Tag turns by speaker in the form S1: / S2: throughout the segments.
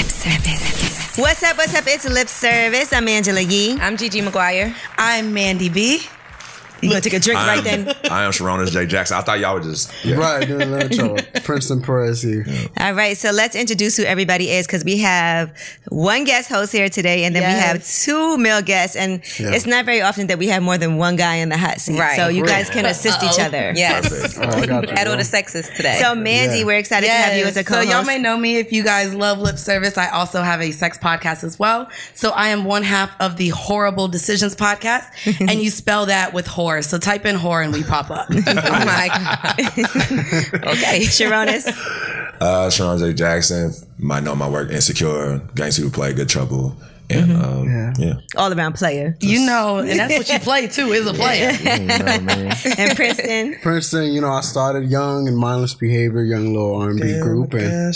S1: service. What's up? What's up? It's lip service. I'm Angela Yee.
S2: I'm Gigi McGuire.
S3: I'm Mandy B.
S1: You gonna take a drink right then?
S4: I am Sharona's Jay Jackson. I thought y'all were just yeah.
S5: Right, doing a little trouble. Princeton Perez here.
S1: All right, so let's introduce who everybody is because we have one guest host here today, and then we have two male guests, and
S5: Yeah.
S1: it's not very often that we have more than one guy in the hot seat.
S2: Right.
S1: So you
S5: Really?
S1: guys can assist each other.
S2: Yes.
S5: Oh, I got you.
S2: At all the sexes today.
S1: So Mandy,
S5: Yeah.
S1: we're excited to have you as a
S3: so
S1: co-host.
S3: y'all may know me if you guys love lip service. I also have a sex podcast as well. So I am one half of the Horrible Decisions podcast, and you spell that with whore. So type in whore and we pop up.
S2: oh my God. okay.
S1: Sharonis.
S4: Uh, Sharon J. Jackson might know my work, Insecure, Gangs Who Play, Good Trouble, and
S5: Mm-hmm.
S4: um, yeah.
S1: all around player.
S3: you know, and that's what you play too. Is a player.
S5: You know what I mean?
S1: And Princeton.
S5: Princeton, you know, I started young and mindless behavior, young little R and B group, and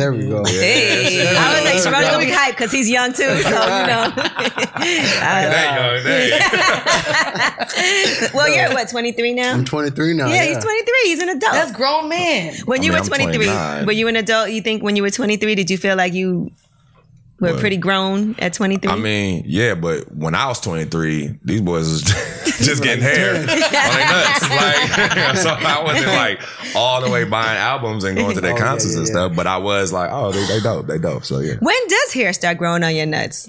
S5: there we go.
S2: Hey.
S1: I was like, Sharon's gonna be hyped because he's young too. So you know.
S4: There you go. There you go.
S1: well, you're what 23 now?
S5: I'm 23 now.
S1: yeah, he's 23. He's an adult.
S3: That's grown man.
S1: when
S4: I
S1: you
S4: mean,
S1: were
S4: I'm
S1: 23,
S4: 29.
S1: were you an adult? You think when you were 23, did you feel like you were
S4: What?
S1: pretty grown at 23?
S4: I mean, yeah, but when I was 23, these boys was just getting hair on their nuts. Like, so I wasn't like all the way buying albums and going to their
S5: Oh, yeah,
S4: concerts and
S5: yeah,
S4: stuff, but I was like, oh, they, they dope, they dope. So yeah,
S1: when does hair start growing on your nuts?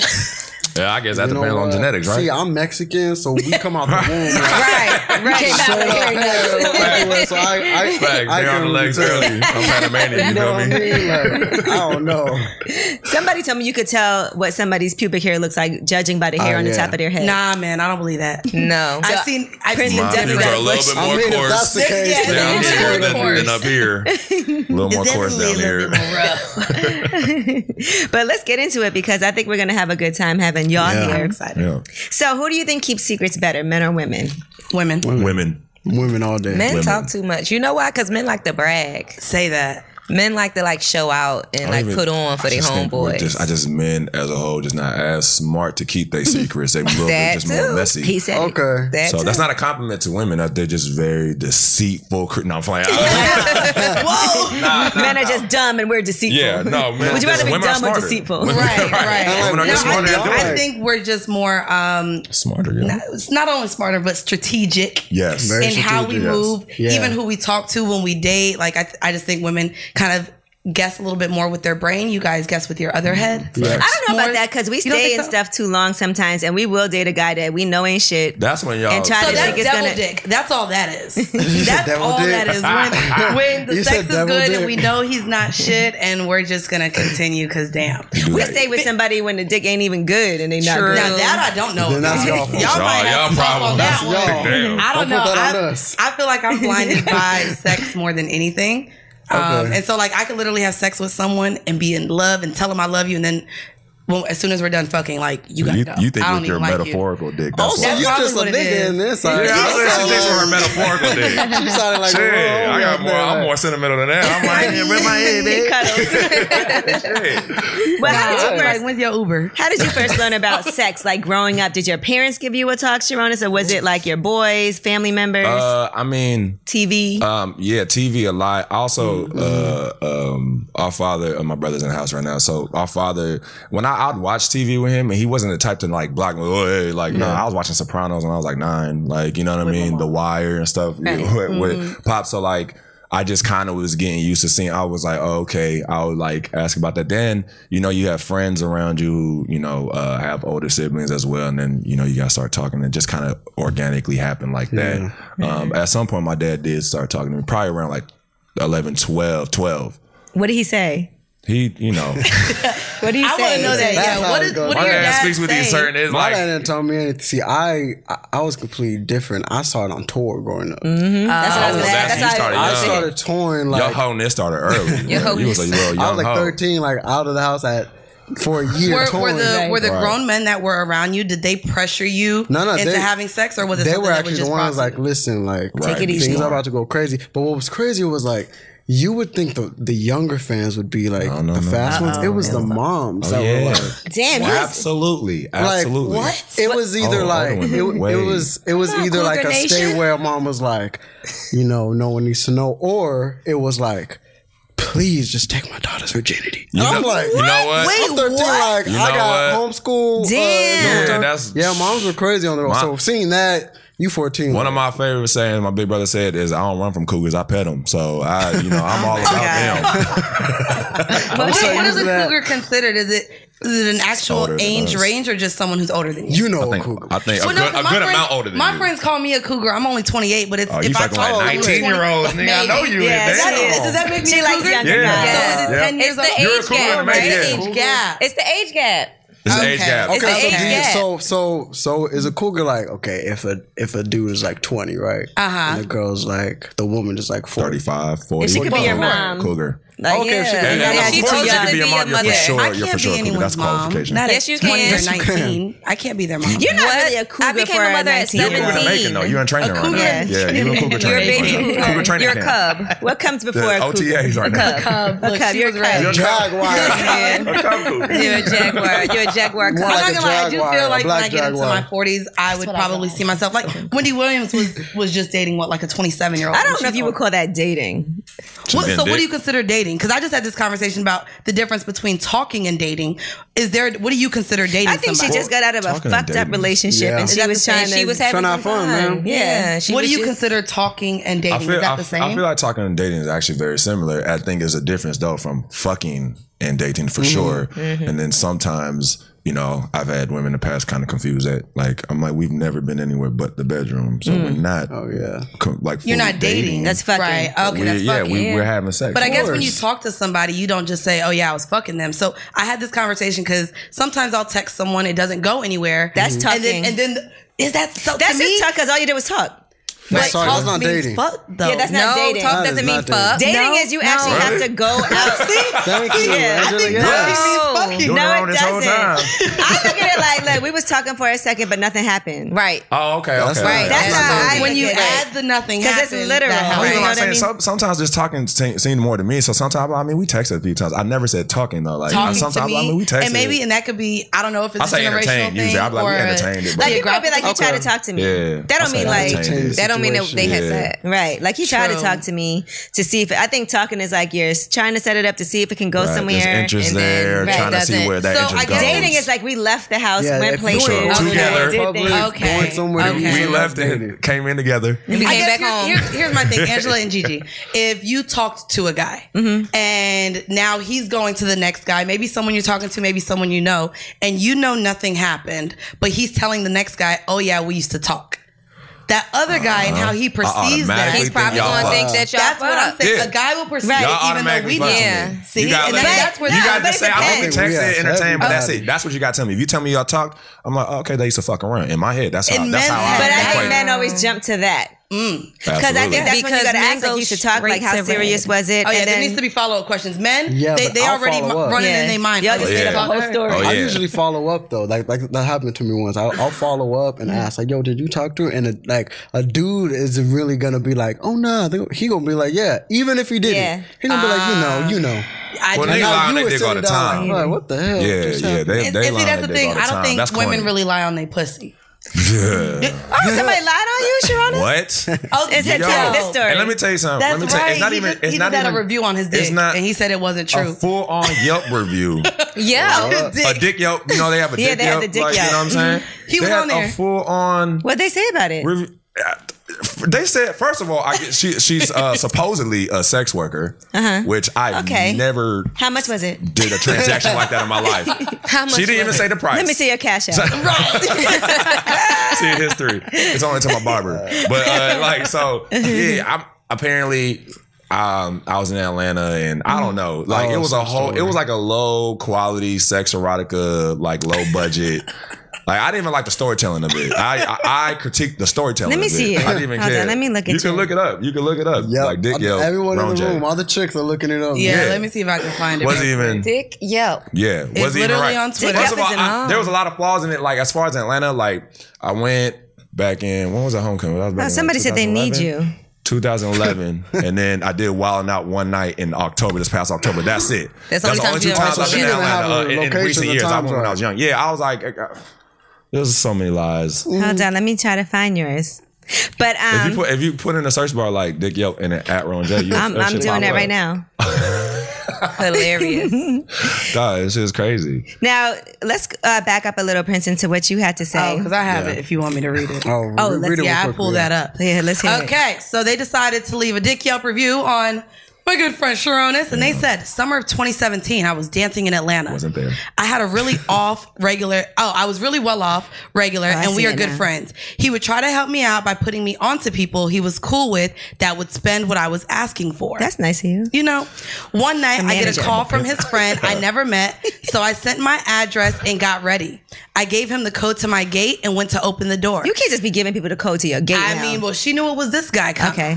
S4: yeah, I guess that
S5: You know
S4: depends on
S5: what?
S4: genetics, right?
S5: See, I'm Mexican, so we come out the womb. Like,
S2: Right. Right.
S5: straight up hair, like, so I, I,
S4: Facts,
S5: I
S4: they on the
S5: can
S4: legs
S5: tell.
S4: early. I'm Panamanian, you
S5: You know
S4: know
S5: what I
S4: me.
S5: mean? Like, I don't know.
S1: Somebody told me you could tell what somebody's pubic hair looks like judging by the hair
S5: Oh,
S1: on the
S5: yeah.
S1: top of their head.
S3: Nah, man, I don't believe that.
S2: No.
S3: I've seen. I've seen
S4: Mine
S3: definitely.
S4: are a little bit
S5: I
S4: more
S5: mean, if that's
S4: coarse
S5: the case,
S3: Yeah,
S5: then
S4: down
S3: it's
S4: here
S3: more
S4: than,
S3: coarse.
S4: than up here. A little more coarse down here.
S1: But let's get into it because I think we're gonna have a good time having y'all
S5: Yeah.
S1: here.
S3: excited.
S4: Yeah.
S1: So, who do you think keeps secrets better, men or women?
S3: Women
S4: Women.
S5: Women all day.
S2: Men
S4: Women.
S2: talk too much. You know why? Because men like to brag.
S3: say that.
S2: Men like to like show out Oh, and
S4: I
S2: like
S4: even-
S2: put on for
S4: I
S2: their
S4: just think we're
S2: homeboys.
S4: Just, I just men as a whole just not as smart to keep their secrets. They a little bit
S2: That
S4: just
S2: too.
S4: more messy.
S1: He said, it.
S5: Okay.
S2: That
S4: so
S2: too.
S4: that's not a compliment to women. that They're just very deceitful. Cre- no, I'm playing. Uh,
S3: Whoa.
S1: "Men are just dumb and we're deceitful."
S4: yeah, no. Men,
S1: Would you rather be
S4: women are
S1: dumb or
S4: smarter.
S1: deceitful?
S4: Women-
S3: Right, right.
S4: Women are
S5: No,
S4: just
S5: I
S4: smarter.
S5: think-
S4: than
S3: I
S4: dudes.
S3: think we're just more. um
S4: smarter. Yeah.
S3: it's not only smarter but strategic
S4: Yes.
S5: Very
S3: in how we
S5: strategic, yes.
S3: move
S5: Yeah.
S3: even who we talk to when we date like I, I just think women kind of guess a little bit more with their brain you guys guess with your other head
S1: I don't know about
S3: More-
S1: that because we
S3: You don't
S1: stay
S3: think
S1: in
S3: so?
S1: stuff too long sometimes, and we will date a guy that we know ain't shit.
S4: That's when y'all.
S1: And try
S3: so
S1: I
S3: that's
S1: think it's
S3: Oh, devil
S1: gonna-
S3: dick that's all that is
S5: said
S3: that's
S5: devil
S3: all
S5: dick?
S3: that is when, when the
S5: You
S3: sex
S5: said
S3: is good
S5: devil
S3: and
S5: dick.
S3: we know he's not shit and we're just gonna continue because damn
S4: do
S1: We
S4: that.
S1: stay with somebody when the dick ain't even good and they not
S2: True.
S1: good.
S3: now that I don't know
S5: Then that's
S3: about.
S5: y'all fault.
S3: y'all might
S4: Y'all-
S3: have to
S4: y'all
S3: talk
S4: problem.
S3: about
S5: That's
S3: that one
S5: y'all.
S4: Damn.
S3: I
S5: Don't
S3: don't, know.
S5: put that
S3: I,
S5: on us.
S3: I feel like I'm blinded by sex more than anything. Um,
S5: Okay.
S3: and so like I could literally have sex with someone and be in love and tell them I love you and then well, as soon as we're done fucking, like you gotta
S4: You,
S3: go.
S4: you think
S3: I don't
S4: with your
S3: even like
S4: metaphorical dick?
S5: Oh,
S4: That's
S5: so
S4: why.
S3: That's
S5: you
S3: probably
S5: just a
S3: what it
S5: nigga
S3: is.
S5: in this?
S4: Yeah, I was actually thinking her metaphorical dick.
S5: You sounded like,
S4: Shit,
S5: whoa,
S4: I got
S5: yeah,
S4: more.
S5: man.
S4: I'm more sentimental than that. I'm like, yeah, where my head
S1: It
S4: at?
S1: cuddles.
S4: Shit.
S1: well, how did
S3: you.
S1: you
S3: Like
S1: first?
S3: when's your Uber?
S1: How did you first learn about sex? Like growing up, did your parents give you a talk, Sharonis, or was it like your boys, family members,
S4: Uh, I mean,
S1: TV?
S4: um, yeah, TV a lot. Also, uh, um, our father, uh, my brother's in the house right now. So our father, when I, I'd watch TV with him, and he wasn't the type to like block me. Oh, hey, like, no, I was watching Sopranos when I was like nine. Like, you know what I mean? The Wire and stuff you know, with, with pop. So like. I just kind of was getting used to seeing. I was like, oh, okay. I would like ask about that. Then you know, you have friends around you who you know uh, have older siblings as well, and then you know you guys start talking. and just kind of organically happen like that. Um, at some point, my dad did start talking to me, probably around like 11, 12, 12.
S1: what did he say?
S4: He, you know,
S1: What do you
S3: I
S1: say?
S3: want to know that.
S5: That's
S3: Yeah,
S5: how
S3: what
S5: it
S3: is
S5: goes.
S3: what
S5: My
S3: are your dad saying?
S4: it's
S5: My dad didn't tell me anything. See, I I- I was completely different. I started on tour growing up.
S1: That's what I was
S4: Oh,
S1: gonna
S4: that's
S1: ask. That's
S4: when you
S1: how I-
S4: started
S5: I
S4: young.
S5: started touring
S4: your
S5: like
S4: wholeness started early.
S2: Your
S4: Like, you was a
S2: wholeness.
S4: little young
S5: I was like
S4: hoe.
S5: thirteen, like out of the house at for a year
S3: Were, were
S5: touring.
S3: the were the
S4: Right.
S3: grown men that were around you? Did they pressure you
S5: No, no,
S3: into
S5: they-
S3: having sex, or was it
S5: they
S3: something
S5: were
S3: that was
S5: actually the
S3: just
S5: ones
S3: process?
S5: like, listen, like
S4: Right. Take it
S5: things
S1: easy.
S5: are about to go crazy. But what was crazy was like you would think the, the younger fans would be like
S4: no,
S5: the
S4: no. Oh,
S5: fast ones. It was the moms that were
S4: yeah.
S5: like
S1: Damn, you was-
S4: Absolutely, absolutely.
S5: It was either
S4: Oh,
S5: like
S4: older
S5: it,
S4: women.
S5: it
S4: Wait.
S5: was it was
S2: Come on,
S5: either like a
S2: Cougar
S5: stay
S2: Nation.
S5: where mom was like, you know, no one needs to know, or it was like, please just take my daughter's virginity.
S4: You
S5: I'm
S4: know-
S5: like,
S4: you know what?
S1: Wait,
S5: I'm 13,
S1: what?
S5: like,
S4: You
S5: I
S4: know
S5: got
S4: what?
S5: homeschool. uh,
S1: Damn.
S4: Yeah, that's-
S5: yeah, moms were crazy on the road.
S4: Mom-
S5: so seeing that, you 14.
S4: One of my favorite sayings my big brother said is, "I don't run from cougars, I pet them." So I, you know, I'm all about them.
S3: But what,
S5: so
S3: what is
S5: used
S3: a
S5: to that.
S3: cougar considered? Is it is it an actual
S4: Older than
S3: age
S4: us.
S3: range or just someone who's older than you?
S5: you know
S4: I
S5: a
S4: think,
S5: cougar.
S4: I think a
S3: Well, no,
S4: good, a good
S3: my friend-
S4: amount older than
S3: My
S4: you.
S3: friends call me a cougar. I'm only 28, but it's
S4: Oh, you
S3: if I
S4: fucking
S3: talk
S4: like
S3: to a
S4: 19 year old, nigga. I
S3: Maybe.
S4: know you.
S1: Yeah,
S4: damn.
S1: that is-
S3: Does that make me
S1: She
S3: a
S1: likes
S3: cougar?
S1: younger
S4: Yeah.
S1: guys.
S4: Yeah.
S3: So it's
S4: Yep.
S3: 10 years
S2: It's the
S3: old.
S4: You're a
S2: age
S4: cougar
S2: gap,
S4: to me,
S2: right?
S4: yeah.
S2: Age gap. It's the age gap.
S4: It's an age
S3: Okay.
S4: gap.
S2: It's
S5: Okay,
S2: the
S5: so,
S2: age
S5: do you-
S2: gap.
S5: so so so is a cougar like okay if a if a dude is like twenty right
S3: Uh-huh.
S5: and the girl's like the woman is like 40
S4: 35, 40.
S2: she could be your
S4: Cougar.
S2: mom.
S4: Cougar.
S2: Like,
S5: Okay, if she-
S2: yeah.
S4: And
S5: Yeah,
S4: then,
S5: yeah,
S4: of
S5: she
S4: course,
S5: too
S4: you
S5: young
S4: could be a mom. You're for sure.
S3: I
S4: You're
S3: can't
S4: for sure
S3: be
S4: a cougar. That's
S3: anyone's mom.
S4: qualification.
S3: Not
S2: Yes,
S3: at
S2: you
S3: 20
S2: can.
S3: or
S2: Yes,
S5: you can.
S3: 19. I can't be their mom.
S1: You're not
S2: What?
S1: really a
S2: I
S1: cougar
S2: became
S1: for
S2: a mother at
S1: 19
S4: You're in
S1: year old.
S4: Jamaican, though. You're in training right now.
S3: cougar.
S4: Yeah, you're in
S2: You're
S4: cougar
S2: a
S4: training.
S2: baby
S4: right now.
S2: cougar.
S4: Cougar training
S2: You're a
S4: camp.
S2: cub.
S1: What comes before
S4: The
S1: a cougar?
S4: OTAs right now.
S2: Cub.
S1: A cub. You're a cub.
S4: You're a
S5: Jaguar.
S4: A cub cougar.
S2: You're a jaguar. You're a jaguar
S5: More
S2: cub.
S3: I'm not
S5: like a
S3: gonna lie, I do
S5: jaguar,
S3: feel
S5: a
S3: like when
S5: black
S3: I get into
S5: jaguar.
S3: my 40s, I would probably see myself like Wendy Williams was was just dating what like a 27 year old.
S1: I don't know if you would call that dating.
S3: What,
S4: Been
S3: so, what
S4: dick.
S3: do you consider dating? Because I just had this conversation about the difference between talking and dating. Is there? What do you consider dating?
S1: I think she
S3: somebody?
S1: just got out of a
S4: Talking and
S1: fucked up
S4: dating.
S1: relationship
S5: Yeah.
S1: and she
S2: That
S1: was
S2: was-
S1: trying
S2: and
S1: to.
S2: she was having
S5: Trying to
S2: some
S5: have fun, man.
S2: Yeah. She
S3: What do
S2: was
S3: you
S2: just-
S3: consider talking and dating?
S4: I feel,
S3: is that
S4: I,
S3: the
S4: f-
S3: same?
S4: I feel like talking and dating is actually very similar. I think there's a difference though from fucking and dating
S3: Mm-hmm.
S4: for sure. And then sometimes, you know, I've had women in the past kind of confuse that. Like I'm like, we've never been anywhere but the bedroom, so we're not
S5: oh yeah
S4: co- like
S3: Mm. You're
S4: fully
S3: not dating.
S1: That's fucking.
S3: Right. Okay,
S4: We-
S3: that's
S4: yeah,
S3: fucking.
S4: we, we're having sex.
S3: But I guess when
S5: course.
S3: you talk to somebody, you don't just say, "Oh yeah, I was fucking them." So I had this conversation because sometimes I'll text someone, it doesn't go anywhere.
S1: That's
S3: And then,
S1: talking.
S3: and then is that so?
S1: That's
S3: to me,
S1: just talk because all you did was talk.
S5: that's, sorry,
S3: talk
S5: that's not
S3: means
S5: dating
S3: Fuck though.
S1: Yeah, that's not
S2: No,
S1: dating.
S2: talk
S5: That is
S2: doesn't mean
S5: not dating.
S2: fuck.
S1: Dating
S3: No,
S1: is you actually
S3: no.
S1: have to go out. See?
S5: thank you
S1: Yeah, I
S5: Angela,
S3: think
S5: yeah.
S3: that's-
S2: No.
S4: doing
S1: No,
S4: it wrong
S1: it
S4: this whole
S1: doesn't.
S4: time.
S1: I look at it like, look, we was talking for a second, but nothing happened.
S2: Right.
S4: Oh, okay,
S5: That's
S4: okay.
S5: not-
S4: okay.
S1: That's
S4: not
S1: how I
S4: dating.
S1: look
S3: when you
S1: at it.
S3: add the nothing
S1: 'Cause it's
S3: happened,
S1: literal.
S3: that
S1: Oh,
S4: Well,
S1: you
S4: you
S1: know
S4: know what I'm
S1: what I
S4: saying?
S1: mean?
S4: Some- Sometimes just talking se- seemed more to me. So sometimes I mean we texted a few times. I never said talking though. Like I-
S3: talking
S4: sometimes
S3: to me,
S4: I mean we texted.
S3: and maybe and that could be I don't know if
S4: I
S3: it's a
S4: say
S3: generational
S4: entertained
S3: thing
S4: usually. I'm like,
S3: or
S4: we entertained it, but-
S1: Like,
S3: Yeah,
S1: people be like, you
S3: graphic-
S1: tried to talk to me.
S4: yeah,
S1: That
S4: I
S1: don't
S4: say
S1: mean like.
S4: entertained it.
S2: That don't mean that they had
S4: Yeah.
S2: sex.
S1: Right. Like he tried to
S3: True.
S1: talk to me to see if I think talking is like you're s- trying to set it up to see if it can go
S4: Right,
S1: somewhere.
S4: There's interest
S1: and then-
S4: there,
S1: right,
S4: trying to
S1: that's
S4: see
S3: it.
S4: where that
S3: So
S4: interest
S3: I guess-
S4: goes.
S1: Dating is like we left the house,
S5: Yeah,
S1: went
S5: if you
S1: places,
S5: were
S1: did
S4: together.
S1: things.
S5: Public,
S3: Okay.
S5: going somewhere
S3: Okay.
S5: you
S4: We
S5: should
S4: left
S5: have
S4: and
S5: dated.
S4: came in together.
S2: We
S3: I
S2: came
S3: guess
S2: back
S3: here-
S2: home.
S3: Here's, here's my thing, Angela and Gigi. If you talked to a guy and now he's going to the next guy, maybe someone you're talking to, maybe someone you know, and you know nothing happened, but he's telling the next guy, "Oh yeah, we used to talk." That other guy and how he
S4: Uh-huh.
S3: perceives that.
S4: automatically
S2: He's probably
S4: Y'all
S2: gonna
S4: fucked.
S2: think that y'all
S3: that's what I'm
S2: fucked.
S3: saying.
S4: Yeah.
S3: A guy will perceive
S1: Y'all
S3: it, even though
S4: automatically
S3: we
S4: fucked
S2: Yeah.
S3: didn't.
S4: with me.
S3: See?
S4: you gotta,
S3: And
S4: let-
S3: then that's where
S4: you
S3: the-
S4: gotta
S1: but
S4: just
S1: it
S4: say, I only
S1: depends.
S4: texted
S5: Yes,
S4: entertainment, but that's
S5: everybody.
S4: it. That's what you gotta tell me. If you tell me y'all talked, I'm like, oh, okay, they used to fuck around. In my head, that's how,
S3: And
S4: that's how
S3: men-
S4: Oh, I
S1: But I
S3: Right.
S1: think men always jump to that. Because I
S4: Absolutely.
S1: think that's when
S2: Because
S1: you gotta
S2: men
S1: ask like
S2: go
S1: you should talk, like
S2: straight
S1: how
S2: to
S1: serious
S2: red.
S1: was it?
S3: Oh yeah,
S1: and
S3: there
S1: then-
S3: needs to be follow up questions. Men,
S5: Yeah,
S3: they,
S5: but
S3: they
S5: I'll
S3: already
S5: follow
S3: mu-
S5: up.
S3: running
S1: Yeah.
S3: in their mind.
S1: Y'all
S3: Oh,
S1: just
S3: yeah.
S1: made up a whole
S3: Yeah.
S1: story.
S4: Oh,
S5: I
S4: yeah.
S5: usually follow up though, like like that happened to me once. I'll, I'll follow up and ask like, "Yo, did you talk to?" Her? And it, like a dude is really gonna be like, "Oh no," They- he gonna be like, "Yeah," even if he didn't,
S1: Yeah.
S5: he gonna be like, "You know, you know."
S3: I
S4: Well,
S3: do
S4: they
S5: now
S3: not-
S4: lie on
S5: you
S4: their
S5: were
S4: dick all
S5: sitting
S4: the
S5: down,
S4: time.
S5: like, "What the hell?"
S4: Yeah,
S5: just
S4: yeah.
S5: happened?"
S4: They,
S3: And,
S4: they
S3: and see,
S4: lying they
S3: that's the
S4: do
S3: thing.
S4: all the
S3: I
S4: time.
S3: don't think
S4: That's
S3: women
S4: corny.
S3: really lie on their pussy.
S1: Oh, somebody lied on you, Sharon?
S4: What?
S3: Oh,
S1: It said
S4: Yo.
S1: tell me this story.
S4: And let me tell you something.
S3: That's
S4: let me tell
S3: right.
S4: you, it's not
S3: he
S4: even.
S3: just,
S4: it's
S3: he
S4: not
S3: just
S4: even
S3: had a review on his dick,
S4: Hmm. It's not
S3: and he said it wasn't
S4: a
S3: true.
S4: full on Yelp review.
S2: Yeah.
S4: a dick Yelp. You know they have a
S1: Yeah,
S4: dick
S1: they have
S4: Yelp.
S1: the dick
S4: like,
S1: Yelp.
S4: You know what I'm saying?
S3: He
S4: they
S3: was
S4: had
S3: on there.
S4: A full on.
S1: What'd they say about it?
S4: Rev- uh, They said first of all, I get, she she's uh, supposedly a sex worker, which I
S1: Okay.
S4: never
S1: How much was it?
S4: did a transaction like that in my life.
S2: How much
S4: she didn't
S2: was
S4: even
S2: it?
S4: say the price.
S1: Let me see your cash out.
S4: see your history. It's only to my barber, but uh, like so, yeah. I'm apparently. Um, I was in Atlanta and I don't know. Like
S5: Oh,
S4: it was a
S5: some
S4: whole
S5: story.
S4: it was like a low quality sex erotica, like low budget. like I didn't even like the storytelling of it. I I, I critiqued the storytelling.
S1: Let me
S4: of
S1: see it.
S4: I didn't even
S1: Hold
S4: care.
S1: on, let me look
S4: You
S1: at
S4: can
S1: you.
S4: look it up. You can look it up.
S5: Yep.
S4: Like Dick Yo.
S5: Everyone in
S4: Ron
S5: the
S4: J.
S5: room, all the chicks are looking it up.
S3: yeah,
S4: Yeah.
S3: let me see if I can find it.
S4: Was
S3: real
S4: it
S3: quick.
S4: even
S2: Dick Yelp.
S4: yeah, was even
S3: literally
S4: right.
S3: on Twitter.
S4: First of all,
S1: Dick Yelp is
S4: I,
S1: in-
S4: there was a lot of flaws in it. Like as far as Atlanta, like I went back in when was I homecoming? That was back in,
S1: Oh,
S4: like,
S1: somebody said they need
S4: 2011?
S1: you.
S4: 2011, and then I did Wildin' Out one night in October. This past October, that's it.
S2: That's the only time you
S4: two
S2: did
S4: times
S2: a
S4: I've been in
S5: relationship. She didn't
S4: Atlanta
S5: have
S4: uh,
S5: a
S4: in, in
S5: location
S4: recent
S5: or
S4: years. I
S5: times
S4: went when I was young. Yeah, I was like, uh, there's so many lies. If
S1: Hold on, let me try to find yours. But um,
S4: you put if you put in a search bar like Dick Yelp and an at Ron J, you,
S1: I'm,
S4: that
S1: I'm
S4: shit
S1: doing
S4: pop
S1: that
S4: up.
S1: right now. Hilarious.
S4: Nah, it's just crazy.
S1: now let's uh, back up a little, Princeton, to what you had to say.
S3: Oh, because I have it if you want me to read it.
S5: Oh,
S1: Oh,
S5: re-
S1: let's-
S5: read it
S3: yeah,
S5: real
S3: I
S5: quick,
S3: pulled
S5: yeah.
S3: that up.
S1: yeah, let's hear it.
S3: Okay, so they decided to leave a Dick Yelp review on my good friend Sharonis, and they said, Summer of 2017, I was dancing in Atlanta.
S4: Hmm. Wasn't there.
S3: I had a really off regular, oh, I was really well off regular, and we
S1: Oh, see
S3: are
S1: it
S3: good
S1: now.
S3: friends. He would try to help me out by putting me onto people he was cool with that would spend what I was asking for.
S1: That's nice of you.
S3: You know, one night I get
S1: manager.
S3: a call from his friend I never met, so I sent my address and got ready. I gave him the code to my gate and went to open the door.
S1: You can't just be giving people the code to your gate.
S3: I
S1: now.
S3: mean, well, she knew it was this guy. Coming.
S1: Okay.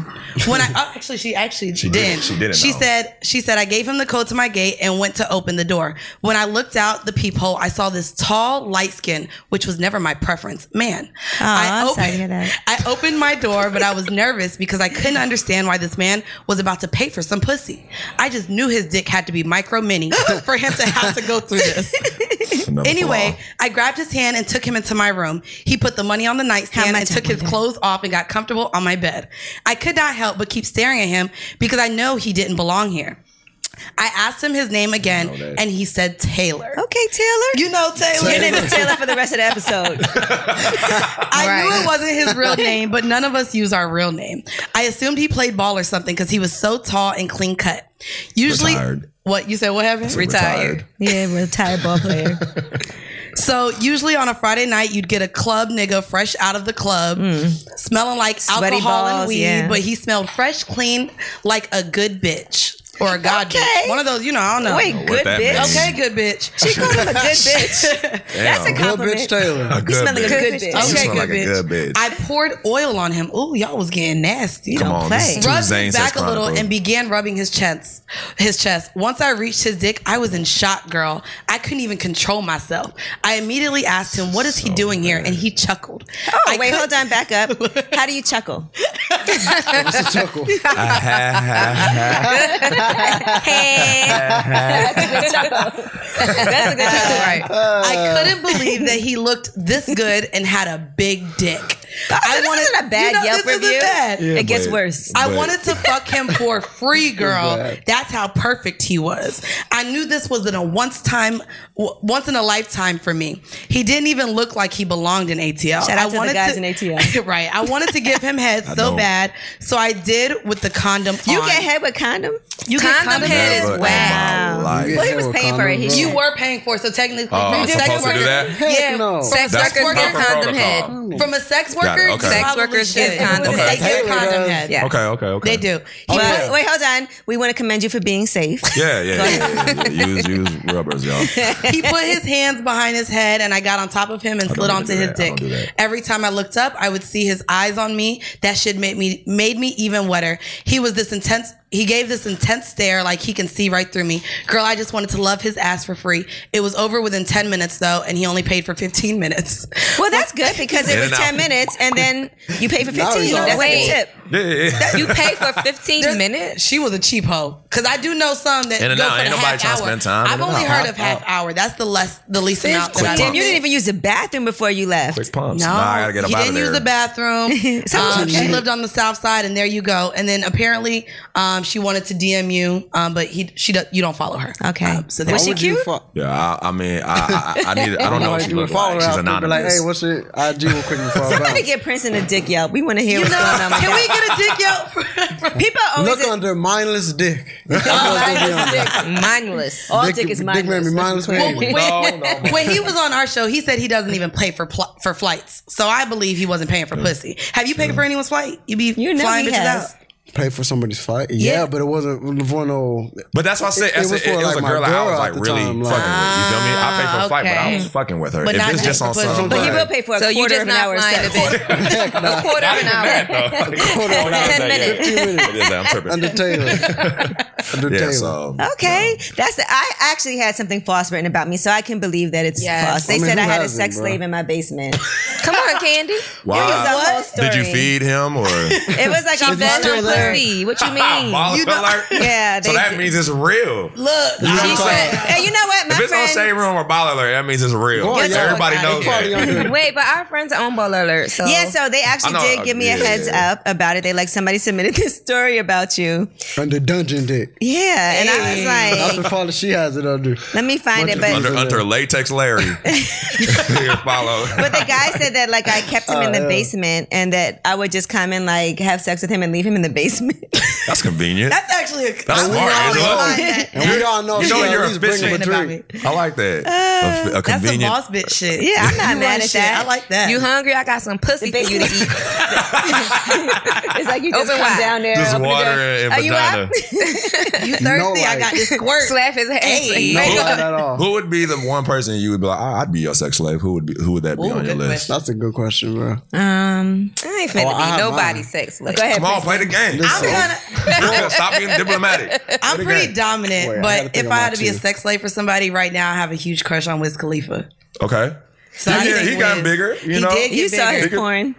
S3: When I oh, actually, she actually
S4: She did-
S3: didn't.
S4: she didn't
S3: She
S4: know.
S3: said, she said, I gave him the code to my gate and went to open the door. When I looked out the peephole, I saw this tall, light skin, which was never my preference. Man, I
S1: I'm sorry to hear that.
S3: I opened my door, but I was nervous because I couldn't understand why this man was about to pay for some pussy. I just knew his dick had to be micro mini for him to have to go through this.
S4: Another
S3: Anyway,
S4: flaw.
S3: I grabbed his hand and took him into my room. He put the money on the
S1: How
S3: nightstand
S1: much
S3: and took
S1: I
S3: his clothes off and got comfortable on my bed. I could not help but keep staring at him because I know he didn't belong here. I asked him his name again,
S4: know that.
S3: and he said Taylor.
S1: okay, Taylor.
S3: You know Taylor.
S1: Your name is Taylor for the rest of the episode.
S3: I knew it wasn't his real name, but none of us use our real name. I assumed he played ball or something because he was so tall and clean cut. Usually,
S4: Retired.
S3: what you said? What happened?
S4: Retired.
S1: yeah, retired ball player.
S3: So usually on a Friday night, you'd get a club nigga fresh out of the club, smelling like
S1: Mm. Sweaty
S3: alcohol
S1: balls,
S3: and weed,
S1: yeah.
S3: but he smelled fresh, clean, like a good bitch or a god bitch.
S1: Okay.
S3: One of those, you know, I don't know.
S1: Wait,
S4: what
S1: good
S4: that
S1: bitch.
S4: means.
S3: Okay, good bitch.
S1: She called him a good bitch. That's a
S4: Damn.
S5: Good
S1: compliment.
S5: bitch Taylor.
S1: You smell like a good bitch.
S4: You
S3: Okay,
S4: smell
S3: good
S4: like a
S3: bitch.
S4: good bitch.
S3: I poured oil on him. Ooh, y'all was getting nasty.
S4: Come
S1: don't
S4: on, this is
S1: play.
S4: too
S3: rubbed
S4: Zane
S3: his
S4: Sex
S3: back a little
S4: Chronicle.
S3: and began rubbing his chest. His chest. Once I reached his dick, I was in shock, girl. I couldn't even control myself. I immediately asked him, "What is he doing here?" And he chuckled.
S1: Oh,
S3: I
S1: wait,
S3: could-
S1: hold on, back up. How do you chuckle?
S5: It's a chuckle.
S4: Ah,
S1: Hey.
S2: That's a good joke. Right.
S3: I couldn't believe that he looked this good. and had a big dick. I
S1: this isn't a bad
S3: you know,
S1: Yelp
S3: this isn't
S1: review.
S3: bad.
S4: Yeah,
S1: it gets
S4: but-
S1: worse.
S3: I
S4: but-
S3: wanted to fuck him for free, girl.
S5: bad.
S3: That's how perfect he was. I knew this was in a once time, w- once in a lifetime for me. He didn't even look like he belonged in ATL.
S1: Shout out
S3: I
S1: to the
S3: wanted
S1: guys in ATL.
S3: right. I wanted to give him head so
S4: don't.
S3: bad, so I did with the condom.
S1: You
S3: on.
S1: get head with condom?
S3: You get condom
S1: head
S4: Never
S1: is
S4: in
S1: wow.
S4: my life.
S1: Well, he was paying for it. He
S5: You
S3: You were paying for it, so technically,
S4: Oh, I'm
S3: from a sex
S4: supposed to do
S3: worker-
S4: that?
S5: Heck
S3: Yeah,
S5: no.
S3: Sex,
S4: That's
S3: sex worker,
S4: proper
S2: condom head.
S4: protocol.
S3: from a sex worker,
S4: Got it, okay.
S3: you
S4: Sex
S3: probably
S2: workers
S3: should.
S2: give condoms.
S3: They
S4: Okay.
S3: give condom head.
S2: Yeah.
S4: Okay, okay, okay.
S3: They do.
S5: Oh,
S3: He
S5: yeah.
S1: Wait, wait, hold on. We want to commend you for being safe.
S4: Yeah, yeah, yeah, yeah, yeah. Use use rubbers, y'all.
S3: he put his hands behind his head and I got on top of him and
S4: don't
S3: slid
S4: do
S3: onto
S4: that.
S3: his
S4: I don't
S3: dick.
S4: do that.
S3: Every time I looked up, I would see his eyes on me. That shit made me made me even wetter. He was this intense he gave this intense stare like he can see right through me. Girl, I just wanted to love his ass for free. It was over within 10 minutes though, and he only paid for 15 minutes.
S1: Well, that's good because it
S4: In
S1: was
S4: and out.
S1: 10 minutes and then you paid for 15.
S5: Now he's all
S1: That's like a
S2: Wait.
S1: tip.
S4: Yeah, yeah, yeah.
S2: You pay for 15
S3: There's-
S2: minutes.
S3: She was a cheap hoe. Cause I do know some that
S4: In and
S3: go
S4: out.
S3: for
S4: Ain't
S3: the
S4: nobody
S3: half
S4: tryna
S3: hour.
S4: spend time.
S3: I've
S4: In and
S3: only
S4: out.
S3: heard of half hour. That's the less the least amount that I
S1: Damn, you
S3: know.
S1: didn't even use the bathroom before you left.
S4: Quick pumps.
S3: No,
S4: Nah, I gotta get up
S3: he
S4: out
S3: didn't
S4: of there.
S3: use the bathroom.
S1: Sounds
S3: um, she
S1: legit.
S3: lived on the south side, and there you go. And then apparently, um, she wanted to DM you, um, but he, she, do, you don't follow her.
S1: Okay.
S3: Um, so there
S1: Was she
S3: you
S1: cute?
S4: Yeah, I, I mean, I, I, I need. I don't know what she
S5: you would
S4: looks
S5: follow
S4: like.
S5: her
S4: She's
S5: out there and be
S4: anonymous.
S5: like, hey, what's your IG real quick before I
S1: Somebody
S5: bounce?
S1: get Princeton a dick yelp. We want to hear
S3: go.
S1: what's going on. with
S3: can
S1: that.
S3: we get a dick yelp?
S1: People always
S5: Look under mindless dick.
S2: Mindless.
S1: all
S5: Dick-
S1: dick, is
S5: dick made
S1: mindless.
S5: me
S1: Let's be
S5: mindless.
S1: clear.
S5: Well,
S4: no, no, no.
S3: when he was on our show, he said he doesn't even pay for pl- for flights. So I believe he wasn't
S4: Mm.
S3: paying for pussy. Have you paid for anyone's flight? You be
S1: You know
S3: flying
S1: he
S3: bitches
S1: has.
S3: out.
S5: Pay for somebody's flight. Yeah,
S3: Yeah.
S5: but it wasn't for no.
S4: But that's why I said
S5: It-
S4: I said-
S5: it was
S4: it,
S5: for,
S4: it was
S5: like,
S4: a
S5: my
S4: girl that I
S5: girl
S4: was
S5: at
S4: like
S5: the
S4: really fucking
S5: time, like-
S4: with. You feel me? I paid for a fight, but I
S2: okay.
S4: was fucking with her.
S3: But
S4: if
S3: not
S4: it's just on
S3: for
S4: some,
S1: But he will pay for a
S2: So you
S1: quarter
S2: just
S1: of an
S2: not
S1: hour of
S2: flying to
S1: sex.
S2: bed. A quarter of an hour.
S4: ten
S2: minutes.
S4: I'm tripping.
S5: Under Taylor. Under
S4: Yeah,
S5: Taylor.
S4: so
S1: Okay, that's the. I I actually had something false written about me, so I can believe that it's
S2: Yes.
S1: false. They
S5: I mean,
S1: said
S5: who
S1: I had a
S5: hasn't,
S1: sex
S5: bro?
S1: slave in my basement.
S2: Come on, Candy.
S1: It was a
S4: Wow.
S1: whole story.
S4: Did you feed him or?
S1: It was like
S2: She
S1: a
S2: fed
S1: vulnerable-
S2: him pussy. What you
S6: Ah,
S2: mean?
S4: Molly
S3: know-
S4: alert?
S1: Yeah,
S4: So
S1: they
S4: that
S1: did.
S4: means it's real.
S3: Look,
S5: She
S3: she
S5: said-
S3: said,
S1: And you know what, my
S4: If it's on
S1: friend.
S4: shade room or ball alert, that means it's real.
S5: Go on,
S4: So
S5: y'all.
S4: everybody knows
S5: Party on
S4: that.
S5: here.
S2: Wait, but our friends are on ball alert. So
S1: yeah, so they actually
S4: I know,
S1: did give me a
S4: yeah.
S1: heads up about it. They like somebody submitted this story about you.
S5: Under dungeon dick.
S1: Yeah, and I was
S5: That's
S1: like,
S5: the father she has it under.
S1: let me find it.
S5: Bunch of
S1: But
S4: Under under latex Larry. Here, follow.
S1: but the guy said that like I kept him in the basement and that I would just come and like have sex with him and leave him in the basement.
S4: That's convenient.
S3: that's actually a.
S4: That's
S3: I would
S4: smart,
S3: always
S4: isn't it?
S3: find that-
S5: And we all know
S4: You know
S5: she
S4: you're
S5: at least bring him
S4: efficient.
S5: a
S3: about
S5: drink.
S4: I like that. A f- a,
S3: That's some
S4: convenient.
S3: boss bitch shit.
S1: Yeah, I'm not
S3: You
S1: mad
S3: run
S1: at
S3: shit.
S1: that.
S3: I like that.
S2: you hungry? I got some pussy for you to eat.
S1: it's like you just
S2: Open
S1: come
S2: wide.
S1: down there,
S4: Just
S1: open the
S4: water
S1: door.
S4: and
S1: Are you up?
S4: vagina.
S3: You thirsty?
S5: know,
S3: I
S5: like-
S3: got this squirt.
S2: Slap his ass.
S3: Hey.
S5: No, Oh,
S4: Who-
S5: not at all.
S4: Who would be the one person you would be like? I, I'd be your sex slave. Who would be? Who would that be
S3: Ooh,
S4: on your
S3: good
S4: list?
S5: That's a good question, bro.
S1: Um,
S2: I ain't finna
S5: Oh, I
S2: be
S5: have
S2: nobody
S5: mine.
S2: sex slave.
S1: go ahead.
S4: Come on, play the game.
S3: I'm gonna.
S4: Girl, Stop being diplomatic. Play
S3: I'm
S4: the
S3: pretty
S4: game.
S3: dominant,
S5: Wait, I gotta
S3: but
S5: think
S3: if I
S5: about
S3: had to be a
S5: two.
S3: sex slave for somebody right now, I have a huge crush on Wiz Khalifa.
S4: Okay.
S3: So
S4: Yeah,
S3: I think
S4: he got
S3: Wiz-
S4: bigger, you know?
S3: he did get
S1: You saw
S3: bigger.
S1: his porn.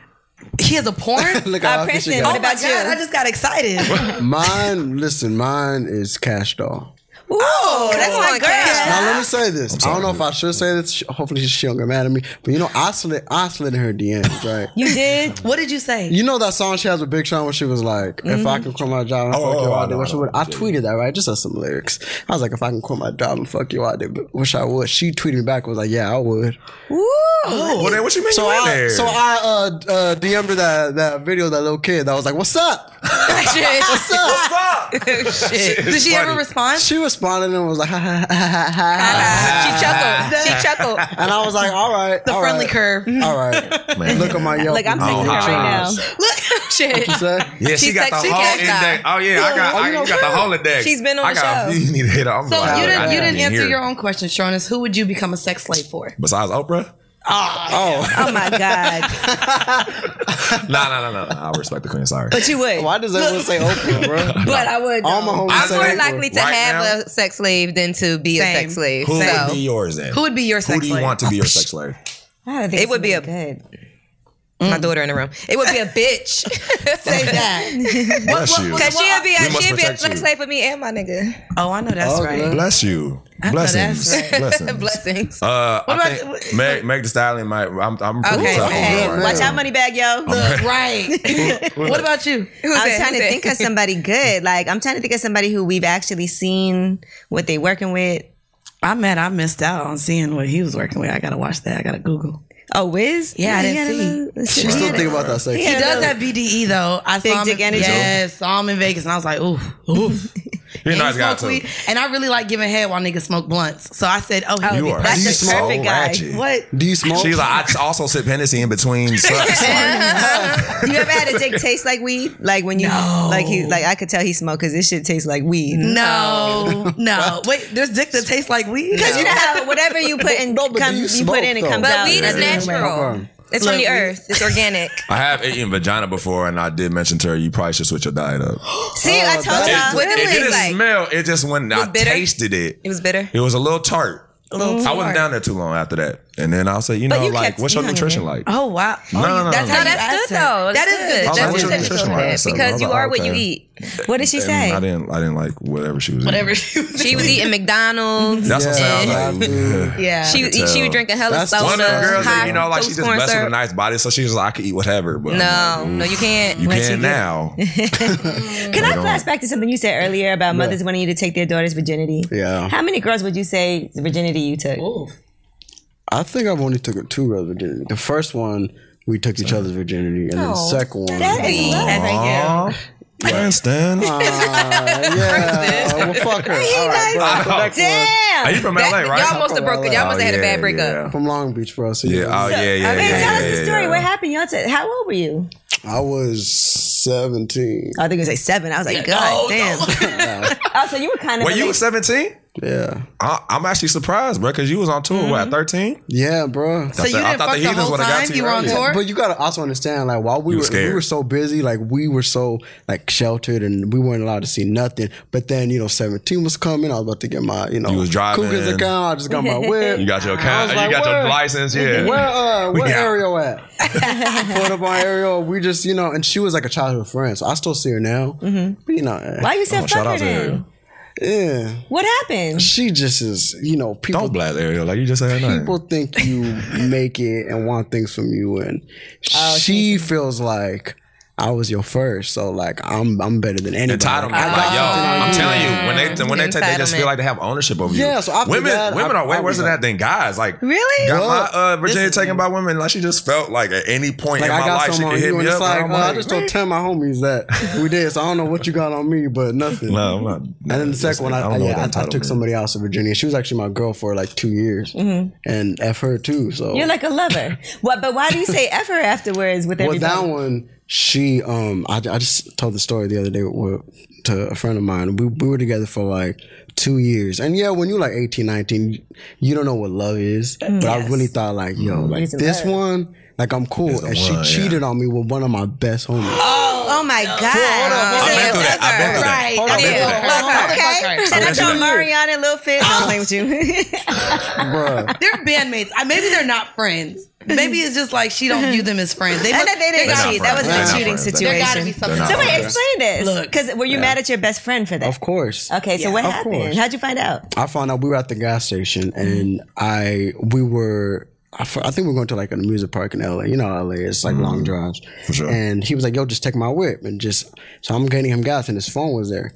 S3: He has a porn.
S5: Look
S1: Uh,
S5: how efficient
S1: Princeton,
S5: she
S1: what
S5: got
S3: oh my
S1: about
S3: god!
S1: you?
S3: I just got excited.
S5: it. Mine, listen, mine is cash doll.
S1: Oh, that's
S2: come
S1: my
S2: on,
S1: girl.
S2: Cash.
S5: Now let me say this. I don't know if I should say this. She- Hopefully she don't get mad at me. But you know, I slid, I slid in her DMs, right?
S1: You did.
S3: What did you say?
S5: You know that song she has with Big Sean where she was like, "If
S1: Mm-hmm.
S5: I can quit my job and
S4: Oh,
S5: fuck
S4: oh,
S5: you
S4: oh,
S5: all
S4: I
S5: day,
S4: know,
S5: wish I
S4: I
S5: would."
S4: know.
S5: I tweeted that right, just as some lyrics. I was like, "If I can quit my job and fuck you all day, but wish I would." She tweeted me back, was like, "Yeah, I would."
S1: Woo.
S4: Well, then what you mean
S5: So
S4: you in
S5: I,
S4: there?
S5: so I uh, uh, DM'd her that that video of that little kid that was like, "What's up? What's up?"
S4: Fuck.
S3: did she ever respond?
S5: She responded and was like, ha, ha, ha, ha, ha, ha.
S2: she chuckled. She chuckled.
S5: and I was like, "All right,
S3: The
S5: all
S3: friendly
S5: right,
S3: curve.
S5: All right,
S4: Man.
S5: look at my Yelp.
S1: Like I'm
S4: Oh,
S1: texting her
S4: hi.
S1: right now.
S2: Look, shit.
S5: You said?
S4: Yeah, she,
S2: She's
S4: got
S2: sexy
S4: the whole
S2: cat now.
S4: index. Oh yeah, I got, I, you got the whole index.
S2: She's been on
S4: I
S2: the
S4: got,
S2: show.
S4: You need to hit her. I'm
S3: So
S4: like,
S3: you
S4: I
S3: didn't, you
S4: didn't
S3: didn't answer
S4: hear.
S3: your own question, Shonis. Who would you become a sex slave for?
S4: Besides Oprah?
S5: Oh,
S1: Oh my god.
S4: No, no, no, no. I respect the queen. Sorry.
S1: But you would.
S5: why does everyone say Oprah, bro?
S2: But I would.
S5: All my homies
S2: I'm
S5: say
S2: more
S5: Oprah.
S2: likely to
S4: Right
S2: have
S4: now?
S2: a sex slave than to be
S3: Same.
S2: a sex slave.
S4: Who
S2: so
S4: would be yours then?
S3: Who would be your
S4: Who
S3: sex
S4: do you
S3: slave?
S4: want to be your sex slave?
S1: I don't think
S2: It
S1: it's
S2: would be Mm.
S1: gonna good.
S2: my daughter in the room. It would be a bitch.
S3: Say that.
S4: Bless you.
S2: Cause she'd be
S4: We
S2: a,
S4: must
S2: she'd be a
S4: protect
S2: sex
S4: you.
S2: slave for me and my nigga.
S3: Oh, I know that's
S5: Oh,
S3: right.
S5: yeah.
S4: Bless you.
S3: that's
S4: Blessings. Blessings.
S2: Blessings.
S4: Uh, I
S3: about-
S4: think Meg, Meg the Stallion might. I'm, I'm pretty
S2: Okay,
S4: tough
S2: okay.
S4: on her right
S1: Watch out,
S4: now.
S1: money bag,
S4: Oh,
S1: yo.
S3: Look, right. what about you?
S1: I was trying to think of somebody good. Like I'm trying to think of somebody who we've actually seen what they working with.
S3: I met. I missed out on seeing what he was working with. I gotta watch that. I gotta Google.
S1: Oh, Wiz?
S3: Yeah, I didn't
S1: he had a
S3: see.
S1: little- let's
S5: She
S1: see.
S5: still think about that sex.
S1: Yeah.
S3: He does have BDE though. I
S1: Big
S3: saw him
S1: dick
S3: in,
S1: energy.
S3: Yes, saw him in Vegas, and I was like, ooh, ooh.
S4: You're a
S3: And he
S4: nice guy
S3: smoked
S4: too.
S3: weed, and I really like giving head while niggas smoke blunts. So I said, oh, he
S4: You
S3: would
S4: are
S3: be perfect.
S1: the
S4: so
S1: perfect guy.
S4: ratchet.
S3: What?
S5: Do you smoke?
S4: She's like, I just also sip Hennessy in between sucks.
S1: You ever had a dick taste like weed? Like when you like he like I could tell he smoked because this shit tastes like weed.
S3: No, no. Wait, there's dick that tastes like weed.
S1: Because you know how whatever you put in
S5: No, but do
S1: come,
S5: you
S1: you,
S5: smoke,
S1: put in it
S5: though?
S1: comes
S5: But
S1: out.
S2: weed is
S1: a different way.
S2: natural.
S5: Okay.
S2: It's from the earth. It's organic.
S4: I have eaten vagina before, and I did mention to her, you probably should switch your diet up.
S1: See, I
S5: Oh,
S1: told
S5: that's
S1: y'all.
S2: what it
S4: it
S2: is
S4: didn't
S2: like.
S4: smell. It just when I
S2: bitter?
S4: tasted it,
S2: It was bitter.
S4: it was a little tart. I wasn't down there too long after that, and then I'll say, you know,
S1: you
S4: like,
S1: kept-
S4: what's
S1: you
S4: your
S1: hung in
S4: nutrition
S1: there.
S4: like?
S3: Oh wow. Oh,
S4: No, no, no,
S3: That's
S4: no.
S3: how
S2: No,
S3: you
S2: that's
S3: asked
S2: good
S3: her.
S2: though.
S3: That is good.
S4: Oh,
S2: That's
S4: that's
S2: good
S4: what
S2: that
S4: nutrition
S2: you
S4: like.
S2: had
S4: So,
S2: because you
S4: okay,
S2: are what you
S4: okay.
S2: eat.
S1: What did she say?
S4: And I didn't, I didn't like whatever she was.
S3: Whatever
S4: Eating.
S3: she was.
S2: She was eating McDonald's.
S4: That's what
S5: Yeah.
S4: sounds like.
S5: Yeah.
S3: Yeah.
S2: She
S4: I could
S2: she was
S4: tell.
S2: drinking hella
S5: That's
S2: soda.
S4: One of the girls, that,
S2: hot
S4: you know, like she
S2: toast
S4: just
S2: corn
S4: blessed with a
S2: syrup.
S4: nice body, so she's like, I could eat whatever. But I'm
S2: No,
S4: like,
S2: no, you can't.
S4: you
S2: Once
S4: can
S2: get-
S4: now.
S1: Can I
S4: Right on.
S1: flash back to something you said earlier about mothers wanting you to take their daughter's virginity?
S5: Yeah.
S1: How many girls would you say the virginity you took?
S5: I think I've only took two girls' virginity. The first one, we took each other's virginity, and then the
S3: Oh,
S5: second one,
S1: That is love.
S4: Aw, Princeton.
S5: uh, yeah, well, fuck her. All right, bro.
S4: nice.
S5: So next one
S4: Are
S1: Damn.
S4: you from LA,
S2: That-
S4: right?
S2: Y'all must have broken. Y'all
S4: Oh,
S2: must have had a
S4: yeah,
S2: bad breakup.
S5: from Long Beach, bro. So
S4: Yeah. Oh, yeah, yeah, yeah.
S1: Hey,
S4: yeah,
S1: tell us
S4: yeah,
S1: the story.
S4: yeah.
S1: What happened? Y'all said, how old were you?
S5: I was seventeen.
S1: I think it was like seven. I was like, God damn. oh, so you were kind of.
S4: When Oh, you
S1: late.
S4: were 17?
S5: Yeah.
S4: I, I'm actually surprised, bro, because you was on tour
S5: Mm-hmm.
S4: what 13.
S5: Yeah, bro.
S3: So you
S4: I
S3: didn't
S4: thought
S3: fuck
S4: the
S3: the
S4: Heathens
S3: whole
S4: would've got
S3: time
S4: to you
S3: you were on
S4: earlier.
S3: tour?
S5: But you gotta also understand, like while we
S4: You
S5: were,
S4: were scared.
S5: we were so busy, like we were so like sheltered and we weren't allowed to see nothing. But then you know, seventeen was coming. I was about to get my you know,
S4: You was driving.
S5: Cougars account. I just got my whip.
S4: You got your
S5: I
S4: account,
S5: was like,
S4: you got
S5: "Where-
S4: your license, yeah.
S5: Where uh,
S4: We
S5: where
S4: got-
S5: Ariel at? Pulled up on Ariel. We just you know, and she was like a childhood friend, so I still see her now. But you know, eh,
S1: Why you said
S4: Oh,
S1: fuck
S4: shout
S1: her
S4: out to
S1: then?
S4: Ariel.
S5: yeah,
S1: What happened?
S5: she just is. You know, people
S4: Don't blast Oh, Ariel like you just said her name.
S5: people think you make it and want things from you, and she feels like I was your first, so like I'm I'm better than anybody.
S4: Entitlement,
S5: I got
S4: like yo,
S5: something
S4: I'm
S5: to do.
S4: telling you, when they when they take, they just
S2: Entitlement.
S4: feel like they have ownership over you.
S5: Yeah, so after
S4: women
S5: that,
S4: women
S5: I-
S4: are way
S5: I
S4: worse
S5: was
S4: than
S5: like-
S4: that than guys. Like
S1: Really?
S4: got
S5: Well,
S4: my uh, Virginia
S5: this is-
S4: taken by women. Like she just felt like at any point
S5: Like
S4: in
S5: I
S4: my
S5: got
S4: life she
S5: something
S4: could
S5: on
S4: hit
S5: you,
S4: me
S5: and
S4: up.
S5: it's like
S4: I'm
S5: uh, I
S4: like,
S5: just don't tell my homies that we did. So I don't know what you got on me, but nothing.
S4: no, I'm not.
S5: And then the second one, I, I,
S4: don't know
S5: yeah,
S4: what
S5: I, I
S4: entitlement
S5: took
S4: is.
S5: somebody else in Virginia. She was actually my girl for like two years, and f her too. So
S1: You're like a lover. what? But why do you say ever afterwards with
S5: well,
S1: everything?
S5: that one, she, um, I, I just told the story the other day with, to a friend of mine. We, we were together for like two years. And yeah, when you're like 18, 19, you don't know what love is.
S1: Mm.
S5: But I really thought, like, yo, like
S1: It's
S5: this
S1: Mm, love.
S5: one, like I'm cool.
S4: the
S5: And she
S4: one, yeah.
S5: cheated on me with one of my best homies.
S1: Oh my God.
S4: I've been through that. I've been through that.
S3: Right.
S4: Hold on, I've been through that.
S1: Okay. Shout out to
S4: That's
S1: Mariana and Lil Fit. I'm playing with you.
S5: Bruh.
S3: They're bandmates. I, maybe they're not friends. Maybe it's just like she don't view them as friends. They
S1: And
S3: must,
S1: that they didn't
S4: They're not
S1: cheat. That was
S4: friends.
S1: a
S4: They're not
S1: cheating
S4: friends.
S1: situation.
S4: There
S3: gotta be something.
S4: They're not
S1: Somebody
S4: friends.
S1: explain this.
S3: Look.
S1: Because were you mad at your best friend for that?
S5: Of course.
S1: Okay, so what
S5: of
S1: happened?
S5: course.
S1: How'd you find out?
S5: I found out we were at the gas station, and I we were. I f- I think we were going to like an amusement park in LA. You know, how LA it's like long drives.
S4: sure.
S5: And he was like, "Yo, just take my whip," and just so I'm getting him gas, and his phone was there,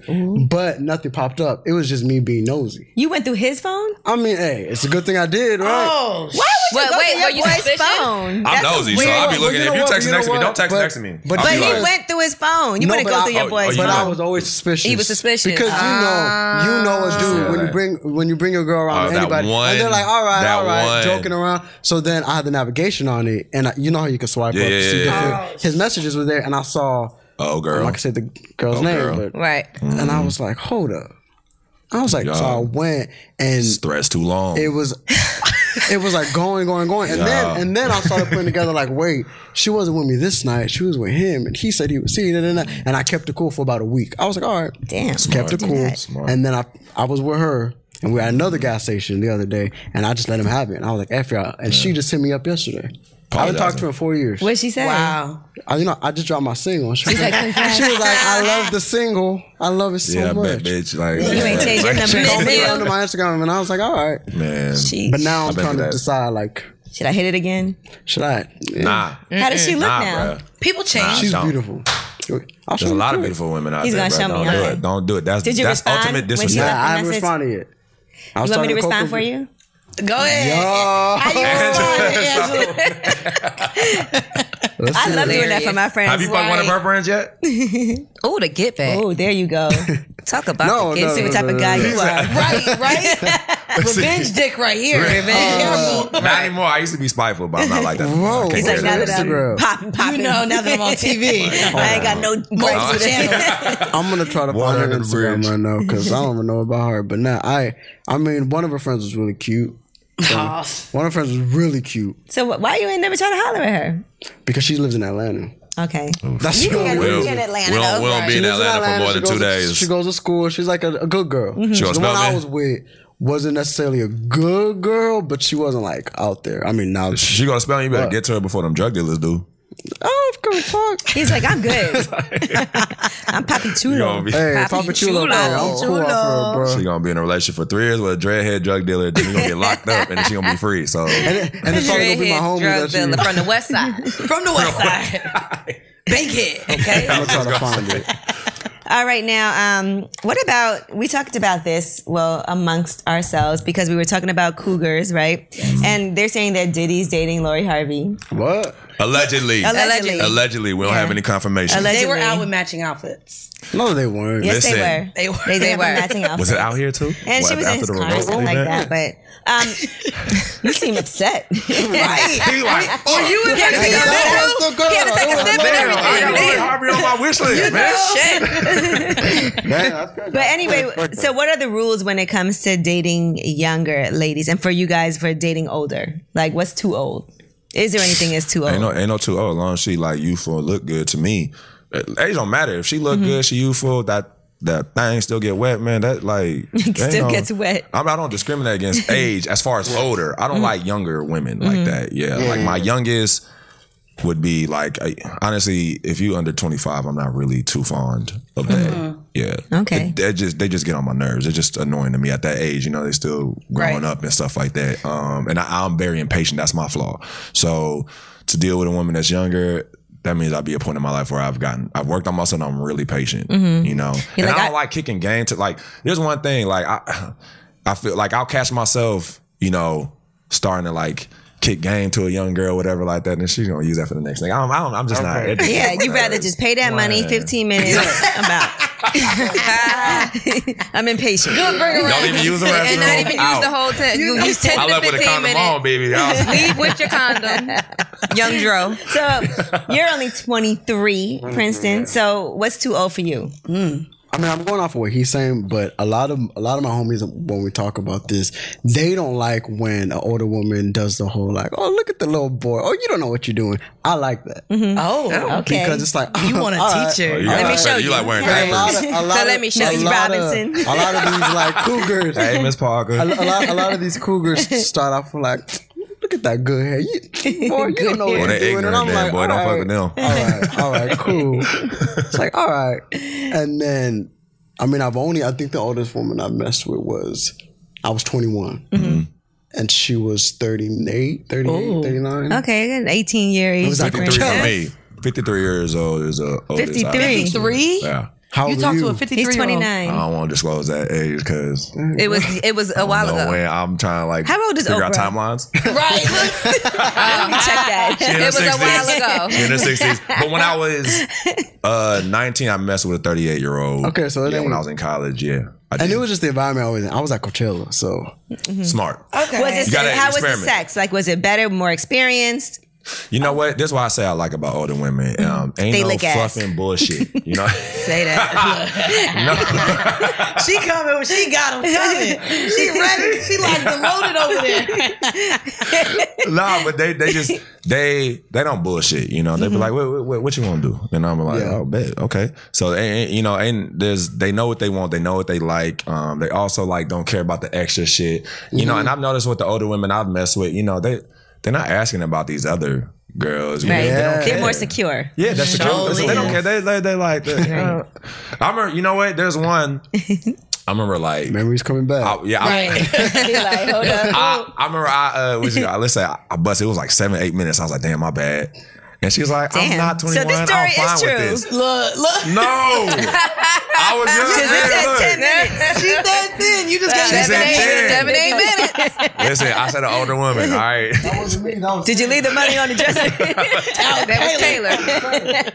S5: but nothing popped up. It was just me being nosy.
S1: You went through his phone?
S5: I mean, hey, it's a good thing I did, right?
S3: oh,
S1: Why would you
S2: Wait,
S1: go
S2: wait,
S1: through your
S2: were you
S1: boy's
S2: suspicious?
S1: phone?
S4: I'm
S1: That's a
S4: nosy, so
S1: weird-
S4: I'll be
S5: But
S4: looking.
S5: you know
S4: If you
S5: what?
S4: text
S5: You know
S4: next to me,
S5: what?
S4: don't text
S5: But-
S4: next to me.
S5: but-
S4: I'll
S1: But
S4: be
S1: he
S4: like-
S1: went through his phone. You
S5: No,
S1: wouldn't
S5: but
S1: go
S5: I-
S1: through your
S5: oh,
S1: boy's
S4: you
S5: But
S1: phone.
S5: I
S4: know.
S5: was always suspicious.
S2: He was suspicious. Ah.
S5: because you know, you know a dude
S4: Yeah,
S5: when you
S4: right.
S5: bring when you bring your girl around
S4: Oh,
S5: to
S4: that
S5: anybody,
S4: one-
S5: and they're like, all right,
S4: that
S5: all right,
S4: one.
S5: joking around. So then I had the navigation on it, and I, you know how you can swipe
S4: Yeah,
S5: up to
S4: yeah,
S5: see
S4: yeah,
S5: different. His messages were there, and I saw
S4: Oh,
S5: I'm
S4: girl.
S5: not gonna say the girl's
S4: Oh,
S5: name,
S4: girl.
S5: but
S2: Right.
S5: and I was like, hold up. I was like, so
S4: Yeah.
S5: I went and
S4: Threats too long.
S5: it was it was like going, going, going. And
S4: Yeah.
S5: then and then I started putting together like, wait, she wasn't with me this night. She was with him and he said he was seeing it and and I kept it cool for about a week. I was like, all right.
S1: Damn.
S5: Kept it cool.
S4: Smart.
S5: And then I I was with her and we were at another gas station the other day and I just let him have it. And I was like, F y'all. And she just hit me up yesterday. I haven't talked to her in four years.
S1: What'd she say?
S3: wow.
S5: I, you know, I just dropped my single. She was, like, she was like, I love the single. I love it so
S4: yeah, I
S5: much.
S4: bet, bitch. Like,
S1: You ain't changed your number.
S5: She called me
S1: Miss
S5: under my Instagram, and I was like, all right.
S4: man.
S5: But now I'm
S4: been
S5: trying
S4: through
S5: to
S4: that.
S5: decide, like,
S1: you. Should I hit it again?
S5: should I?
S4: Nah,
S1: How does she look
S4: nah,
S1: now?
S4: bruh.
S3: People change.
S5: She's
S4: don't.
S5: beautiful. I'll show
S4: There's a
S5: you
S4: lot of
S5: quick.
S4: beautiful women out
S1: He's
S4: there.
S1: gonna show me,
S4: bruh. Don't do
S1: okay.
S4: it. Don't do it. That's
S1: Did you
S4: that's
S1: respond
S4: ultimate
S1: when she
S5: Nah,
S1: left
S4: disrespect.
S1: the
S5: I haven't
S1: message?
S5: responded yet. I was
S1: You want me to
S5: talking
S1: respond
S5: Coco-
S1: for you?
S3: Go ahead.
S5: Oh, let's
S1: Oh, I
S5: see
S1: love
S5: that.
S1: doing that for my friends.
S4: Have you fucked one of her friends yet?
S2: Oh, the get back.
S1: Oh, there you go.
S2: Talk about
S5: No,
S2: the get
S5: no,
S1: See
S2: back.
S1: what type of guy you are.
S3: Right, right. Revenge dick right here.
S4: Uh, not anymore. I used to be spiteful, but I'm not like that.
S5: Whoa.
S4: I can't
S5: He's
S1: Like
S4: do
S1: now
S4: that.
S1: that I'm
S5: Instagram.
S1: popping, popping.
S3: You know, now that I'm on TV.
S1: I ain't got no
S3: Multiple
S1: grapes.
S3: channels.
S5: I'm gonna try to
S4: Water
S5: find her
S4: under the
S5: Instagram
S4: bridge.
S5: right now because I don't even know about her. But now I, I mean, one of her friends was really cute.
S3: Aw.
S5: One of her friends was really cute
S1: So wh- why you ain't never trying to holler at her?
S5: because she lives in Atlanta.
S1: Okay.
S5: That's
S1: You
S5: so
S1: can-
S5: weird.
S1: you can- in Atlanta,
S4: we don't, we don't
S1: though,
S4: be in
S5: lives
S4: Atlanta, for more
S5: She
S4: than two
S5: goes to-
S4: days. Mm-hmm.
S5: She goes to school. She's like a, a good girl.
S4: She
S5: The
S4: was
S5: one I
S4: Spelman?
S5: was with wasn't necessarily a good girl, but she wasn't like out there. I mean, now she,
S4: She gonna spell me. You better
S5: What?
S4: get to her before them drug dealers do.
S5: oh, come fuck.
S1: He's like, I'm good. I'm Papi
S4: You
S1: Chulo.
S4: gonna be,
S5: Hey,
S2: Papi
S5: Papa Chulo,
S2: Chulo.
S5: hey, I'm cool off her,
S4: she
S5: bro.
S4: gonna be in a relationship for three years with a dreadhead drug dealer. Then you gonna get locked up, and then she gonna be free. So
S5: And it's probably gonna be
S2: Dreadhead
S5: my
S2: drug
S5: homie that she,
S2: dealer
S5: I'm
S2: from the west side.
S3: From the west side. Bankhead. Okay.
S5: gonna try to find it.
S1: All right, now, um, what about we talked about this? Well, amongst ourselves because we were talking about cougars, right? And they're saying that Diddy's dating Lori Harvey.
S5: What?
S4: Allegedly.
S1: Allegedly.
S4: Allegedly. We don't have any confirmation.
S1: Alleg-
S3: They were
S1: Allegedly.
S3: out with matching outfits.
S5: No, they weren't.
S1: Yes,
S4: Listen.
S1: they were.
S3: They were.
S1: They, they were matching outfits.
S4: was it out here too?
S1: And she
S4: What,
S1: was in his
S4: after the
S1: car or
S4: revolt
S1: something like that.
S4: movement?
S1: But um, you seem upset.
S4: He was like, oh,
S1: oh,
S4: fuck.
S3: You were
S1: He had to
S5: That
S1: take a take a
S5: was the girl. Oh,
S1: sip and
S4: Damn, I got
S1: everything.
S4: Lori Harvey on my wish list, man.
S5: man, I feel
S1: But anyway, so what are the rules when it comes to dating younger ladies, and for you guys for dating older? Like, what's too old? Is there anything that's too old?
S4: Ain't no, ain't no too old. As long as she like youthful, and look good to me. Uh, Age don't matter. If she look
S1: Mm-hmm.
S4: good, she youthful. That that thing still get wet, man. That like ain't
S1: Still
S4: no-
S1: gets wet.
S4: I'm, I don't discriminate against age as far as older. I don't like younger women like that. Yeah, like my youngest would be like I, honestly, if you under 25, I'm not really too fond of that. Yeah.
S1: Okay.
S4: It- they just they just get on my nerves. They're just annoying to me at that age. You know, they still growing
S3: Right.
S4: up and stuff like that. Um, and I, I'm very impatient. That's my flaw. So to deal with a woman that's younger. That means I'll be a point in my life where I've gotten, I've worked on myself and I'm really patient, you know? and
S1: like,
S4: I don't
S1: I-
S4: like kicking game to like, there's one thing, like, I, I feel like I'll catch myself, you know, starting to like kick game to a young girl, whatever, like that, and she's gonna use that for the next thing. I don't, I don't, I'm just not. it just-
S1: Yeah, you'd rather just pay that money,
S4: Why?
S1: 15 minutes. I'm out. I'm impatient.
S4: Don't even use the restroom.
S6: and not even
S4: Out.
S6: use the whole test. You use ten
S4: I
S6: to
S4: left with a
S6: fifteen
S4: condom
S6: minutes.
S4: on, baby. I was-
S6: Leave with your condom, young Dro.
S1: So you're only 23, Princeton. So what's too old for you?
S5: I mean, I'm going off of what he's saying, but a lot of a lot of my homies when we talk about this, they don't like when an older woman does the whole like, "Oh, look at the little boy. Oh, you don't know what you're doing." I like that
S6: Mm-hmm.
S3: Oh,
S1: Okay.
S5: because it's like
S3: you want a
S5: all right.
S3: teacher?
S4: you
S1: Let me
S4: like-
S1: show
S4: You like wearing
S5: A lot
S4: diapers.
S5: of, a lot
S6: let
S5: of-
S6: me show
S5: a
S6: you.
S5: lot of-
S1: Robinson.
S5: a lot of these like cougars.
S4: Hey, Miss Parker.
S5: a, a lot, a lot of these cougars start off with like, look at that good hair. You, boy, you don't know what
S4: Boy,
S5: you're
S4: they
S5: doing.
S4: ignorant, damn boy. Don't fuck with them.
S5: All right, all right, cool. It's like, all right. And then, I mean, I've only, I think the oldest woman I messed with was, I was 21.
S4: Mm-hmm.
S5: And she was 38, 38, 39.
S1: Okay, an 18 year age.
S5: was like a
S1: difference.
S4: 53
S5: Yes.
S4: for me. 53 years old is a oldest.
S1: 53.
S4: I-
S3: Three?
S4: Yeah.
S5: How
S3: You
S5: old
S3: talked
S5: are
S3: to
S5: you?
S3: a 53
S1: He's
S4: I
S1: 29.
S4: don't want to disclose that age because
S6: It was it was a while ago.
S4: when I'm trying to like
S1: How old is
S4: figure out
S1: Oprah?
S4: timelines.
S6: Right.
S1: Check that.
S6: It was a while ago.
S4: In the 60s. But when I was uh, 19, I messed with a 38 year old.
S5: Okay, so it
S4: yeah, when
S5: ain't-
S4: I was in college, yeah. I
S5: and
S4: did.
S5: it was just the environment I was in. I was at Coachella, so
S4: smart.
S3: Uh,
S1: Was
S4: You
S1: it
S4: gotta
S1: how was the
S4: experiment.
S1: sex? Like was it better, more experienced?
S4: You know what? This is why I say I like about older women. Um, ain't
S1: They
S4: no
S1: lick ass.
S4: fluffing bullshit. You know,
S1: Say that.
S3: She coming. She got him coming. She ready. She like deloaded over there.
S4: nah. But they they just they they don't bullshit. You know, they
S1: Mm-hmm.
S4: be like, what, what, what, what you want to do? And I'm like,
S5: Yeah.
S4: oh, bet okay. So ain't, ain't- you know, ain't there's they know what they want. They know what they like. Um, they also like don't care about the extra shit. You know,
S1: Mm-hmm.
S4: and I've noticed with the older women I've messed with, you know, they they're not asking about these other girls. You know,
S1: Right.
S4: they don't
S1: They're more
S4: care.
S1: secure.
S4: Yeah, that's the girl. They don't care. They they, they like. that. Uh, I remember. You know what? There's one. I remember like.
S5: memories coming back.
S4: I- yeah, I,
S1: like, hold up.
S4: I, I remember I uh, was, uh, let's say I, I busted. It was like seven, eight minutes. I was like, damn, my bad. And she was like, I'm
S1: Damn.
S4: not
S1: So this
S4: 21. I'm
S1: story
S4: fine
S1: is
S4: with
S1: true.
S4: this.
S3: Look, look.
S4: No, I was just
S1: Because it
S4: saying,
S1: said
S4: look.
S1: 10 minutes.
S3: She said ten. You just got
S4: She said
S6: Eight,
S4: ten.
S6: seven, eight minutes.
S4: Listen, I said an older woman. All right,
S1: Did you leave the money on the dresser?
S6: That was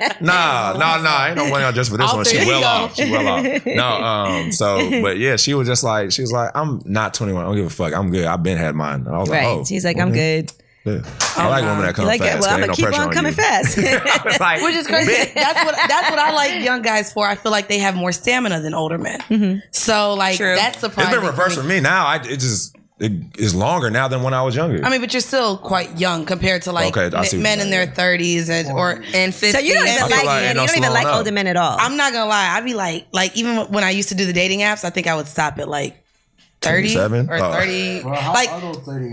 S6: Taylor.
S4: nah, nah, nah. Ain't no money on just for this one. She well off. She well off. No, um. So, but yeah, she was just like, she was like, I'm not 21. I don't give a fuck. I'm good. I've been had mine. And I was like, oh,
S1: Right. She's like, I'm good. Oh
S4: yeah. I like women that come
S1: Like,
S4: fast.
S1: well, I'm gonna
S4: There ain't no
S1: keep
S4: pressure
S1: on coming
S4: you.
S1: fast.
S4: It's like,
S3: Which is crazy. that's what that's what I like young guys for. I feel like they have more stamina than older men. So like that's
S4: Mm-hmm. It's
S3: surprising.
S4: been reversed
S3: to
S4: for
S3: me.
S4: me now. I it just it is longer now than when I was younger.
S3: I mean, but you're still quite young compared to like
S4: Okay, I see what
S3: men
S4: you're
S3: in their
S4: saying.
S3: thirties and or
S6: And
S1: so you don't
S6: fifteen.
S1: even
S4: I feel
S1: like
S4: like
S1: men.
S4: ain't no
S1: you don't even
S4: slowing
S1: like
S4: up.
S1: older men at all.
S3: I'm not gonna lie. I'd be like, like even when I used to do the dating apps, I think I would stop at like thirty
S4: 27?
S3: or
S4: Oh.
S3: thirty. like,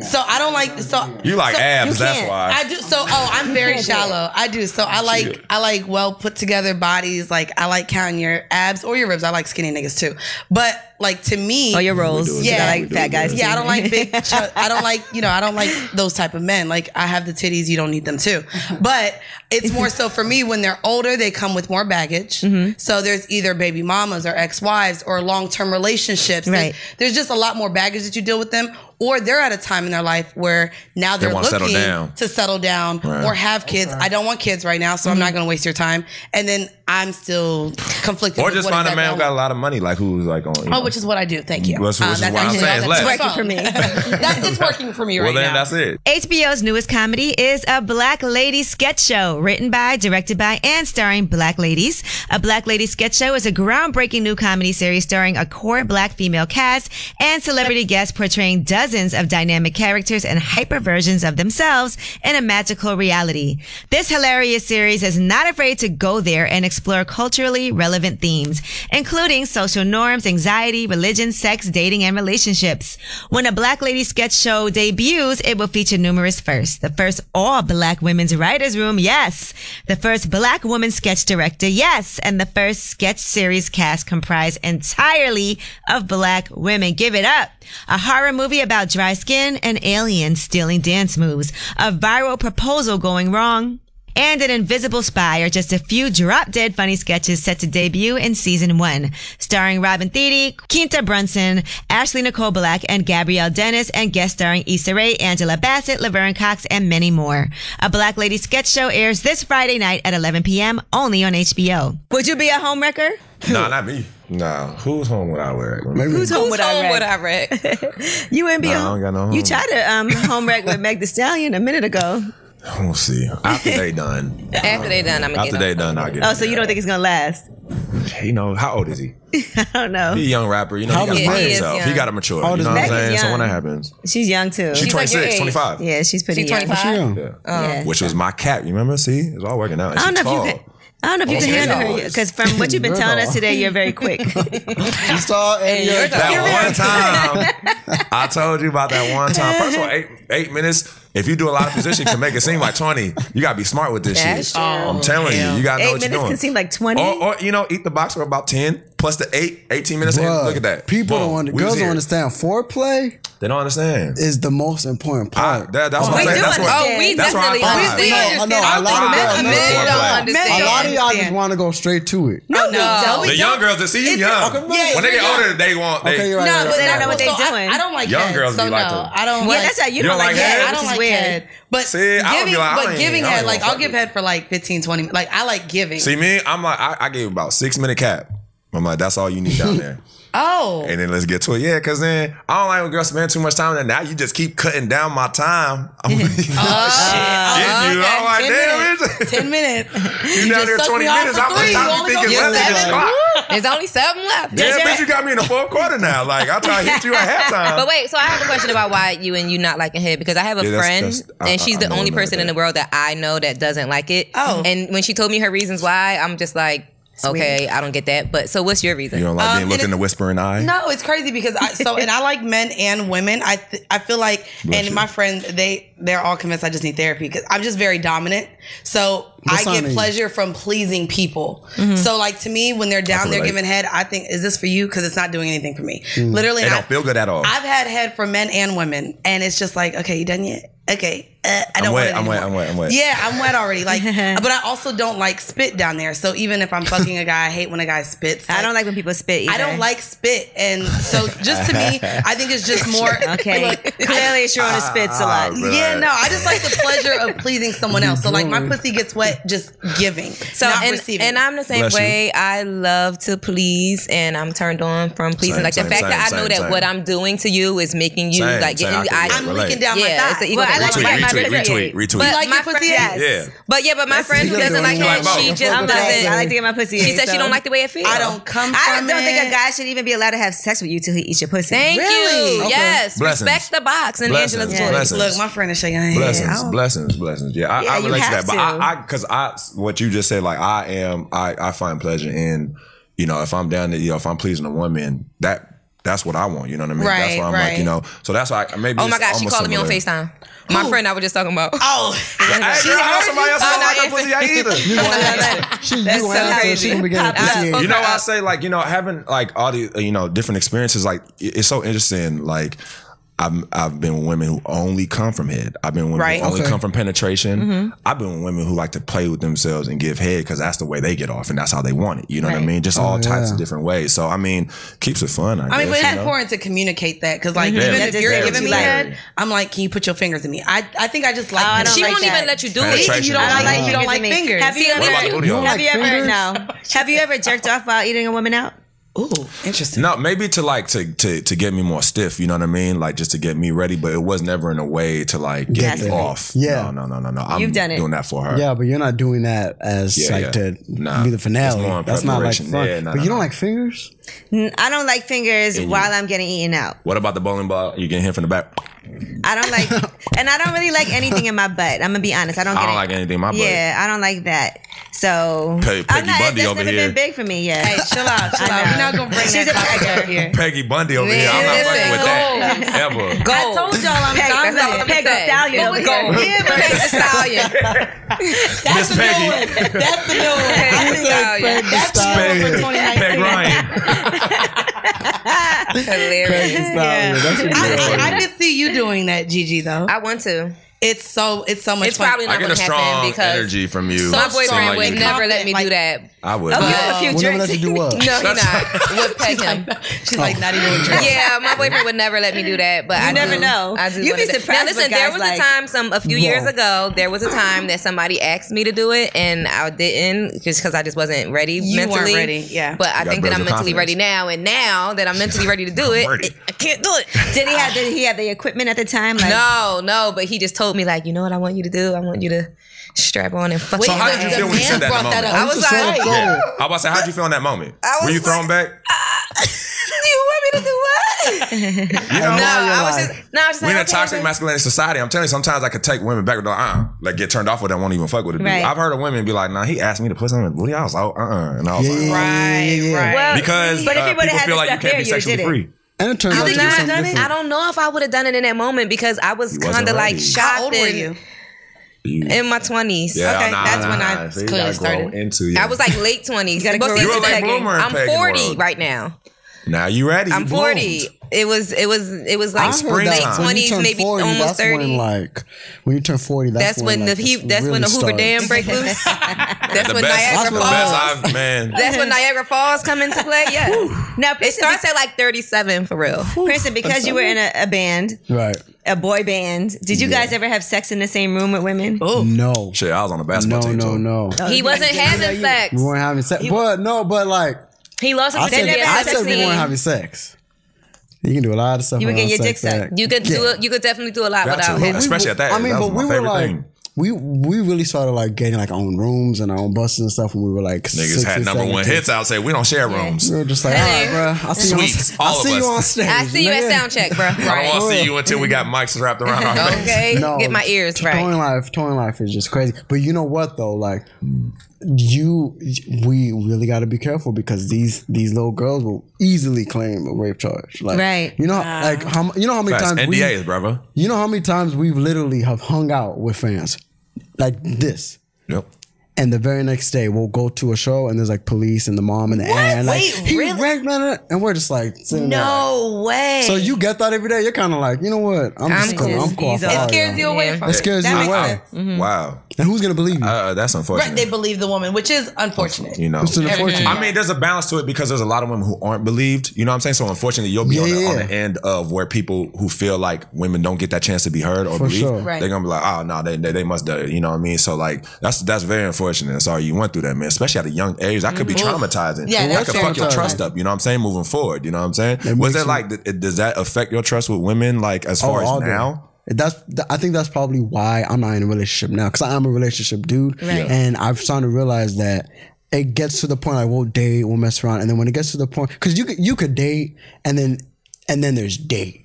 S3: so I don't like. So
S4: you like
S3: so-
S4: abs,
S1: you
S4: that's
S1: can't.
S4: why.
S3: I do. So oh, I'm very shallow. I do. So I like I like well put together bodies. Like I like counting your abs or your ribs. I like skinny niggas too. But like to me,
S1: oh, your roles.
S4: doing
S1: Yeah,
S3: that.
S1: I
S3: We
S1: like fat guys.
S3: yeah, I
S1: too.
S3: don't like big. Ch- I don't like you know. I don't like those type of men. Like I have the titties. You don't need them too. But it's more so for me when they're older. They come with more baggage.
S1: Mm-hmm.
S3: So there's either baby mamas or ex wives or long term relationships. There's-
S1: Right.
S3: There's, just a lot more baggage that you deal with them. or they're at a time in their life where now they're
S4: wanna
S3: looking
S4: settle down.
S3: to settle down
S4: Right.
S3: or have kids. I don't want kids right now, so I'm
S1: Mm-hmm.
S3: not going to waste your time. And then I'm still conflicted.
S4: Or
S3: with
S4: just
S3: what
S4: find a
S3: exactly
S4: man
S3: I
S4: who got a
S3: want.
S4: lot of money, like who's like on. you know.
S3: Oh, which is what I do. Thank you.
S4: That's- which is why I'm
S3: actually
S4: saying
S3: how
S4: it's
S3: that's
S1: less. Working
S3: phone. that is working for me
S4: well,
S3: right
S4: then
S3: now.
S4: that's it.
S1: HBO's newest comedy is a Black Lady Sketch Show, written by, directed by, and starring Black Ladies. A Black Lady Sketch Show is a groundbreaking new comedy series starring a core Black female cast and celebrity guests portraying dozens of dynamic characters and hyper versions of themselves in a magical reality. This hilarious series is not afraid to go there and explore culturally relevant themes, including social norms, anxiety, religion, sex, dating, and relationships. When a Black Lady Sketch Show debuts, it will feature numerous firsts. The first all Black Women's Writers Room, yes. The first Black Woman Sketch Director, yes. And the first sketch series cast comprised entirely of Black women. Give it up. A horror movie about dry skin and aliens stealing dance moves. A viral proposal going wrong and an invisible spy are just a few drop dead funny sketches set to debut in season one, starring Robin Thede, Quinta Brunson, Ashley Nicole Black, and Gabrielle Dennis, and guest starring Issa Rae, Angela Bassett, Laverne Cox, and many more. A Black Lady sketch show airs this Friday night at 11 p.m. only on HBO. Would you be a homewrecker?
S4: Nah, not me. Nah, who's home would I wear?
S5: Maybe
S1: Who's home would I wreck?
S6: wreck?
S1: You wouldn't be
S4: Nah,
S1: a
S4: I don't got no home.
S1: You tried to um, home wreck with Meg The Stallion a minute ago.
S4: We'll see. After they done.
S6: After they done, I'm gonna
S4: After
S6: get
S4: they
S6: them.
S4: done, I get.
S1: Oh,
S4: it.
S1: so you don't think it's gonna last?
S4: You know how old is he?
S1: I don't know.
S4: He a young rapper. You know
S5: How
S4: he got to
S5: old is
S4: play
S5: he?
S4: himself.
S6: He
S4: He
S6: is
S4: got to mature.
S5: How
S4: You
S5: old
S4: know
S5: is
S4: what I'm
S5: Meg
S1: is
S4: saying? So
S1: young.
S4: when that happens,
S1: She's young too.
S4: she's
S6: like your
S4: 26,
S6: age.
S4: 25.
S1: yeah, she's pretty
S6: She's
S1: young.
S6: 25.
S5: she young.
S4: Yeah.
S1: Yeah.
S4: Which was my cat. You remember? See, it's all working out.
S1: I don't know
S4: tall.
S1: if you can. I don't know if you
S4: Oh,
S1: can
S4: yeah.
S1: handle her
S4: Yeah.
S1: because from what you've been
S5: You're
S1: telling us
S5: tall.
S1: today, you're very quick.
S5: You saw and you're
S4: That one time, I told you about that one time. First of all, eight, eight minutes. If you do a lot of position, can make it seem like twenty. You gotta be smart with this
S6: That's
S4: shit.
S6: true.
S4: I'm telling you, you gotta know
S1: Eight
S4: what
S1: minutes
S4: you're doing. oh,
S1: can seem like twenty.
S4: Or, or you know, eat the box for about ten plus the eight, 18 minutes. and
S5: Bruh,
S4: look at that. Boom.
S5: People don't want
S4: We was
S5: girls don't
S4: here.
S5: understand. Foreplay
S4: They don't understand.
S5: is the most important
S4: I,
S5: part.
S4: that, that's what
S1: We
S4: I'm
S1: do
S4: saying. That's what,
S1: understand. Oh,
S6: Oh, we
S4: That's why I
S6: definitely
S4: thought-
S6: understand.
S4: We
S5: know, I know, a lot of
S6: Men-
S5: girls
S6: men
S5: understand.
S6: don't
S3: Men
S5: a
S6: understand.
S5: lot of y'all just
S3: understand.
S5: want to go straight to it.
S1: no,
S3: Oh,
S1: we
S6: no.
S1: don't.
S4: the
S1: We
S4: young
S1: don't.
S4: girls that see you young. when they
S3: yeah, you're
S4: get
S3: young.
S4: older, they want. They,
S5: Okay, you're right.
S1: No, but
S5: right,
S1: they
S5: right.
S1: don't know what they're
S3: So
S1: doing.
S3: I, I don't like
S4: Young
S3: head,
S4: girls
S3: so
S4: be
S3: no,
S4: like that.
S3: I don't.
S1: Yeah,
S3: like,
S1: that's right. You don't, like
S4: head?
S1: head.
S3: I
S1: which
S3: don't
S1: is
S3: like
S1: weird.
S3: head. But
S4: See, I would be
S3: giving,
S4: like, I
S3: but
S4: ain't-
S3: giving
S4: I don't
S3: head,
S4: even
S3: like
S4: fuck
S3: I'll give
S4: with it.
S3: head for like 15, 20 Like I like giving.
S4: See me, I'm like, I, I gave about six minute cap. I'm like, that's all you need down there.
S3: oh,
S4: and then let's get to it. Yeah, because then I don't like when girls spend too much time. And now you just keep cutting down my time. I'm oh, shit. you,
S3: Oh, okay.
S4: I'm like,
S3: Ten
S4: damn,
S3: minutes.
S4: it's-
S3: ten minutes.
S4: you down
S3: just
S4: there
S3: sucked
S4: 20
S3: me off
S4: minutes.
S3: for
S4: I'm
S3: three. You
S4: time
S3: only
S4: you thinking
S3: gonna
S4: less
S3: get
S4: than the
S3: seven.
S4: clock.
S6: There's only seven left.
S4: Damn, bitch, you got me in the fourth quarter now. Like, I'll try to hit you at halftime.
S6: But wait, so I have a question about why you and you not liking head because I have a
S4: Yeah, that's-
S6: friend
S4: that's- I-
S6: and
S4: I-
S6: she's
S4: I
S6: the
S4: know
S6: only
S4: about
S6: person in
S4: that.
S6: the world that I know that doesn't like it.
S3: Oh.
S6: and when she told me her reasons why, I'm just like, okay, I don't get that. But so, what's your reason?
S4: you don't like
S3: Um,
S4: being looked
S3: and
S4: in the whispering eye?
S3: No, it's crazy because I so and I like men and women. I th- I feel like
S4: Bless
S3: and
S4: you.
S3: my friends they they're all convinced I just need therapy because I'm just very dominant. So
S5: That's
S3: I
S5: what I
S3: get
S5: mean.
S3: pleasure from pleasing people.
S4: Mm-hmm.
S3: So like to me, when they're down
S4: can
S3: there
S4: relate.
S3: giving head, I think is this for you? Because it's not doing anything for me. Literally,
S4: They
S3: and I-
S4: don't feel good at all.
S3: I've had head for men and women, and it's just like, okay, you done yet? Okay, uh, I
S4: I'm
S3: don't want
S4: wet,
S3: it
S4: I'm wet,
S3: anymore.
S4: I'm wet, I'm wet.
S3: Yeah, I'm wet already. Like, but I also don't like spit down there. So even if I'm fucking a guy, I hate when a guy spits.
S1: I don't like when people spit. Either.
S3: I don't like spit, and so just to me, I think it's just more.
S1: Okay,
S3: Look,
S1: clearly Sharona spits a lot.
S4: But I-
S3: yeah, no, I just like the pleasure of pleasing someone else. So like, my pussy gets wet just giving,
S6: So
S3: not
S6: and,
S3: receiving.
S6: and I'm the same
S4: Bless you.
S6: way. I love to please, and I'm turned on from pleasing.
S4: Same,
S6: like
S4: same,
S6: the fact
S4: same,
S6: that I know
S4: same,
S6: that
S4: same.
S6: what I'm doing to you is making you
S4: Same,
S6: like
S4: same,
S6: getting.
S4: I
S6: I,
S4: can
S3: I'm
S4: relate.
S3: leaking down
S6: Yeah,
S3: my
S6: it's
S3: thigh.
S6: an ego
S1: Well, I
S6: thing.
S1: like
S4: retweet,
S1: my
S4: retweet,
S1: pussy.
S4: retweet, retweet.
S6: But
S3: like
S6: my
S3: your
S6: friend,
S3: pussy?
S6: yes.
S4: Yeah.
S6: But yeah, but my friend who
S5: you gotta
S6: doesn't
S5: go
S6: like
S5: in
S6: head,
S4: like
S6: she
S4: both.
S6: just
S1: I'm like, I like
S6: doesn't.
S1: to get my pussy.
S6: She said she don't like the way it feels.
S3: I don't come.
S1: I
S3: from
S1: don't think
S3: it.
S1: a guy should even be allowed to have sex with you till he eats your pussy.
S6: Thank
S3: Really?
S6: you.
S3: Okay.
S6: Yes,
S4: Blessings.
S6: respect the box and
S4: Blessings.
S6: Angela's
S4: Yeah.
S6: voice.
S4: Blessings.
S3: Look, my friend is shaking her head. I
S4: blessings,
S3: don't-
S4: blessings, blessings. Yeah, I,
S1: Yeah,
S4: I
S1: you
S4: relate to
S1: have
S4: that. But
S1: to.
S4: I, I, because I, what you just said, like I am, I, I find pleasure in, you know, if I'm down to, you know, if I'm pleasing a woman, that. That's what I want, you know what I mean? that's
S3: Right,
S4: why I'm like, you
S3: right
S4: know, so that's why I, maybe.
S6: Oh my
S4: it's
S6: gosh, she
S4: almost
S6: called me on
S4: similar.
S6: Facetime. My friend, I was just talking about.
S3: Oh,
S4: Hey, girl, how
S3: heard
S4: somebody
S3: you.
S4: else don't
S3: Oh,
S4: like her
S3: no,
S4: pussy I either.
S5: She, you
S1: so
S5: have to. She
S1: crazy.
S5: can begin to
S1: Pop up.
S5: appreciate.
S4: You
S5: it.
S4: know, I say like, you know, having like all the, you know, different experiences, like it- it's so interesting. Like, I- I've I've been women who only come from head. I've been women
S6: Right.
S4: who only
S5: Okay.
S4: come from penetration. I've been women who like to play with themselves and give head because that's the way they get off and that's how they want it. You know what I
S6: Right.
S4: mean?
S5: Oh,
S4: Just all types of different ways. So I mean, keeps it fun. I,
S3: I mean,
S4: guess,
S3: but it's
S4: you know?
S3: important to communicate that because, like, even
S4: Yeah.
S3: if you're
S4: That's
S3: giving me
S4: very
S3: head,
S4: true.
S3: I'm like, can you put your fingers in me? I, I think I just like.
S1: I don't
S6: She
S1: like
S6: won't
S1: that.
S6: even let you do
S4: Penetration.
S6: it.
S3: See, you don't, I
S4: I
S3: don't like, you don't like
S1: Fingers in me.
S3: fingers.
S1: Have you
S6: What about
S1: ever?
S4: booty hole?
S1: Have you
S5: Like
S1: ever?
S5: fingers?
S1: No. Have you ever jerked off while eating a woman out?
S3: Ooh, interesting.
S4: No, maybe to like to to to get me more stiff. You know what I mean? Like just to get me ready. But it was never in a way to like get me
S1: Gaslight.
S4: off.
S5: Yeah.
S4: No, no, no, no, no. I'm
S1: You've done it.
S4: doing that for her.
S5: Yeah, but you're not doing that as
S4: Yeah,
S5: like
S4: yeah.
S5: to
S4: Nah.
S5: be the finale.
S4: It's more in
S5: That's not like
S4: preparation.
S5: fun.
S4: Yeah, nah,
S5: but
S4: nah,
S5: you don't
S4: nah.
S5: like fingers.
S1: N- I don't like fingers while I'm getting eaten out.
S4: What about the bowling ball? You getting hit from the back?
S1: I don't like, and I don't really like anything in my butt. I'm gonna be honest. I don't.
S4: I
S1: get
S4: don't
S1: it.
S4: like anything in my butt.
S1: Yeah, I don't like that. So
S4: Pe- Peggy
S1: I'm not,
S4: Bundy
S1: that's
S4: over
S1: never
S4: here.
S1: been big for me. Yeah.
S3: Hey, chill out, chill out. We're not gonna bring
S1: She's
S3: that
S1: a
S3: topic up here.
S4: Peggy Bundy over here. I'm not
S6: listen,
S4: fucking with that ever.
S6: Go.
S3: I told y'all I'm
S1: Peg,
S3: dominant.
S1: Peg the Stallion over here.
S6: Yeah, but Peg Thee Stallion.
S4: Miss Peggy,
S3: That's the new one.
S6: Peg Thee Stallion.
S3: That's the new one for 2019.
S4: Peg Ryan.
S6: Hilarious.
S5: Yeah. That's what you
S3: I, I, I did see you doing that, Gigi. Though
S6: I want to.
S3: it's so it's so much
S6: It's
S3: fun.
S6: probably
S4: I
S6: not
S4: get a
S6: gonna happen
S4: strong
S6: because
S4: energy from you.
S6: my
S4: Seem
S6: boyfriend
S4: like
S6: would
S4: you-
S6: never let me
S3: Like-
S6: do that.
S4: I would.
S1: You have a few
S5: We'll never let
S1: drinks.
S5: you do what?
S6: No, he not. Would peg him.
S3: She's like not even with dress.
S6: Yeah, my boyfriend would never let me do that, but I
S1: never
S6: do.
S1: know.
S6: I do.
S1: You'd
S6: wanna
S1: be
S6: do-
S1: surprised
S6: Now, listen,
S1: what guys
S6: there was
S1: like.
S6: a time some a few years
S5: Whoa.
S6: ago. There was a time that somebody asked me to do it, and I didn't just because I just wasn't ready
S3: You weren't
S6: mentally.
S3: ready, yeah.
S6: But I
S4: gotta
S6: think
S4: build
S6: that I'm
S4: your
S6: mentally
S4: confidence.
S6: ready now, and now that I'm mentally ready to do it,
S4: ready.
S6: I can't do it.
S1: Did he have? Did he have the equipment at the time? Like,
S6: No, no. But he just told me like, you know what I want you to do? I want you to strap on and fuck.
S4: So how did you feel when you said that? In the moment?
S6: I was like,
S5: Go.
S6: you
S4: I was like, how'd you feel in that moment? Were you thrown back?
S6: want me to do what?
S4: You know,
S6: No,
S5: you're
S6: I was
S5: lying.
S6: just no. I was just
S4: we
S6: like,
S4: in a
S6: okay,
S4: toxic
S6: okay.
S4: masculinity society. I'm telling you, sometimes I could take women back with the uh, uh like get turned off with that won't even fuck with it. dude.
S1: Right.
S4: I've heard of women be like, nah, he asked me to put something in the booty. I was like, uh uh and I was like,
S5: Yeah.
S3: Right, right.
S1: Well,
S4: because
S1: but if
S4: uh,
S1: he would've
S4: people
S1: had
S4: feel
S1: the
S4: like you
S1: stuff
S4: can't
S1: here,
S4: be
S1: you would've
S4: sexually
S1: did it.
S4: free.
S5: And it turns out you
S6: Did
S5: did
S6: I-
S5: something different.
S6: I don't know if I would have done it in that moment because I was
S4: wasn't
S6: kind of like
S4: ready.
S6: shocked.
S3: How old were
S6: and-
S3: you?
S4: You-
S6: In my twenties.
S4: Yeah,
S3: Okay,
S4: nah,
S3: that's when
S4: nah,
S3: I
S4: see, you
S3: clearly
S4: gotta grow
S3: started.
S4: into. Yeah.
S6: I was like late twenties.
S1: gotta grow
S4: you were
S1: into
S4: like
S1: pegging.
S4: bloomer. in
S6: I'm
S4: pegging
S6: forty
S4: world.
S6: right now.
S4: Now you ready?
S6: I'm
S4: You
S6: forty.
S4: bloomed.
S6: It was it was it was
S5: I
S6: like
S5: heard
S4: spring
S5: that
S6: late
S4: time.
S5: when you
S6: twenties,
S5: turn
S6: maybe
S5: 40,
S6: almost
S5: that's when,
S6: thirty.
S5: like when you turn forty, that's,
S6: that's when the
S5: like,
S6: he,
S5: it's
S6: that's when the
S5: really
S6: Hoover Dam
S5: starts.
S6: break loose. That's
S4: The
S6: when
S4: best.
S6: Niagara
S4: The best
S6: Falls.
S4: I've man.
S6: That's when Niagara Falls come into play. Yeah.
S1: Now,
S6: It
S1: Princeton,
S6: starts at like 37 for real.
S1: Princeton, because you were in a, a band,
S5: Right?
S1: a boy band. Did you guys ever have sex in the same room with women?
S3: Oh,
S5: No,
S4: Shit, I was on a basketball
S5: no,
S4: team
S5: no,
S4: too.
S5: no.
S6: He wasn't having sex.
S5: We weren't having sex, but no, but like
S6: He lost his
S5: I said,
S6: virginity
S1: never
S5: I
S6: at
S1: had
S5: said we
S6: 16.
S5: weren't having sex. You can do a lot of stuff.
S1: You were getting
S5: around
S1: your
S5: sex
S1: dick
S5: act.
S1: sucked.
S6: You could do
S5: Yeah.
S6: it. You could definitely do a lot
S4: Got
S6: without
S4: to.
S6: him.
S5: we
S4: Especially Oh, at that
S5: I
S4: age,
S5: mean,
S4: that
S5: but
S4: was my
S5: we were
S4: favorite
S5: like,
S4: thing.
S5: we we really started like getting like our own rooms and our own buses and stuff when we were like
S4: Niggas
S5: six
S4: had
S5: and
S4: number
S5: seven
S4: one
S5: kids.
S4: hits. I'll say we don't share rooms.
S5: We were just like, all right, bro. I'll see
S4: Sweets,
S5: you. On,
S4: all
S5: I'll
S4: of
S5: see you
S4: us.
S5: on stage.
S6: I see you at
S5: nigga.
S6: soundcheck, bro.
S4: I
S6: Right.
S4: won't see you until we got mics wrapped around our face.
S6: Okay. Get my ears
S5: Touring
S6: right.
S5: life, touring life is just crazy. But you know what though, like you, we really got to be careful because these these little girls will easily claim a rape charge. Like,
S1: Right. Uh.
S5: You know, like how mu- you know how many
S4: Facts.
S5: times we-
S4: NDAs, brother.
S5: you know how many times we've literally have hung out with fans like this.
S4: Yep.
S5: And the very next day, we'll go to a show, and there's like police and the mom and the aunt. and, Like,
S1: Wait,
S5: he
S1: really?
S5: raped my- my- and we're just like, sitting there, like-
S1: No way.
S5: So you get that every day. You're kind of like, you know what? I'm, just
S6: I'm
S5: cool.
S1: just-
S5: I'm cool.
S1: he's
S5: I'm
S1: a-
S5: fine,
S3: Scares
S5: yeah.
S3: you away
S6: Yeah.
S3: from
S5: It
S3: it.
S5: scares you
S3: That makes
S5: away.
S3: sense.
S4: Wow.
S5: And who's gonna believe you?
S4: Uh, that's unfortunate.
S3: Right, they believe the woman, which is unfortunate.
S4: you know,
S5: It's an unfortunate.
S4: I mean, there's a balance to it because there's a lot of women who aren't believed. You know what I'm saying? So unfortunately, you'll be on, the,
S5: Yeah.
S4: on the end of where people who feel like women don't get that chance to be heard or
S5: For
S4: believed,
S5: sure.
S3: Right.
S4: they're gonna be like, oh no, they, they they must do it. You know what I mean? So like that's that's very unfortunate. Sorry you went through that, man. Especially at a young age, that could be traumatizing.
S3: Yeah,
S4: that
S3: that's
S4: could fuck your
S5: traumatizing.
S4: trust up. You know what I'm saying? Moving forward, you know what I'm saying? Was
S5: makes
S4: that
S5: you- Oh,
S4: like th- does that affect your trust with women? Like as far
S5: all
S4: as
S5: day.
S4: now?
S5: That's th- I think that's probably why I'm not in a relationship now because I'm a relationship dude, and I've started to realize that it gets to the point like we'll date, we'll mess around, and then when it gets to the point because you could you could date and then and then there's date.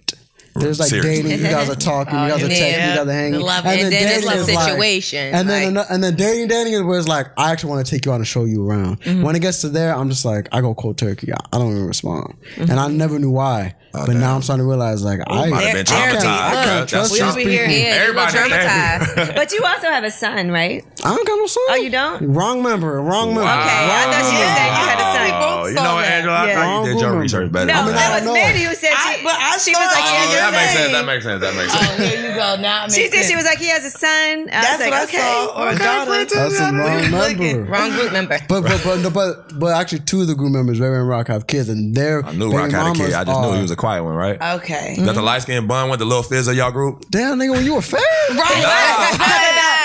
S5: There's like
S4: Seriously.
S5: dating. You guys are talking. you guys are texting.
S6: Oh, yeah.
S5: You guys are hanging.
S3: Love it.
S5: and
S6: And then it's
S5: dating
S6: like
S5: is like-
S6: situation,
S5: and then
S6: like-
S5: ano- and then dating dating is where it's like I actually want to take you out and show you around.
S6: Mm-hmm.
S5: When it gets to there, I'm just like I go cold turkey. I I don't even respond,
S6: Mm-hmm.
S5: and I never knew why.
S4: Oh,
S5: but now I'm starting to realize like I
S4: Might have been traumatized. bruh.
S5: I can't
S4: That's
S5: trust these
S4: trauma-
S6: We here, yeah,
S4: Everybody
S6: everybody traumatized.
S1: but you also have a son, right?
S5: I don't got no son.
S1: Oh, you don't?
S5: Wrong member. Wrong member.
S1: Okay, I thought you were saying you had a son.
S4: Oh, you know, what, Angela, I
S1: Yeah.
S4: thought you did your
S5: Wrong
S4: research better.
S1: No,
S4: than
S5: mean,
S1: Oh,
S5: I
S1: that
S5: don't
S1: was
S5: know.
S1: Mandy who said she.
S3: I- but I
S1: she
S3: saw
S1: was like,
S3: it. Oh,
S1: yeah, your
S4: that makes sense. That makes sense. That makes sense.
S3: There you go. Now it
S1: She
S3: makes
S1: said
S3: sense.
S1: she was like, he has a son. I
S3: That's
S1: was like,
S3: what I
S1: okay.
S3: saw, or a
S1: okay,
S3: daughter.
S1: put it to
S5: That's a wrong number.
S6: Wrong group member.
S5: But but but, no, but but actually, two of the group members, Ray Ray and Rock, have kids, and they're
S4: I knew Rock had a kid. I just knew he
S5: Oh.
S4: was a quiet one, right?
S3: Okay.
S4: That the light skinned bun went the little fizz of y'all group.
S5: damn nigga when you were fat.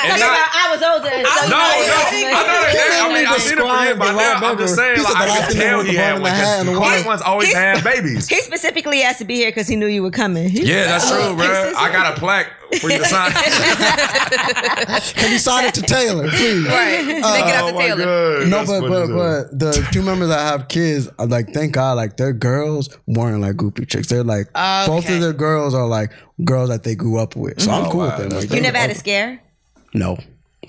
S4: And not-
S1: I was older. So
S4: no, no, I know that. I mean, I've seen it for him by
S5: Describe the
S4: now. I'm just
S5: linebacker.
S4: saying,
S5: He's
S4: like,
S5: the
S4: I
S5: linebacker
S4: can tell
S5: with
S4: he
S5: the
S4: had
S5: ball
S4: one
S5: in the hand
S4: because
S5: and
S4: white
S5: what?
S4: ones always had babies.
S1: He specifically asked to be here because he knew you were coming. He-
S4: Yeah, that's true, bro. I got a plaque for you to sign.
S5: Can you sign it to Taylor, please?
S6: Right. they get
S4: Oh,
S6: out the Taylor.
S5: Oh No, but but but the two members that have kids, uh, like thank God, like their girls weren't like goopy chicks. They're like both of their girls are like girls that they grew up with. So I'm
S4: Oh,
S5: cool
S4: wow.
S5: with them. Like,
S1: You
S5: they-
S1: never had a scare?
S5: no,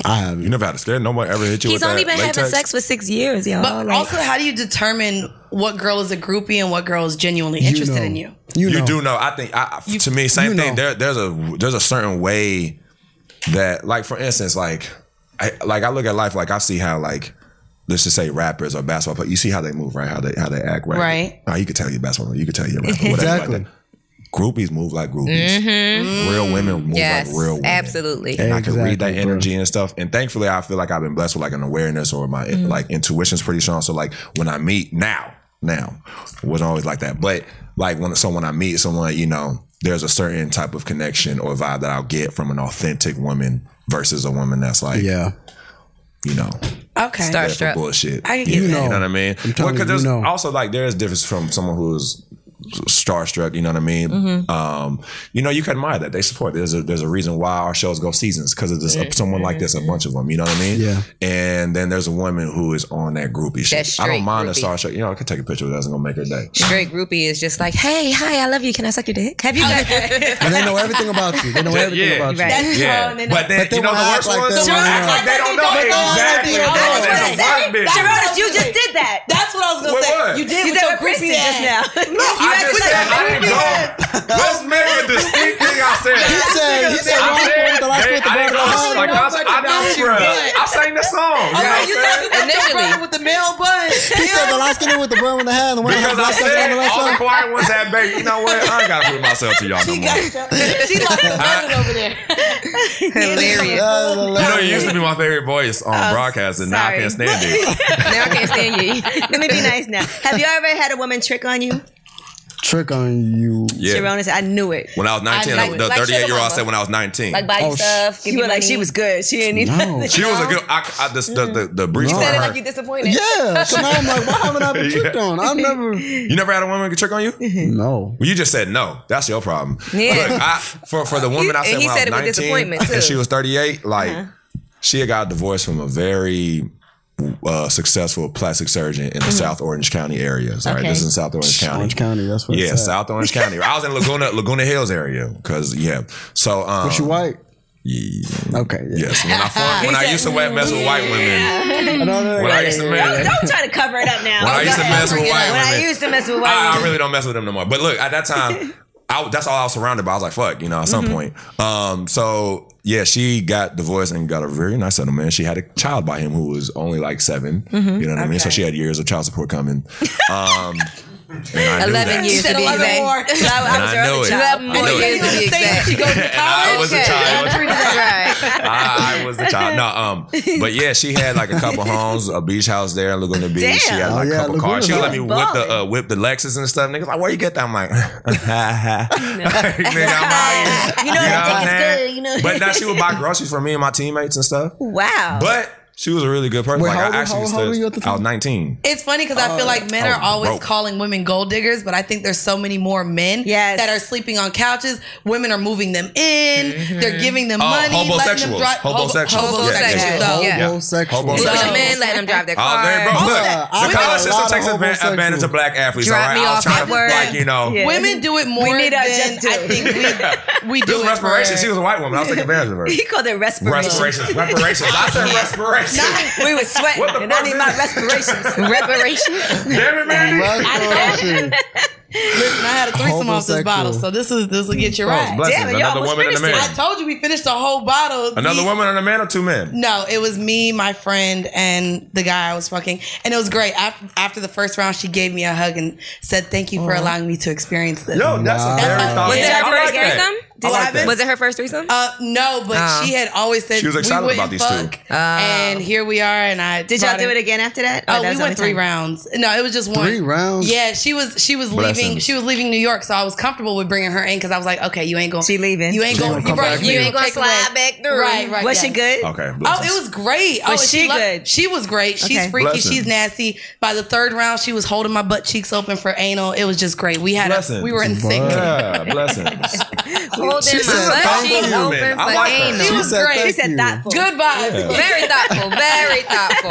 S5: I
S4: You
S5: haven't.
S4: never had a scare. No one ever hit you
S6: He's
S4: with
S6: only
S4: that
S6: been
S4: latex.
S6: having sex for six years, y'all.
S3: But
S6: Like,
S3: also, how do you determine what girl is a groupie and what girl is genuinely interested
S5: know.
S3: in you?
S5: You,
S4: You
S5: know.
S4: do know. I think I, I- to me, same
S5: you
S4: thing.
S5: know.
S4: There, there's a there's a certain way that, like, for instance, like, I, like I look at life, like I see how like. Let's just say rappers or basketball players. You see how they move, right? How they how they act, right?
S3: Right.
S4: Now you could tell you basketball. player, You could tell you rapper. Whatever
S5: Exactly.
S4: Like that. Groupies move like groupies. Real women move
S6: Mm-hmm. yes,
S4: like real women.
S6: absolutely.
S4: and I can read that
S5: Exactly, bro.
S4: energy and stuff. And thankfully, I feel like I've been blessed with like an awareness or my
S5: Mm.
S4: like intuition's pretty strong. So like when I meet now, now wasn't always like that, but like when so when I meet someone, you know, there's a certain type of connection or vibe that I'll get from an authentic woman versus a woman that's like,
S5: Yeah,
S4: you know,
S3: Okay.
S6: Start-
S4: there for
S6: Strap.
S4: bullshit.
S3: I can get
S5: You
S3: that.
S5: know.
S4: You know what I mean?
S5: I'm
S4: Well,
S5: telling
S4: 'cause
S5: you,
S4: there's
S5: you know.
S4: also like there is difference from someone who's starstruck. You know what I mean? Um, you know, you can admire that they support. There's a there's a reason why our shows go seasons because of this someone like this, a bunch of them. You know what I mean?
S5: Yeah.
S4: And then there's a woman who is on that groupie shit. I
S6: straight
S4: don't mind the
S6: groupie.
S4: starstruck. You know, I can take a picture with us and gonna make her day.
S6: Straight groupie is just like, hey, hi, I love you. Can I suck your dick? Have you guys?
S5: and they know everything about you. They know everything
S4: yeah.
S5: about you.
S6: Right.
S4: Yeah,
S3: and then-
S4: but then
S5: But they
S4: you know
S5: wanna
S4: the
S5: act
S4: worst
S5: like
S4: ones. They
S5: they wanna
S4: act like they don't know
S3: They don't know
S4: exactly.
S3: nothing.
S4: Bro,
S3: That's
S4: that's
S3: what I
S4: a white bitch.
S1: Gerard, you just did that.
S3: That's what I was gonna
S4: Wait,
S3: say.
S4: what?
S3: You did
S1: You
S3: with
S1: did
S3: your
S1: what Chrissy
S3: groupie
S1: just
S3: ass.
S1: now.
S4: I just said I didn't go. Let's make a distinct thing I said.
S5: He said, he said,
S4: I
S5: Rock
S4: said,
S5: with the last
S4: hey,
S5: with the
S4: I
S5: brother
S4: didn't go. Like,
S5: behind.
S4: I, was- I, didn't- bruh, I sang the song. You know what
S3: Right, you
S4: I'm saying?
S3: talking about that
S6: Initially.
S3: brother with the male bun?
S5: He said the last kid with the brother in the hand, the one that had
S4: Because
S5: the
S4: I said
S5: last on the
S4: it,
S5: left
S4: all the
S5: side.
S4: quiet ones had baby. You know what? I ain't gotta put myself to y'all no more.
S3: she like the
S4: I-
S3: brother over there.
S6: Hilarious.
S5: Yeah, la, la,
S4: You know,
S5: la.
S4: you used to be my favorite voice on broadcast, and now
S1: sorry.
S4: I can't stand it.
S6: now I can't stand you.
S1: Let me be nice now. Have you ever had a woman trick on you?
S5: Trick on you.
S4: Yeah.
S1: Sharon said, I knew it.
S4: When I was 19,
S6: like-
S4: the- the
S6: like
S4: 38 year old I
S6: Sugar
S4: said when I was 19.
S6: Like buy you
S5: Oh, sh-
S6: stuff. Give you
S1: You were like,
S6: money.
S1: she was good. She didn't need
S5: No.
S4: she was a good, I, I, this, the, the, the breach
S5: You
S4: from
S5: said
S6: Said it like you
S4: her.
S6: disappointed.
S5: Yeah. So now I'm like, why haven't I been tricked on? I've never.
S4: You never had a woman trick on you?
S5: No.
S4: Well, you just said no. That's your problem.
S6: Yeah.
S4: Look, I, for for the woman I
S6: and
S4: said
S6: he
S4: when
S6: said it
S4: I
S6: with
S4: was 19
S6: disappointment, too. Uh-huh.
S4: and she was 38, like she had got divorced from a very uh, successful plastic surgeon
S6: Mm-hmm.
S4: in the South Orange County area. Sorry,
S1: Okay.
S4: this is in South Orange County.
S5: Orange County, that's what
S4: yeah,
S5: it's at.
S4: South Orange County. I was in Laguna Laguna Hills area because yeah. So um,
S5: But you white?
S4: yeah,
S5: Okay. Yeah.
S4: Yes, when I fought- when I used to wet mess with white women,
S5: No, no, no,
S4: when
S5: no,
S4: I used to mess,
S1: Don't try to cover it up now.
S4: when I used to mess with white
S1: When I
S4: women, Ah.
S1: used to mess with white
S4: I, I
S1: women.
S4: really don't mess with them no more. But look, at that time, I, that's all I was surrounded by. I was like, fuck, you know, at
S6: Mm-hmm.
S4: some point. Um, so yeah, she got divorced and got a very nice settlement. She had a child by him who was only like 7
S6: Mm-hmm.
S4: You know what I mean? So she had years of child support coming. Um, and I knew
S6: 11
S4: that.
S6: years to
S3: said
S6: be
S3: 11 more.
S6: exact.
S1: So I, I
S4: And
S1: was
S4: I
S1: her
S4: know
S1: other
S4: it.
S1: child.
S4: I know
S6: 11 more years to be
S3: You understand
S6: exact.
S3: She goes to
S4: And I was a child.
S6: Right.
S4: I, I was the child. No, um, but yeah, she had like a couple homes, a beach house there in Laguna Beach. She had like
S5: Oh,
S4: a
S5: yeah,
S4: couple cars.
S5: Laguna's
S4: She would let me
S5: awesome.
S4: whip the uh, whip the Lexus and stuff. Niggas like, where you get that? I'm like, nigga, I'm out here.
S1: You know that
S4: I'm
S1: dick is
S4: mad.
S1: good, you know.
S4: But now she would buy groceries for me and my teammates and stuff.
S1: Wow.
S4: But she was a really good person.
S5: Wait,
S4: like
S5: how old-
S4: I actually
S5: how-
S4: used
S5: how old were you at
S4: to.
S5: the
S4: I was
S5: time?
S4: 19.
S3: It's funny because I feel like men are
S4: oh,
S3: always
S4: broke.
S3: calling women gold diggers, but I think there's so many more men
S1: Yes.
S3: that are sleeping on couches. Women are moving them in.
S1: Mm-hmm.
S3: They're giving them
S4: Oh,
S3: money. letting
S4: hobosexuals.
S3: them drive-
S4: Hobosexuals.
S6: Yeah,
S3: Hobo,
S6: yeah, yeah.
S3: hobosexuals. So,
S6: Yeah.
S5: Homosexual.
S4: Homosexual.
S6: With
S3: So-
S6: a man letting them drive their
S4: Oh,
S6: car.
S4: there, bro.
S5: that. I
S4: Look, the college
S5: got a lot
S4: system
S5: of
S4: takes advan-
S5: homosexuals.
S4: advantage of black athletes.
S6: Drop
S4: all right,
S6: me
S4: I
S6: off
S4: was trying
S6: at
S4: to, like,
S6: work.
S4: you know,
S1: Yeah.
S3: Women do it more
S1: need
S3: than
S1: our just due.
S3: I think we we do
S4: this
S3: it
S4: respiration.
S3: for-
S4: She was a white woman. I was taking advantage of her.
S1: he called it respiration.
S4: Respirations, reparations. I said respirations.
S1: We were sweating,
S4: What the
S1: and I
S4: fuck
S1: need
S4: is
S1: my
S4: that?
S1: respirations.
S6: Reparations.
S4: Damn it, Mandy.
S5: Right, right, right.
S3: Listen, I had a threesome off this
S5: Homosexual.
S3: bottle, so this is this will get you right.
S4: blessings.
S6: Damn it, y'all
S4: Another
S6: almost
S4: woman and a
S6: finished
S4: man.
S3: I told you we finished the whole bottle.
S4: Another
S3: The-
S4: woman and a man or two men?
S3: No, it was me, my friend, and the guy I was fucking, and it was great. After, after the first round, she gave me a hug and said, "Thank you for allowing me to experience this."
S4: Yo, that's a
S5: Nah.
S4: very
S3: That's-
S4: thoughtful.
S3: Was it
S4: I
S3: her
S4: like
S6: first
S4: that.
S6: threesome?
S4: I
S3: Did
S4: like
S3: I have it?
S4: that.
S6: Was it her first threesome?
S3: Uh, no, but
S6: Uh.
S3: she had always said
S4: She was excited
S3: we wouldn't
S4: about these two.
S3: fuck, and here we are. And I
S1: Oh. Did y'all do it again after that? Or that
S3: Oh,
S1: was
S3: we
S1: the
S3: went
S1: only
S3: three
S1: time?
S3: rounds. No, it was just one.
S5: Three rounds?
S3: Yeah, she was she was leaving.
S4: Blessings.
S3: She was leaving New York, so I was comfortable with bringing her in because I was like, okay, you ain't going.
S1: She leaving.
S3: You ain't
S5: She
S3: going.
S5: gonna come back
S3: to
S5: here. You ain't
S6: gonna slide back through.
S3: Right, right.
S1: Was
S3: yeah.
S1: she good?
S4: Okay.
S3: Oh,
S4: blessings.
S3: it was great. oh,
S1: Was
S3: and
S1: she
S3: loved-
S1: good?
S3: She was great. She's
S1: Okay.
S3: freaky.
S4: Blessings.
S3: She's nasty. By the third round, she was holding my butt cheeks open for anal. It was just great. We had a,
S4: Blessings.
S3: we were in sync.
S4: Yeah, blessings.
S6: Holding
S4: She's a
S6: my butt
S4: thoughtful
S6: cheeks
S4: woman.
S6: open
S4: I
S6: for
S4: like her.
S6: anal.
S3: She was
S5: said
S3: great.
S5: thank
S3: She
S1: said
S5: you.
S1: thoughtful.
S3: Good vibes.
S6: Very thoughtful. Very thoughtful.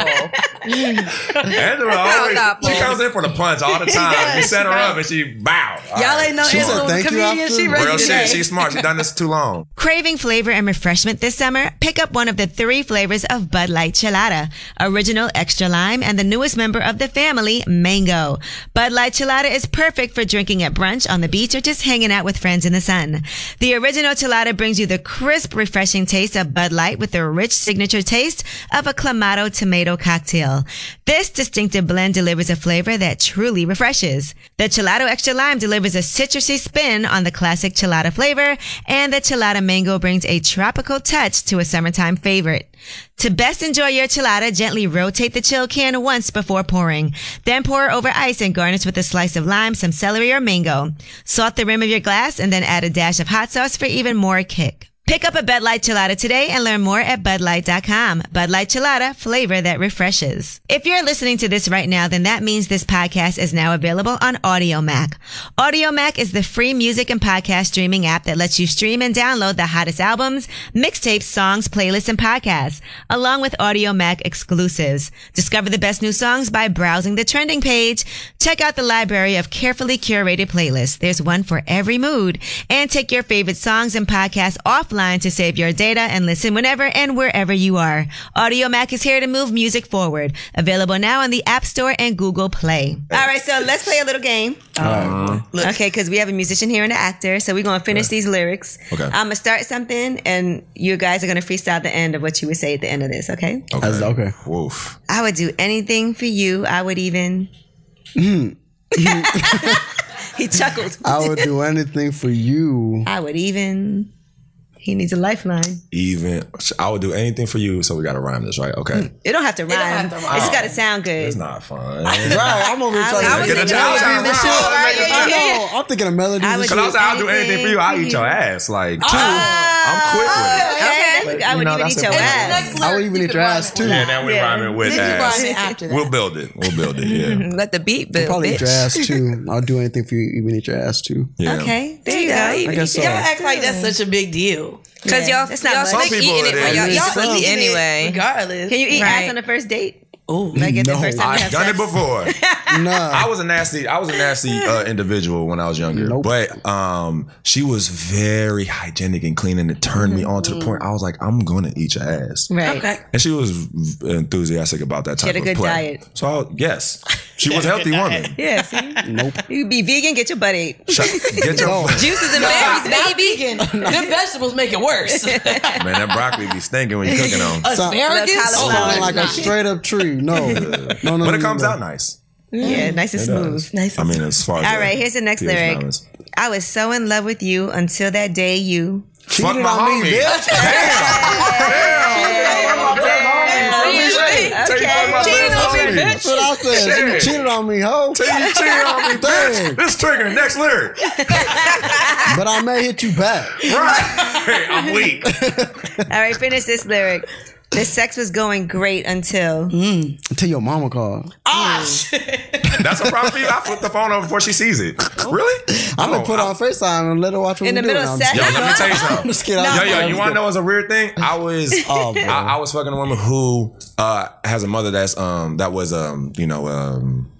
S4: Angela always,
S6: thoughtful.
S4: she comes in for the punch all the time. you set her up and she bow. All
S3: Y'all
S4: right.
S3: ain't know
S5: She said
S3: Angela was a
S5: thank you
S3: comedian.
S5: after?
S3: She ready
S4: Real
S3: today.
S4: shit. She's smart. She done this too long.
S1: Craving flavor and refreshment this summer? Pick up one of the three flavors of Bud Light Chilada, original extra lime, and the newest member of the family, mango. Bud Light Chilada is perfect for drinking at brunch, on the beach, or just hanging out with friends in the sun. The original Chilada brings you the crisp, refreshing taste of Bud Light with the rich signature taste of a Clamato tomato cocktail. This distinctive blend delivers a flavor that truly refreshes. The Chilada Extra Lime delivers a citrusy spin on the classic chilada flavor, and the Chilada Mango brings a tropical touch to a summertime favorite. To best enjoy your chilada, gently rotate the chill can once before pouring. Then pour over ice and garnish with a slice of lime, some celery, or mango. Salt the rim of your glass and then add a dash of hot sauce for even more kick. Pick up a Bud Light Chilada today and learn more at BudLight.com. Bud Light Chilada, flavor that refreshes. If you're listening to this right now, then that means this podcast is now available on Audio Mac. Audio Mac is the free music and podcast streaming app that lets you stream and download the hottest albums, mixtapes, songs, playlists, and podcasts, along with Audio Mac exclusives. Discover the best new songs by browsing the trending page. Check out the library of carefully curated playlists. There's one for every mood. And take your favorite songs and podcasts offline to save your data and listen whenever and wherever you are. Audio Mac is here to move music forward. Available now on the App Store and Google Play. All right, so let's play a little game. Okay, because we have a musician here and an actor, so we're gonna finish these lyrics.
S4: Okay.
S1: I'm gonna start something, and you guys are gonna freestyle the end of what you would say at the end of this. Okay.
S4: Okay.
S5: That's- okay.
S4: Woof.
S1: I would do anything for you. I would even. he chuckled.
S5: I would do anything for you.
S1: I would even. He needs a lifeline.
S4: Even I would do anything for you, so we gotta rhyme this, right? Okay.
S1: It don't have to rhyme. It,
S3: have to rhyme.
S1: just gotta sound
S4: It's
S1: good.
S4: not fun.
S5: Right, I'm over here trying
S1: I
S5: to
S1: was
S5: make
S1: thinking
S5: it a
S1: of
S5: melody
S1: rhyme.
S5: and shit.
S1: Right, yeah,
S5: I
S1: yeah,
S5: know. I'm thinking of melodies.
S1: I
S5: and
S1: would
S5: shit.
S4: Cause I was like, I'll do anything for you. I'll eat your ass. Like,
S1: Ah.
S4: I'm quick with
S1: Okay,
S4: it.
S1: that's- I
S4: You
S1: would
S4: know,
S1: even
S4: that's
S1: eat
S4: a
S1: your
S4: rhyme.
S1: ass.
S5: I would even eat your ass too.
S4: And then we
S1: Yeah.
S4: rhyme it with
S3: You
S4: ass.
S3: rhyme it after that.
S4: We'll build it. We'll build it. Yeah.
S6: Let the beat build.
S5: Probably
S6: bitch.
S5: eat your ass too. I'll do anything for you, even eat your ass too.
S4: yeah.
S1: Okay, there you go.
S5: I guess so.
S3: Y'all act like that's such a big deal.
S6: Because
S1: Yeah.
S6: y'all,
S1: It's not
S6: y'all slick
S1: much.
S4: Some people
S6: eating it
S4: it
S6: when
S4: is.
S6: y'all,
S5: Y'all
S6: y'all eat
S3: eating it
S6: anyway.
S3: regardless.
S1: Can you eat
S6: Right.
S1: ass on the first date?
S3: Ooh.
S1: Like at the
S5: No.
S1: first time you
S4: I've
S1: have
S4: done it
S1: sex?
S4: before.
S5: Nah.
S4: I was a nasty, I was a nasty uh, individual when I was younger.
S5: Nope.
S4: But um, she was very hygienic and clean, and it turned me on to the point I was like, I'm gonna eat your ass.
S1: Mm. Right.
S3: Okay.
S4: And she was enthusiastic about that type
S1: had a
S4: of
S1: good
S4: play.
S1: diet.
S4: So I- yes, she was a healthy woman.
S1: Yeah. See. nope. You be vegan, get your butt ate.
S4: Shut, get your
S6: Juices and berries, baby.
S3: Them vegetables make it worse.
S4: man. That broccoli be stinking when you cooking on.
S3: Asparagus. Oh,
S1: Little
S5: Sound
S1: it's
S5: like a
S3: not.
S5: straight up tree. No, no, no. no
S4: But it comes
S5: no.
S4: out nice.
S1: Yeah, nice and smooth. Nice.
S4: I
S1: And
S4: mean, as far as
S1: All right, here's the next
S4: pH
S1: lyric.
S4: balance.
S1: I was so in love with you until that day you.
S4: Fuck my
S5: on me,
S4: homie.
S5: bitch.
S1: Okay.
S4: Damn.
S5: That's what I said.
S4: Shit.
S5: You cheated on me, ho. Dang.
S4: This trigger, next lyric.
S5: But I may hit you back.
S4: Right. I'm weak.
S1: All right, finish this lyric. The sex was going great until.
S5: Until your mama called.
S3: Ah, shit.
S4: That's a problem for you. I flip the phone over before she sees it. Really?
S5: I'm gonna
S4: Oh,
S5: put
S4: I-
S5: on FaceTime and let her watch what
S1: In
S5: we
S1: the middle
S5: doing.
S1: of sex?
S5: I'm
S4: Yo, let me tell you
S5: I'm
S4: something.
S5: just kidding. I'm
S4: Yo,
S5: just
S4: yo,
S5: kidding.
S4: you want to know what's a weird thing? I was,
S5: Oh, boy.
S4: I, I was fucking a woman who uh, has a mother that's um that was um you know um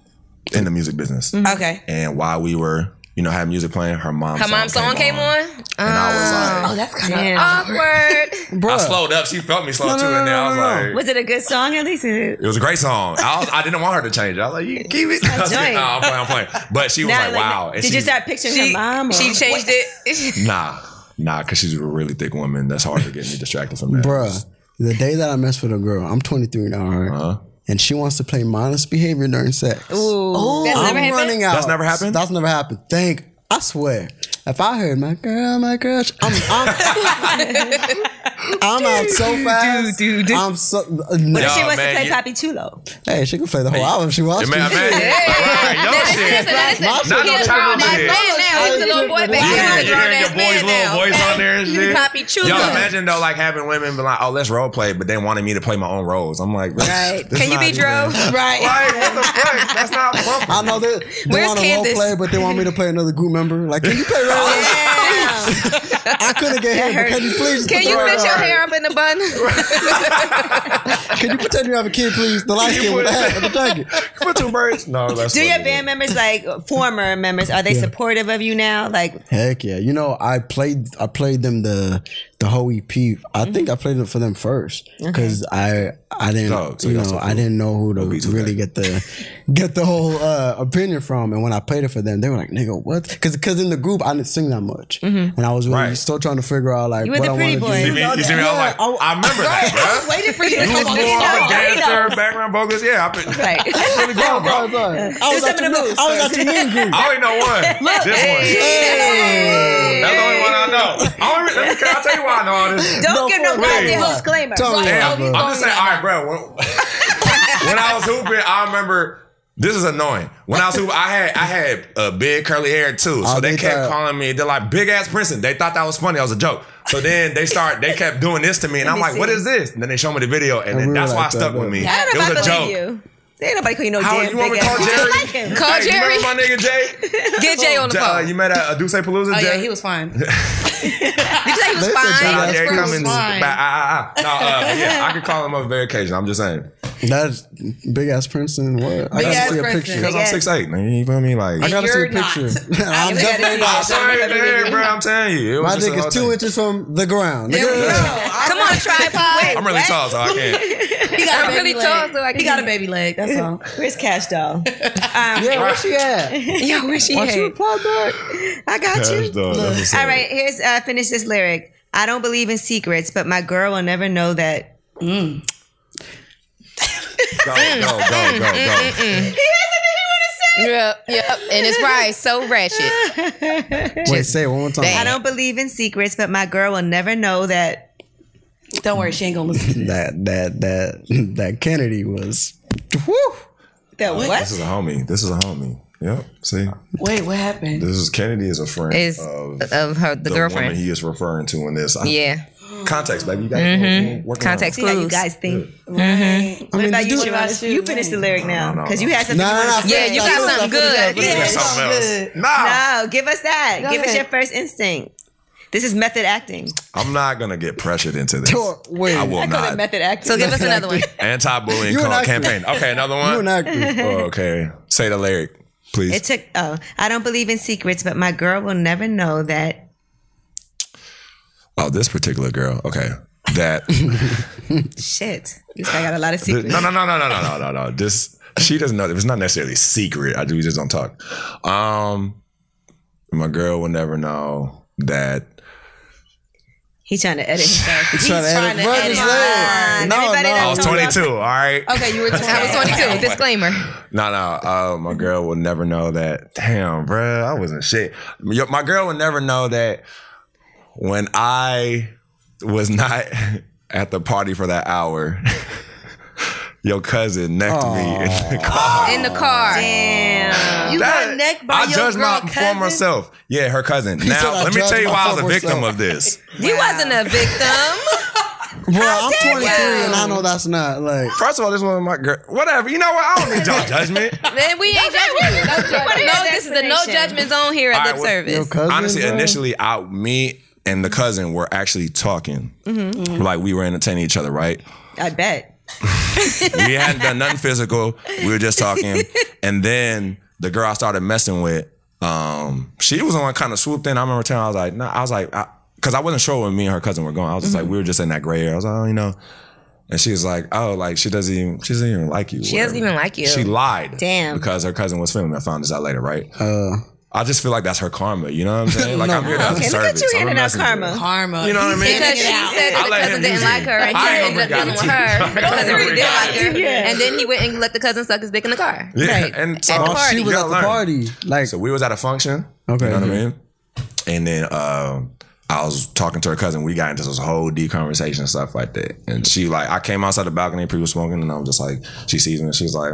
S4: in the music business,
S5: Mm-hmm.
S3: Okay.
S4: and while we were you know had music playing, her mom
S6: Her mom's song came on.
S4: and I was like,
S3: that's kind of
S6: Awkward.
S4: I slowed up. She felt me slow too, and then I was like,
S1: Was it a good song at least?
S4: It was a great song. I, was, I didn't want her to change. it. I was like, you can keep it. I was like,
S1: Enjoy.
S4: no, I'm playing, I'm playing. But she was
S1: Now,
S4: like, wow. And
S1: Did
S4: she,
S1: you start picturing her mom? Or?
S6: She changed it.
S4: Nah, nah, because she's a really thick woman. That's hard to get me distracted from that.
S5: Bruh, the day that I mess with a girl, I'm 23 now, all right?
S4: Uh-huh.
S5: And she wants to play modest behavior during sex.
S6: That's
S1: Oh.
S5: I'm
S6: never happened.
S5: running out.
S4: That's never happened?
S5: That's never happened. Thank. I swear. If I heard my girl, my girl, sh- I'm I'm, I'm out so fast. I'm so uh, no.
S4: Y'all,
S1: she wants to
S4: man,
S1: play
S4: you-
S1: Papi Chulo.
S5: Hey, she can play the whole album. She wants
S4: Man,
S5: to.
S4: man, all right, your shit. Not no child
S6: He's a grown
S4: shit.
S6: ass man now. He's a little boy back
S4: You
S6: there.
S4: hear,
S6: He's a
S4: you
S6: grown
S4: hear your
S6: ass
S4: boy's
S6: man
S4: little
S6: now.
S4: voice on there and shit.
S6: Poppy Chulo.
S4: Y'all imagine though, like having women be like, "Oh, let's role play," but they wanted me to play my own roles. I'm like,
S6: Right. Can you be Dro?
S3: right.
S4: Like, what the fuck? That's not fun.
S5: I know that they
S6: Where's
S5: want to role
S6: Candace?
S5: play, but they want me to play another group member. Like, can you play? Role? I couldn't get him. But can you please?
S6: Can you
S5: Right,
S6: fix your
S5: right.
S6: hair up in a bun?
S5: Can you pretend you have a kid, please? The light skin with the hat and the jacket.
S4: Put two birds. No, that's
S1: Do your
S4: funny.
S1: band members, like former members, are they supportive of you now? Like,
S5: Heck yeah! You know, I played I played them the the whole EP. I think I played it for them first because I I didn't
S4: Oh, so
S5: you know
S4: y'all still
S5: I didn't know who to
S4: too
S5: really get the get the whole uh, opinion from. And when I played it for them, they were like, "Nigga, what?" Because in the group I didn't sing that much, and I was really
S4: Right.
S5: still trying to figure out like
S1: You were
S5: what
S1: the
S5: I
S1: pretty
S5: wanted
S1: boy.
S5: to
S4: You
S5: do.
S4: see me? You see me? I was
S1: Oh,
S4: like, I remember that, bro.
S1: waiting for you to
S4: You was
S1: come on the
S4: born a
S1: show.
S4: dancer, background vocals. Yeah, I've been
S1: Right.
S4: really grown,
S5: I
S4: bro.
S5: was like, I was
S1: some
S5: at
S1: of
S5: your
S1: the
S5: new-
S1: moves
S5: I was at your new group.
S4: I only know one. this one. That's the only one I know. I only, let me, I'll tell you why I know all this.
S1: Don't
S5: No,
S1: give
S5: for
S1: no
S5: real.
S1: goddamn disclaimer.
S5: Tell me
S4: Damn,
S5: why, bro.
S4: I'm just saying, all right, bro. When, when I was hooping, I remember. This is annoying. When I was hooping, I had I had uh, big curly hair too, so
S5: I'll
S4: they
S5: be
S4: kept
S5: tired.
S4: calling me. They're like big ass Princeton. They thought that was funny. That was a joke. So then they start. They kept doing this to me, and I'm like, "What is this?" And then they show me the video, and, then
S5: we were
S4: that's why
S5: like
S4: it
S5: that,
S4: stuck
S5: bro.
S4: with me.
S1: I don't
S4: It
S1: know if I
S4: was a
S1: believe
S4: joke.
S1: you. Ain't nobody call you no
S4: How
S1: damn
S4: you want me
S1: big
S4: to call
S1: ass. You
S4: Jerry?
S1: just like him.
S6: Call
S4: Hey,
S6: Jerry.
S4: You remember my nigga Jay?
S6: Get Jay on the
S4: Uh,
S6: phone.
S4: you met at a Duce Palooza?
S3: Oh yeah,
S4: Jay?
S3: he was fine.
S6: Did you say he was
S5: Listen,
S6: fine?
S5: Jay,
S4: Uh,
S5: that's
S4: Jay
S5: cool.
S4: Cummins. Bah,
S3: Fine.
S4: ah, ah, ah. No, uh, but yeah, I could call him up very occasion. I'm just saying.
S5: That's big ass Princeton. What? I
S3: ass
S5: gotta see a
S3: Princeton.
S5: picture.
S4: Because I'm 6'8, man. You feel me? Like,
S5: I gotta see
S3: You're
S5: a picture.
S3: not.
S5: I'm definitely
S3: I
S5: not.
S3: gotta see
S4: sorry, man, bro. I'm telling you. It was
S5: My
S4: just
S5: dick
S4: a
S5: is
S4: whole
S5: two
S4: thing.
S5: inches from the ground.
S3: There we
S5: nigga.
S3: go. I-
S6: Come on, tripod.
S4: I'm really tall, so I can't.
S3: He got a
S6: I'm
S3: baby
S6: really
S3: leg.
S6: tall, so I
S3: He got a
S6: can't-
S3: baby leg. That's all.
S1: Where's Cash Doll?
S5: Yeah, where she at?
S6: Yo, where she
S5: Why she
S6: at?
S5: reply back?
S1: I got you.
S4: All
S1: All right, here's uh, finish this lyric. I don't believe in secrets, but my girl will never know that.
S4: Go, go, go, go, go.
S6: Yep, yep. And it's probably so ratchet.
S5: Wait, say it one more time.
S1: I don't believe in secrets, but my girl will never know that.
S3: Don't worry, she ain't gonna listen.
S5: That that that that Kennedy was. Whew.
S1: That
S4: This
S1: what?
S4: is a homie. This is a homie. Yep. See,
S3: Wait, what happened?
S4: this is Kennedy is a friend
S6: Is
S4: of
S6: of her the,
S4: the woman
S6: girlfriend.
S4: he is referring to in this. I-
S6: yeah.
S4: Context, baby. You got working on it.
S6: Context
S1: See how you
S6: clues.
S1: guys think.
S3: Right.
S1: What
S5: mean,
S1: about you,
S5: dude-
S1: Giovanna? You finish the lyric now
S4: no,
S1: because
S4: no.
S1: you had something.
S5: Nah,
S1: you wanted
S5: nah,
S1: to
S6: Yeah,
S1: say.
S6: you got something good.
S4: You got
S3: Yeah,
S4: something
S3: sounds
S4: else. Ah.
S3: good.
S4: Nah.
S1: No, give us that. give us
S3: ahead.
S1: your first instinct. This is method acting.
S4: I'm not gonna get pressured into this.
S5: Tor- Wait,
S4: I will
S1: I call it
S4: not.
S1: method acting.
S6: So give us another one.
S4: Anti-bullying
S5: You an
S4: call
S5: actor.
S4: campaign. Okay, another
S5: you
S4: one.
S5: an actor.
S4: Oh, okay, say the lyric, please.
S1: It took. Oh, I don't believe in secrets, but my girl will never know that.
S4: oh, this particular girl. Okay, that.
S1: Shit, this guy got a lot of
S4: no,
S1: secrets.
S4: no, no, no, no, no, no, no, no. This she doesn't know. It was not necessarily secret. I we just don't talk. Um, my girl will never know that.
S1: He trying to edit himself.
S5: He's trying to
S3: trying
S5: edit.
S3: to
S5: Bro,
S3: edit
S5: just
S3: him.
S5: let it- No,
S1: Everybody
S4: I
S5: no.
S1: done
S4: was 22. Oh, All right.
S3: Okay, you were.
S6: I was 22. Disclaimer.
S4: No, no. Uh, my girl will never know that. Damn, bruh, I wasn't shit. Yo, My girl will never know that when I was not at the party for that hour, your cousin necked me in the car.
S6: In the car.
S1: Damn.
S3: You got
S4: That-
S3: necked by
S4: I
S3: your
S4: judge
S3: girl
S4: my
S3: cousin?
S4: former self. Yeah, her cousin.
S5: said,
S4: Now,
S5: "I
S4: let me
S5: judge
S4: tell you
S5: my
S4: why I was a
S5: former
S4: victim
S5: self.
S4: of this.
S6: You wasn't a victim.
S5: Bro, I'm 23
S6: you?
S5: and I know that's not like.
S4: First of all, this was my girl. Whatever. You know what? I don't need y'all judgment.
S6: Then we ain't judging. you. No, judgment. no
S1: that
S6: this is the no
S1: explanation?
S6: judgment zone here at
S4: All
S6: Lip
S4: right, well,
S5: Your
S6: Service.
S5: cousin,
S4: Honestly,
S5: bro?
S4: initially, I, me and the cousin were actually talking.
S3: Mm-hmm.
S4: Like we were entertaining each other, right?
S1: I bet.
S4: We hadn't done nothing physical. We were just talking. And then the girl I started messing with, um, she was the one kind of swooped in. I remember telling her, I was like, nah, I was like, I, because I wasn't sure when me and her cousin were going. I was just like, we were just in that gray area. I was like, oh, you know. And she was like, oh, like she doesn't even she doesn't even like you.
S6: She doesn't even like you.
S4: She lied.
S7: Damn.
S4: Because her cousin was filming. I found this out later, right?
S5: Uh.
S4: I just feel like that's her karma. You know what I'm saying? Like I'm here to
S7: Okay, look at
S4: service.
S7: you
S4: I'm a
S7: handing out
S4: messenger.
S7: karma.
S3: Karma.
S4: You know what I mean?
S6: Because she said that
S4: I
S6: the
S4: let
S6: cousin
S4: him
S6: didn't
S4: use
S6: like
S4: it.
S6: her, and he
S4: I ain't
S6: ended up
S4: gonna
S6: dealing
S4: bring
S6: with
S4: God
S6: her. Because
S4: to you. I ain't gonna
S6: he
S4: bring
S6: did
S4: God
S6: like
S4: to
S6: her,
S4: you.
S6: and then he went and let the cousin suck his dick in the car.
S4: Yeah,
S6: Right.
S4: and
S6: at the
S4: so-
S6: party.
S5: She
S4: You
S5: was at
S4: gotta
S5: the
S4: learn.
S5: party. Like
S4: So we was at a function.
S5: Okay. Mm-hmm.
S4: You know what I mean? And then um, I was talking to her cousin. We got into this whole deep conversation and stuff like that. And she like, I came outside the balcony, people smoking, and I was just like, she sees me and she's like,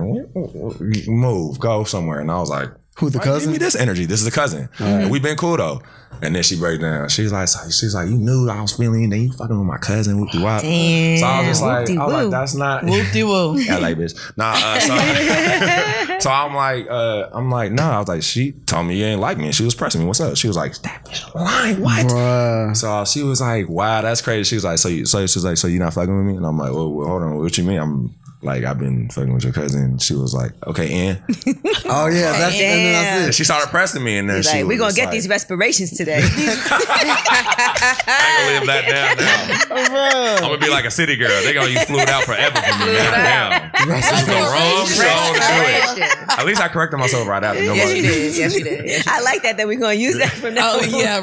S4: move, go somewhere. And I was like,
S5: Who, the
S4: "Why you
S5: cousin?"
S4: Give me this energy. This is the cousin. And we've been cool though. And then she break down. She's like, so- she's like, you knew I was feeling, then you fucking with my cousin, whoop de wop. So I was just like, I was like, that's not
S3: Whoop-de-woo.
S4: LA bitch. Nah, uh, so, so I'm like, uh, I'm like, nah. I was like, she told me you ain't like me, and she was pressing me. What's up? She was like, that bitch lying. What?
S5: bruh.
S4: So uh, she was like, wow, that's crazy. She was like, so you, so she's like, so you not fucking with me? And I'm like, well, well, hold on, what you mean? I'm like, I've been fucking with your cousin. She was like, okay, and,
S5: Oh yeah, that's and then
S4: and
S5: that's it.
S4: she started pressing me, and then she
S7: Like,
S4: was
S7: we're gonna
S4: just
S7: get
S4: like,
S7: these respirations today.
S4: I ain't gonna live that down. now. I'm gonna be like a city girl. They gonna use fluid out forever for me. Now, Damn. This is the wrong song to do it. At least I corrected myself right after. No
S6: Yes,
S4: more-
S6: she did. Yes, she did. Yes, she
S7: I like that that we're gonna use that from now
S3: Oh
S7: on.
S3: yeah,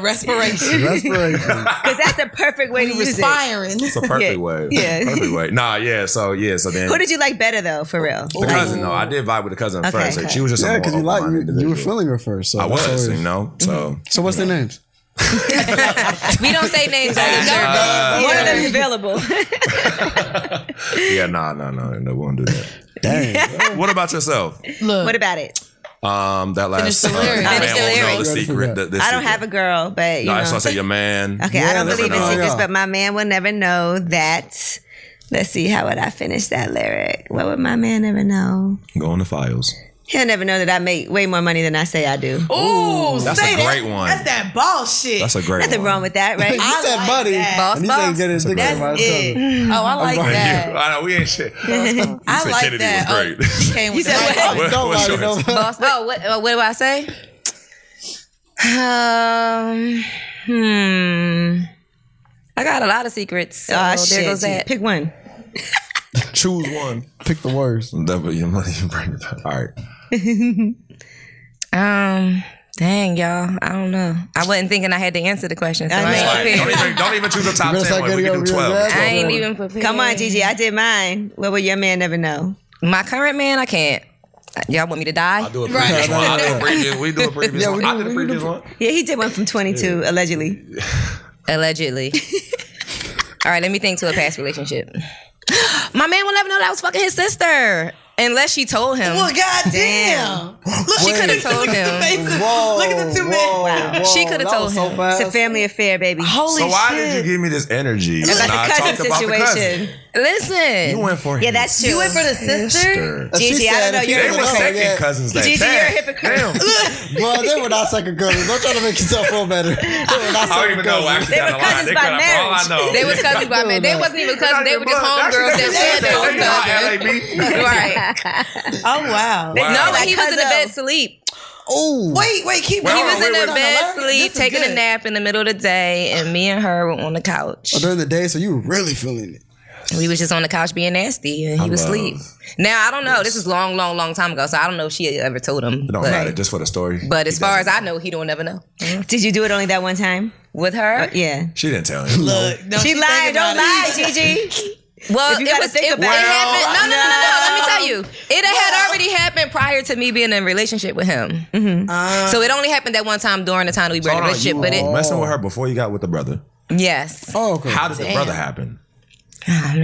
S3: respiration.
S5: Respiration.
S7: because that's the perfect way to use it.
S3: Respiring.
S4: It's a perfect
S7: Yeah.
S4: way.
S7: Yeah.
S4: Perfect way. Nah, yeah. So yeah. So then
S7: Who did you like better though, for real?
S4: the cousin though, I did vibe with the cousin at
S7: Okay,
S4: first. Like,
S7: okay.
S4: she was just
S5: yeah,
S4: a more
S5: because you like
S4: open-minded
S5: you, you were
S4: individual.
S5: feeling her first. So
S4: I
S5: that's
S4: was,
S5: always-
S4: you know. So
S5: So what's their names?
S6: did. We don't say names on the show.
S7: One of them's available. Mm-hmm.
S4: yeah, nah, nah, nah, no, we won't do that.
S5: Dang.
S4: what about yourself?
S3: Look.
S7: what about it?
S4: Um, that last
S3: Finish the lyric.
S4: your
S6: Finish the
S4: man won't know
S6: lyric.
S4: the secret. The, the
S7: I don't
S4: secret.
S7: have a girl, but you
S4: Nah,
S7: know.
S4: that's why I say your man.
S7: okay, I
S5: Yeah,
S7: don't
S5: that's
S7: believe in
S5: another-
S7: secrets,
S5: yeah.
S7: but my man will never know that. Let's see, how would I finish that lyric? What would my man never know?
S4: Go on the files.
S7: He'll never know that I make way more money than I say I do.
S3: Ooh,
S4: That's
S3: say
S4: a
S3: that.
S4: great one.
S3: That's that ball shit.
S4: That's a great.
S7: Nothing
S4: one.
S7: wrong with that, right?
S5: He said, buddy.
S3: that.
S5: And he said, get his dick
S4: That's
S5: out of my
S3: it.
S5: cousin.
S3: Oh, I like
S4: Fuck you.
S3: that.
S4: I know we ain't shit.
S3: I
S4: said
S3: like
S4: Kennedy
S3: that.
S4: was
S3: Oh,
S4: great.
S3: she came with
S7: said
S3: the right
S7: what?
S3: one.
S4: What-
S5: Don't
S4: what's
S5: lie,
S4: yours?
S5: don't lie.
S6: Boss, oh, what, uh, what do I say? Um, hmm. I got a lot of secrets. So
S7: Aw,
S1: Ah,
S6: there
S7: Oh, shit,
S6: goes
S7: G.
S6: that.
S7: Pick one.
S4: Choose one.
S5: Pick the worst.
S4: That, but you might even bring it back. All right.
S6: Um, dang, y'all. I don't know. I wasn't thinking I had to answer the question, so I,
S7: I know.
S6: ain't
S4: Like, don't,
S6: prepared.
S4: even, don't even choose a top
S5: better
S4: ten.
S5: start
S4: Like, we can
S5: getting
S4: do
S5: over your
S4: twelve.
S5: dad.
S6: I ain't even prepared.
S7: Come on, Gigi. I did mine. What would your man never know?
S6: My current man, I can't. Y'all want me to
S4: I
S6: die?
S4: do a previous one. I do a previous. We do a previous
S5: Yeah,
S4: one.
S5: we do-
S4: I did a
S5: we do-
S4: previous one.
S7: Yeah, he did one from 22, allegedly.
S6: Allegedly. All right, let me think to a past relationship. My man will never know that I was fucking his sister unless she told him.
S3: Well, goddamn. Look, she
S6: coulda told him.
S3: Look at the two men.
S5: Wow.
S6: She coulda told him.
S7: It's
S5: Uh,
S7: a family affair, baby.
S3: Holy
S4: So why
S3: shit.
S4: did you give me this energy?
S7: About
S4: when I
S7: the cousin
S4: talked about the
S7: situation.
S4: cousin?
S6: Listen.
S4: You went for
S7: Yeah,
S4: him.
S7: that's true.
S3: You went for the sister?
S4: Stir.
S7: Gigi, I don't know. You're
S4: They
S7: a
S4: were second
S5: yeah.
S4: cousins like
S7: Gigi,
S4: that.
S7: you're a hypocrite.
S4: Damn.
S5: Bro, they were not second cousins. Don't try to make yourself feel better. They were not
S4: I don't even
S5: second
S4: know.
S5: cousins.
S4: Actually,
S7: They were
S4: down the line,
S7: cousins
S4: they
S7: by
S4: cut up all I
S7: marriage.
S4: know.
S6: They was cousins by man. They wasn't even cousins. They were just homegirls that
S4: They not
S6: said
S4: LA beef.
S6: they Right.
S3: Oh, wow.
S4: Wow.
S6: No,
S7: Like
S6: he was in the
S7: cousin.
S6: bed sleep.
S5: Ooh.
S3: Wait, wait, keep
S4: Well,
S6: He
S4: Oh,
S6: was in
S4: wait,
S6: the
S4: wait.
S6: bed sleep,
S3: This is
S6: taking a
S3: good.
S6: nap in the middle of the day, and me and her were on the couch.
S5: Oh, during the day, so you were really feeling it.
S6: We was just on the couch being nasty, and he was
S4: love-
S6: asleep. Now I don't know. This is long, long, long time ago, so I don't know if she ever told him.
S4: It don't
S6: but,
S4: matter. Just for the story.
S6: but as far as I know, he don't ever know.
S7: Did you do it only that one time?
S6: With her,
S7: Yeah.
S4: She didn't tell him.
S3: Look, no,
S7: She lied.
S3: thinking
S7: Don't
S3: about
S7: lie,
S3: it.
S7: Gigi.
S6: well,
S7: If you
S6: it
S7: gotta
S6: was.
S7: think
S6: it,
S7: about
S6: it
S7: it.
S6: happened. No, no, no, no, no. Let me
S3: No.
S6: tell you, it had already happened prior to me being in a relationship with him. Mm-hmm. so it only happened that one time during the time that we were in a relationship.
S4: Oh, you
S6: But it,
S4: messing with her before you got with the brother.
S6: yes,
S5: Oh, okay.
S4: How did the brother happen?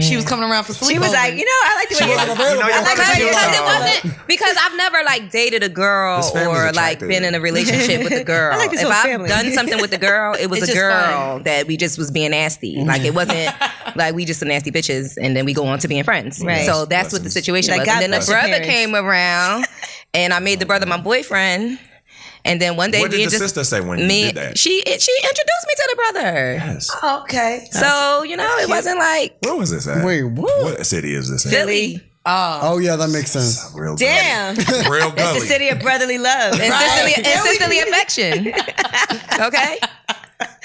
S3: She was coming around for sleep.
S7: She was like, you know, I like the way
S5: wasn't
S7: you
S5: available.
S4: You know
S7: I like
S4: your
S7: how you cut
S6: because
S4: brother did
S6: it
S4: all that.
S6: wasn't because I've never like dated a girl
S4: This family's
S6: or like
S4: attractive.
S6: been in a relationship with a girl.
S7: I like this
S6: if
S7: whole
S6: I've
S7: family.
S6: done something with a girl, it was
S3: It's
S6: a
S3: just
S6: girl that we just was being nasty. Like it wasn't like we just some nasty bitches and then we go on to being friends.
S7: Right.
S6: So that's what the situation
S7: Like,
S6: was.
S7: God
S6: And then the
S7: bless your
S6: brother
S7: parents.
S6: came around and I made the brother my boyfriend. And then one day
S4: What
S6: me
S4: did
S6: and
S4: the
S6: just
S4: sister say when you
S6: me
S4: did that?
S6: she she introduced me to the brother.
S4: Yes.
S3: know, okay.
S6: So, you know, it wasn't like
S4: Where was this at?
S5: Wait, what?
S4: What city is this in?
S6: Philly.
S5: Oh, yeah, that makes sense.
S4: Real
S7: Damn. It's
S4: gully. Real
S7: the
S4: gully.
S7: city of brotherly love.
S6: and sisterly, and sisterly affection. okay,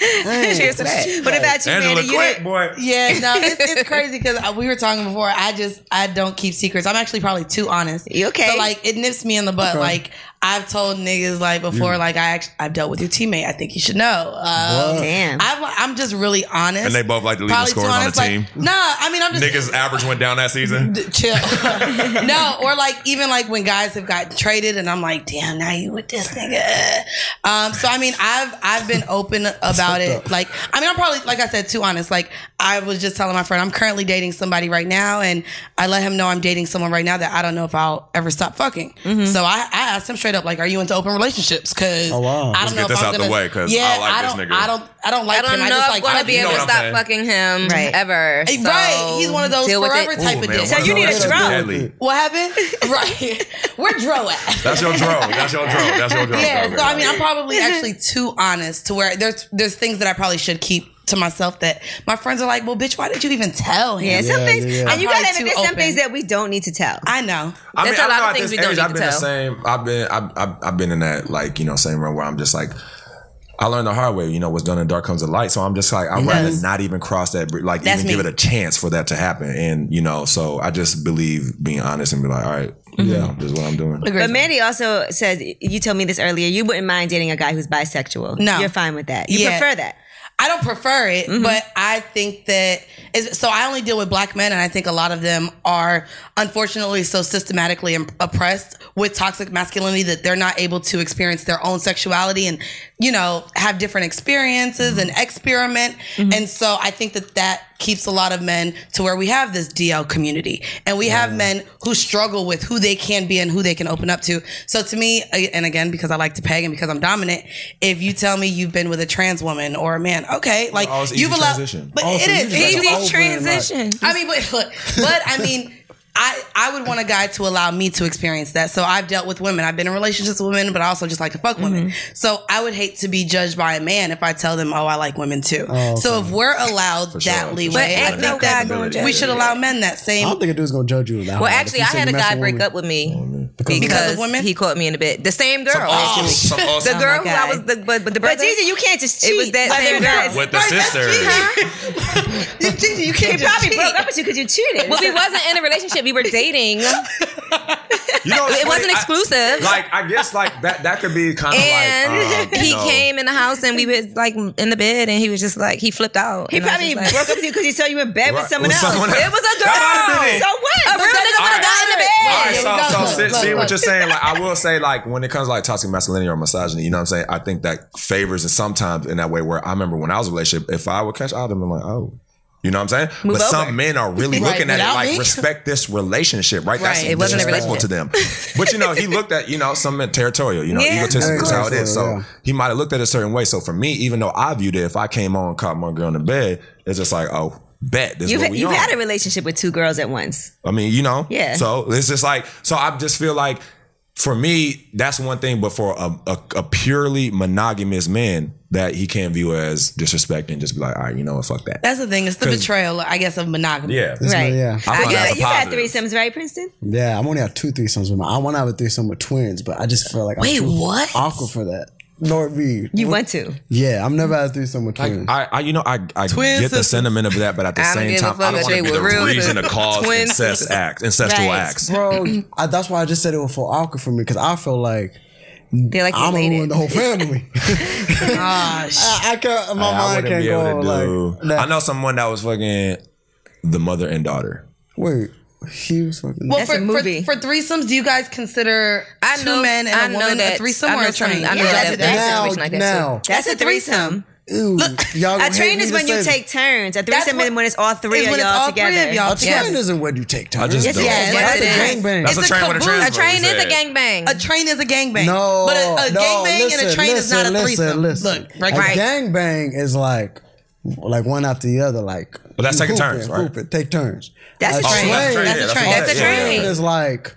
S6: Cheers to that.
S1: What about you,
S4: Angela,
S1: Amanda? You
S4: quick,
S1: didn't-
S4: boy.
S3: Yeah, no, it's, it's crazy because we were talking before. I just I don't keep secrets. I'm actually probably too honest.
S7: You okay?
S3: So like it nips me in the butt. Like I've told niggas like before. Like I act- I've dealt with your teammate. I think you should know.
S7: uh,
S3: Um,
S7: Damn.
S3: I've, I'm just really honest.
S4: And they both like to lead the
S3: Probably too
S4: scores on the
S3: honest, like,
S4: team.
S3: Nah, I mean I'm just
S4: Niggas average went down that season.
S3: D- chill. no, or like even like when guys have gotten traded, and I'm like, damn, now you with this nigga. Um, so I mean, I've I've been open about it. Like, I mean, I'm probably like I said, too honest. Like, I was just telling my friend I'm currently dating somebody right now, and I let him know I'm dating someone right now that I don't know if I'll ever stop fucking.
S4: Mm-hmm.
S3: So I, I asked him straight up, like, are you into open relationships? Because
S5: wow.
S3: I
S4: Let's
S3: don't
S4: get
S3: know
S4: this
S3: if I'm
S4: out the
S3: gonna,
S4: way, 'cause I
S3: yeah,
S4: like
S3: I
S4: this
S3: don't,
S4: nigga.
S3: I don't, I don't like
S6: I don't
S3: him.
S6: know
S3: I
S6: if I'm
S3: just
S6: Eh,
S3: like
S6: gonna
S3: I-
S6: be
S4: you know
S6: able to
S4: what I'm
S6: stop
S4: saying.
S6: fucking him
S1: Right.
S6: ever. So
S3: Right, he's one of those
S6: deal with
S3: forever
S6: it.
S3: type
S4: Ooh,
S3: of
S4: man,
S3: dicks.
S4: one of
S1: you need a
S4: those
S1: drone.
S4: is deadly.
S3: What happened? right. Where Dro at?
S4: That's your drone. That's your drone. That's your drone.
S3: Yeah,
S4: Okay,
S3: so I mean,
S4: right.
S3: I'm probably actually too honest to where there's there's things that I probably should keep to myself that my friends are like, well, bitch, why did you even tell him?
S7: Yeah, some
S5: Yeah,
S7: things,
S5: yeah, yeah.
S7: and you
S3: I'm
S7: gotta
S3: probably
S7: admit,
S3: too
S7: there's some
S3: open.
S7: things that we don't need to tell.
S3: I know.
S4: I
S6: That's a
S4: I'm
S6: lot of
S4: not at
S6: things
S4: this
S6: we don't
S4: age,
S6: need
S4: I've
S6: to
S4: been the
S6: tell.
S4: same. I've been I've, I've I've been in that like you know same realm where I'm just like. I learned the hard way, you know, what's done in dark comes to light. So I'm just like, I'd rather not even cross that, bridge, like
S3: That's
S4: even give
S3: me.
S4: it a chance for that to happen. And, you know, so I just believe being honest and be like, all right, yeah, this is what I'm doing.
S7: But Mandy also says you told me this earlier. You wouldn't mind dating a guy who's bisexual.
S3: No.
S7: you're fine with that. You
S3: Yeah.
S7: prefer that.
S3: I don't prefer it, but I think that is so I only deal with black men and I think a lot of them are unfortunately so systematically im- oppressed with toxic masculinity that they're not able to experience their own sexuality and you know have different experiences and experiment. And so I think that that keeps a lot of men to where we have this DL community and we have men who struggle with who they can be and who they can open up to. So to me, a- and again, because I like to peg and because I'm dominant, if you tell me you've been with a trans woman or a man, okay, like
S4: Oh, it's easy
S3: you've allowed,
S4: transition.
S3: but
S5: Oh,
S3: it
S5: so you
S3: is
S5: just
S3: easy.
S5: like over and, like-
S3: I mean, but look, but I mean, I I would want a guy to allow me to experience that. So I've dealt with women. I've been in relationships with women, but I also just like to fuck
S4: Mm-hmm.
S3: women. So I would hate to be judged by a man if I tell them, oh, I like women too. So if we're allowed
S4: For sure,
S3: that
S4: for
S3: leeway,
S4: sure.
S3: I
S6: ain't no
S3: think
S6: guy
S3: that
S6: gonna judge
S3: we should
S6: you.
S3: allow men that
S5: I
S3: same.
S5: don't think a dude's gonna judge you.
S6: Well, actually, I had a guy break up with oh, me
S5: because
S6: because
S3: of women?
S6: he caught me in the bed. The same girl.
S4: Some awesome, Oh, some
S6: The
S4: awesome
S6: girl who I
S7: God.
S6: was, the, but, but the
S7: But
S6: brother.
S7: Jeezy, you can't just cheat.
S6: It was that
S7: whether
S6: same
S7: or not
S6: girl.
S7: it's-
S4: with the sister.
S3: Gigi, you can't
S7: He
S3: just
S7: probably
S3: cheat.
S7: broke up with you because you cheated.
S6: well, we wasn't in a relationship. We were dating.
S4: You know, it's
S6: It wasn't
S4: funny, I-
S6: exclusive.
S4: like, I guess like that, that could be kind of like,
S6: and
S4: um, you
S6: he
S4: know,
S6: came in the house and we was like in the bed and he was just like he flipped out.
S7: he
S6: And I was
S7: probably
S6: just like-
S7: broke up with you because he saw you in bed with
S4: Right,
S7: someone
S4: with
S7: else.
S4: someone
S6: It was a girl.
S4: That might have been it.
S7: So what?
S6: A real nigga
S4: All
S6: would have
S4: right.
S6: got in the
S4: All right,
S6: bed.
S4: so, so
S3: Look,
S4: see, see
S3: look,
S4: what
S3: look.
S4: you're saying. Like, I will say, like, when it comes to like toxic masculinity or misogyny, you know what I'm saying? I think that favors and sometimes in that way where I remember when I was in a relationship, if I would catch out of them, I'm like, oh. You know what I'm saying? but some men are really
S3: Right,
S4: looking at it
S3: without
S4: like
S3: me.
S4: respect this relationship, right? That's
S6: Right, it wasn't a
S4: disrespectful to them. But you know, he looked at you know some men territorial, you know,
S6: Yeah,
S4: egotistic
S5: of
S4: is how it
S5: course.
S4: is. So
S5: Yeah.
S4: he might have looked at it a certain way. So for me, even though I viewed it, if I came on and caught my girl in the bed, it's just like, oh, bet this is
S7: You've,
S4: what we
S7: you've
S4: on.
S7: had a relationship with two girls at once.
S4: I mean, you know.
S7: Yeah.
S4: So it's just like so. I just feel like for me that's one thing, but for a, a, a purely monogamous man, that he can't view as disrespect and just be like, all right, you know what, fuck that.
S3: That's the thing. It's the
S4: 'Cause-
S3: betrayal, I guess, of monogamy.
S4: yeah.
S7: Right.
S5: yeah.
S4: I
S7: you
S4: find that's a
S7: you had
S4: positive.
S7: threesomes, right, Princeton?
S5: Yeah, I'm only have two threesomes with my. I want to have a threesome with twins, but I just feel like I'm too
S6: what?
S5: awkward for that. Lord B.
S7: You want to.
S5: Yeah, I've never had a threesome with twins.
S4: I, I, you know, I, I
S3: Twin
S4: get the
S3: sisters.
S4: sentiment of that, but at the
S6: I don't
S4: same
S6: give a
S4: time, I
S6: fuck
S4: don't
S6: if
S4: want
S6: they
S4: to be the
S6: were real
S4: reason to
S6: sisters.
S4: cause
S6: Twin
S4: incest
S6: sisters.
S4: acts, incestual
S7: Right.
S4: acts.
S5: bro. I, that's why I just said it was so awkward for me because I feel like
S7: They're like
S5: I'm gonna
S7: related.
S5: ruin the whole family.
S3: Gosh.
S5: I, I can't. My
S4: I
S5: mind
S4: wouldn't
S5: can't
S4: be
S5: go
S4: able
S5: on,
S4: to do.
S5: like. That.
S4: I know someone that was fucking the mother and daughter.
S5: Wait, he was fucking.
S3: Well,
S7: That's
S3: for,
S7: a movie.
S3: For, for threesomes, do you guys consider
S6: I
S3: two
S6: know-
S3: men and
S6: I
S3: a
S6: know
S3: woman
S6: that-
S3: a threesome
S6: I
S3: or
S6: know
S3: a
S6: some-
S3: train?
S6: I know
S3: Yeah,
S6: that-
S3: that's-
S6: that-
S3: that's-
S5: now,
S6: situation like that,
S5: now,
S7: That's a threesome.
S5: ew, y'all gonna
S7: A
S5: hate
S7: train
S5: me
S7: is
S5: to
S7: when you
S5: say this.
S7: take turns. A threesome
S3: what-
S7: is when it's all three
S3: is
S7: of
S3: when it's
S7: y'all
S3: all three of
S7: together.
S3: y'all.
S5: A train
S6: Yes.
S5: isn't when you take turns.
S4: I just don't.
S7: yes,
S6: yes,
S5: that's
S6: it
S5: a
S6: is.
S5: gangbang.
S4: That's a train with a
S3: kaboom.
S4: train.
S6: A train is a gangbang.
S3: A train is a gangbang.
S5: No,
S3: But a, a
S5: no,
S3: gangbang and a train is not a threesome. Look, right,
S5: a
S3: right.
S5: gangbang is like like one after the other, like.
S4: But that's
S5: you
S4: taking
S5: hooping,
S4: turns, right?
S5: hooping, take turns.
S7: That's a train.
S4: That's a train.
S5: That's
S4: yeah,
S5: a
S4: that's
S5: train.
S4: all that- yeah, yeah.
S5: is like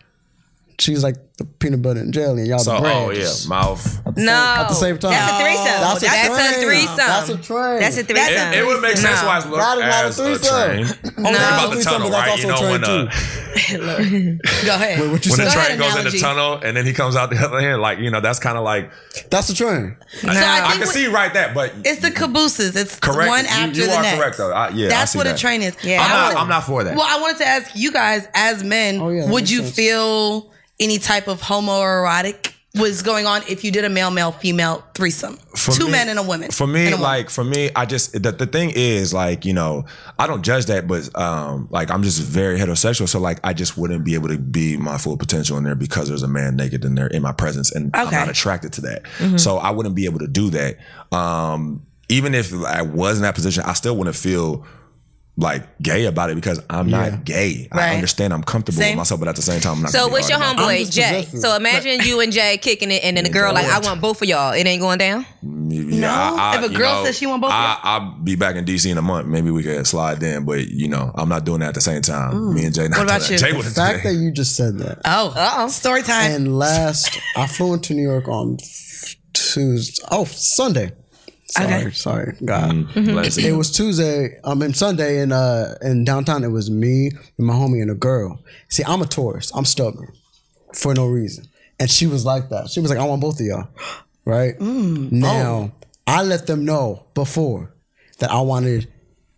S5: she's like the peanut butter and jelly, and y'all
S4: So
S5: the bread.
S4: oh yeah, mouth.
S6: No.
S5: at the same time.
S7: That's a threesome.
S5: That's a
S6: That's a
S5: train.
S6: threesome.
S5: That's a train.
S7: That's a threesome.
S4: It, it would make sense why it's looked
S5: Not a- not a
S4: as a
S5: threesome.
S4: train. Oh,
S5: no.
S4: about the tunnel, right? You know when uh,
S3: Go ahead.
S5: Wait, what you
S4: when the
S5: said?
S4: train goes in
S3: analogy.
S4: the tunnel and then he comes out the other end, like you know, that's kind of like
S5: That's a train.
S3: so
S4: I
S3: I think
S4: can
S3: what-
S4: see right that, but
S3: it's the cabooses. It's
S4: correct.
S3: one
S4: You-
S3: after
S4: you,
S3: the
S4: are
S3: next.
S4: correct though. I, yeah, I
S3: That's
S4: see
S3: what
S4: that.
S3: a train is.
S7: Yeah.
S3: I
S4: I'm
S3: would-
S4: not, I'm not for that.
S3: Well, I wanted to ask you guys, as men,
S5: Oh, yeah, that
S3: would
S5: makes
S3: you
S5: sense.
S3: feel any type of homoerotic was going on if you did a male, male, female threesome?
S4: For
S3: Two
S4: me-
S3: men and a woman.
S4: For me,
S3: And a woman.
S4: like for me, I just the, the thing is like you know I don't judge that, but um like I'm just very heterosexual, so like I just wouldn't be able to be my full potential in there because there's a man naked in there in my presence, and I'm
S3: Okay. Mm-hmm.
S4: not attracted to that, so I wouldn't be able to do that. Um Even if I was in that position, I still wouldn't feel like gay about it because I'm not gay.
S3: Right.
S4: I understand I'm comfortable
S3: Same.
S4: with myself, but at the same time, I'm not.
S6: So
S4: gonna be
S6: what's your
S4: hard about
S5: I'm
S6: homeboy
S5: just
S6: Jay?
S5: possessive.
S6: So imagine you and Jay kicking it, and then the girl like, "I want both of y'all." It ain't going down.
S4: it. Yeah, I- I-
S3: If a
S4: you
S3: girl
S4: know,
S3: says she want both of
S4: I, I'll be back in DC in a month. Maybe we could slide then, but you know, I'm not doing that at the same time. Me and Jay. Not
S3: Mm. What about
S4: doing
S3: you?
S4: that. Jay
S5: The
S4: wouldn't do
S5: fact
S4: that.
S5: that you just said that.
S3: oh, uh-oh. story time.
S5: And last, I flew into New York on Tuesday. Oh, Sunday. Sorry, sorry, God.
S4: Mm. Let's see.
S5: It was Tuesday. I mean Sunday in uh in downtown. It was me and my homie and a girl. See, I'm a tourist. I'm stubborn for no reason, and she was like that. She was like, "I want both of y'all." Right now, I let them know before that I wanted.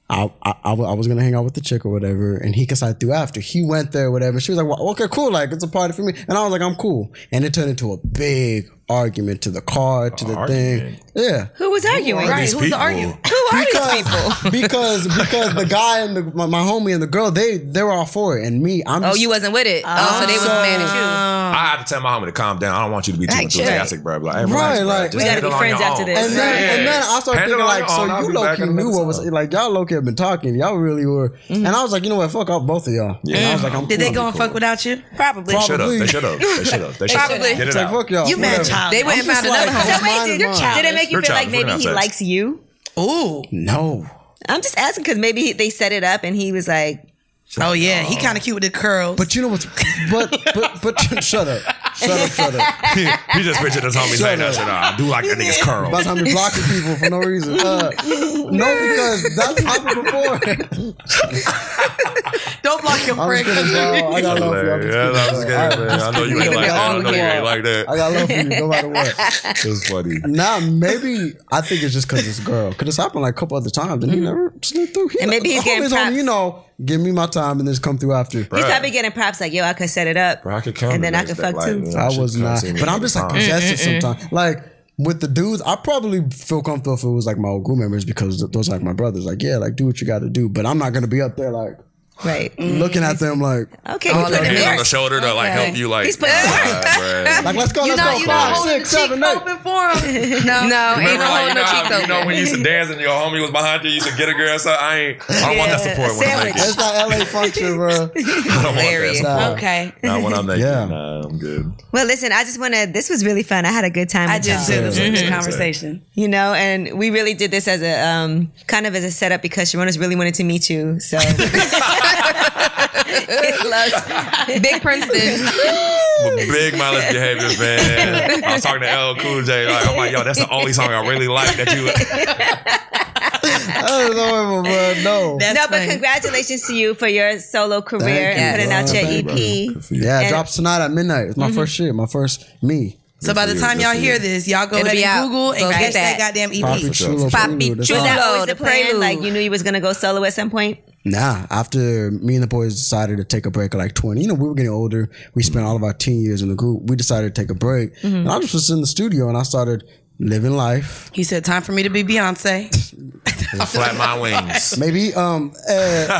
S5: I, I, I wa- I was gonna hang out with the chick or whatever, and he decided through after. He went there, whatever. She was like, well, "Okay, cool, like it's a party for me," and I was like, "I'm cool." And it turned into a big argument to the car, to the
S4: argument?
S5: thing. Yeah,
S7: Who was arguing?
S4: These
S3: Who's
S4: people.
S3: arguing?
S5: because, because because the guy and the, my, my homie and the girl they they were all for it and me I'm
S6: Oh,
S5: just,
S6: you wasn't with it. Oh, so they was mad at
S3: Um,
S4: I have to tell my homie to calm down. I don't want you to be too enthusiastic, bro. Like, hey, relax,
S5: Right,
S4: bro.
S5: like-
S4: Just
S5: We gotta
S7: be
S4: handle it on
S7: friends
S4: your
S7: after
S4: own.
S7: this.
S5: and then, and then I started
S4: Handle
S5: thinking
S4: it on
S5: like
S4: your
S5: so
S4: own. Oh, I'll
S5: you
S4: be
S5: low
S4: back
S5: key
S4: in a
S5: knew
S4: minute,
S5: what was
S4: so.
S5: like y'all low key been talking y'all really were
S6: Mm-hmm.
S5: and I was like you know what fuck up both of y'all yeah. and I was like I'm
S3: Did they
S5: cool.
S3: go and fuck without you?
S7: Probably.
S5: Probably.
S4: Shut up. They shut up. They shut up. They shut up.
S6: Probably.
S4: Get
S5: It's
S4: it
S5: like
S4: out.
S5: fuck y'all
S3: You
S5: whatever.
S3: mad child.
S6: you. They went and found another
S5: like-
S6: home.
S7: So wait,
S5: Mine
S7: did,
S5: and mine.
S7: did it make you
S4: You're
S7: feel like
S4: childish. We're
S7: maybe
S4: gonna
S7: he
S4: have sex.
S7: likes you?
S3: Ooh.
S5: no
S7: I'm just asking because maybe he- they set it up and he was like,
S3: Oh, yeah. He kind of cute with the curls.
S5: but you know what's but but but shut up shut up shut up
S4: He just pictured his homie saying that shit. "Ah, I do like that nigga's
S5: by
S4: curls.
S5: the time you're blocking people for no reason uh, no because that's happened before
S3: don't block your
S5: I'm
S3: friend.
S5: just kidding, bro. I got love for you. I'm just
S4: Yeah,
S5: kidding,
S4: I was
S5: bro.
S4: kidding,
S5: I-
S4: man. I know you ain't like that. I know you ain't like
S5: I
S4: that.
S5: got love for you no matter what.
S4: It's funny.
S5: Nah, maybe I think it's just because it's girl. Because it's happened like a couple other times and he never slid through. He
S7: And maybe he's
S5: the
S7: getting
S5: homie's on,
S7: props.
S5: You know, give me my time and just come through after.
S7: he's probably getting props like, yo, I could set it up.
S4: Bro, I could come
S7: and then
S4: to
S7: I
S4: this,
S7: could
S4: that,
S7: fuck
S4: like,
S7: too.
S4: you know,
S5: I
S4: she
S5: was
S4: come
S5: not.
S4: see me
S5: But
S4: all
S5: I'm
S4: the
S5: just like
S4: time.
S5: possessive sometimes. Like with the dudes, I probably feel comfortable if it was like my old group members because th- those are like my brothers. Like, yeah, like do what you got to do. But I'm not gonna be up there like
S7: Right.
S5: looking at them like,
S7: Okay.
S6: All
S7: you put
S6: in the
S7: it
S4: Hand on
S7: there.
S4: the shoulder to like help you. Like,
S7: He's putting
S4: "All
S7: work.
S4: right, bruh."
S5: like let's go,
S3: you
S5: let's
S3: know,
S5: go,
S3: you
S5: five,
S3: not holding
S5: six,
S3: the cheek
S5: seven, eight.
S3: open for him.
S6: you. No, ain't
S4: Remember,
S6: no
S4: like,
S6: holding no
S4: nah,
S6: cheeks
S4: you
S6: open.
S4: know when you used to dance and your homie was behind you, you used to get a girl. So I ain't. I don't want that support when I'm naked.
S5: It's not LA function, bro.
S4: I don't want that. Support. Mm-hmm.
S5: Nah.
S3: Okay.
S4: Not when I'm naked.
S5: Yeah.
S4: Nah, I'm good.
S7: Well, listen, I just want to, this was really fun. I had a good time.
S3: I
S7: with
S3: did
S7: y'all.
S3: too. This was a good
S4: Mhm.
S3: conversation.
S7: You know, and we really did this as a, um, kind of as a setup because Sharona's really wanted to meet you. So.
S6: Big Princeton.
S4: But big mileage behaviors, man. I was talking to L Cool J. Like, I'm like, yo, that's the only song I really like that you.
S5: That is horrible, bro. No.
S3: That's
S7: no,
S3: funny.
S7: but congratulations to you for your solo career
S5: Thank you,
S7: and putting
S5: bro.
S7: out your
S3: E
S7: E
S5: Thank
S7: EP.
S5: Yeah,
S7: And-
S5: it drops tonight at midnight. It's my first shit, my first me.
S3: So by the time y'all hear this, y'all go
S6: It'll
S3: ahead
S6: be out.
S3: and Google and
S6: Go get
S3: catch that.
S6: that.
S3: goddamn E EP.
S5: Papi Chulo
S6: Papi
S5: Prelude. That's
S6: Chulo.
S7: Was
S5: all.
S7: that
S6: Oh,
S7: always
S6: the
S7: the plan?
S6: prelude.
S7: Like you knew you was gonna go solo at some point?
S5: Nah, after me and the boys decided to take a break at like 20, you know, we were getting older. We spent all of our teen years in the group. We decided to take a break. And I just was in the studio and I started living life.
S3: He said, "Time for me to be Beyonce."
S4: Flap my wings.
S5: Maybe, um, eh, nah,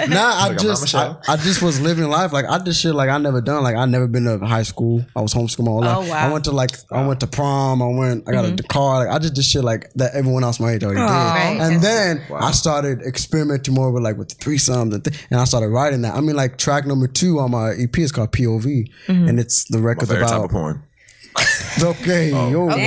S4: Like a mama
S5: just, I,
S4: show?
S5: I just was living life. Like I did shit like I never done. Like I never been to high school. I was homeschooled my whole life.
S3: Oh, wow.
S5: I went to like, I went to prom. I went, I got a car. Like I just did shit like that everyone else my age already did. And then I started experimenting more with like with the threesomes and, th- and I started writing that. I mean, like E track number two on my EP is called POV, and it's the
S4: My
S5: record's
S4: favorite type
S5: about
S4: of porn.
S5: It's okay. Yo, yo.
S4: I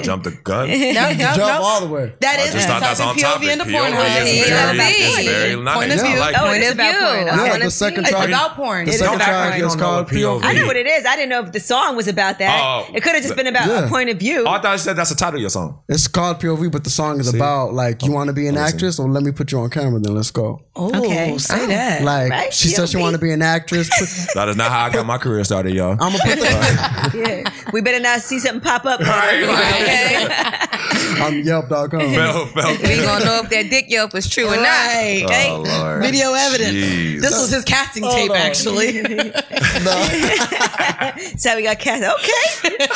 S4: jumped the gun.
S3: No, no,
S5: Jump
S3: no.
S5: all the way.
S3: That
S4: I
S3: is
S4: just thought that's on topic.
S3: POV in the porn
S4: POV
S3: hub.
S4: is
S6: Yeah,
S4: very,
S6: that's
S4: it's very nice.
S3: Point of
S4: I
S3: view.
S4: like
S1: Oh,
S4: it.
S6: Point
S1: it's
S6: of
S1: about
S6: view.
S1: porn.
S5: Yeah,
S1: Okay.
S5: the second
S3: It's
S5: track.
S3: about porn.
S5: The
S3: It's
S5: second
S4: about
S5: track
S4: porn. I
S5: is
S4: don't know
S5: called
S4: what POV. I
S5: POV.
S1: I know what it is. I didn't know if the song was about that.
S4: Oh.
S1: it could have just been about
S5: Yeah.
S1: a point of view.
S4: Oh, I thought you said that's the title of your song.
S5: It's called POV, but the song is about like you want to be an actress, or let me put you on camera. Then let's go.
S1: Okay.
S3: Oh, say that.
S5: Like
S1: Right?
S5: she said, she
S1: POV.
S5: want to be an actress. Put-
S4: That is not how I got my career started, y'all.
S5: I'm gonna put the
S1: Yeah. We better not see something pop up.
S6: Okay.
S5: on Yelp.com.
S4: felt, felt.
S6: we gonna know if that dick yelp was true or not.
S3: Right.
S4: Oh, Lord.
S3: Video evidence.
S4: Jeez.
S3: This was his casting tape, actually.
S1: so we got cast. Okay.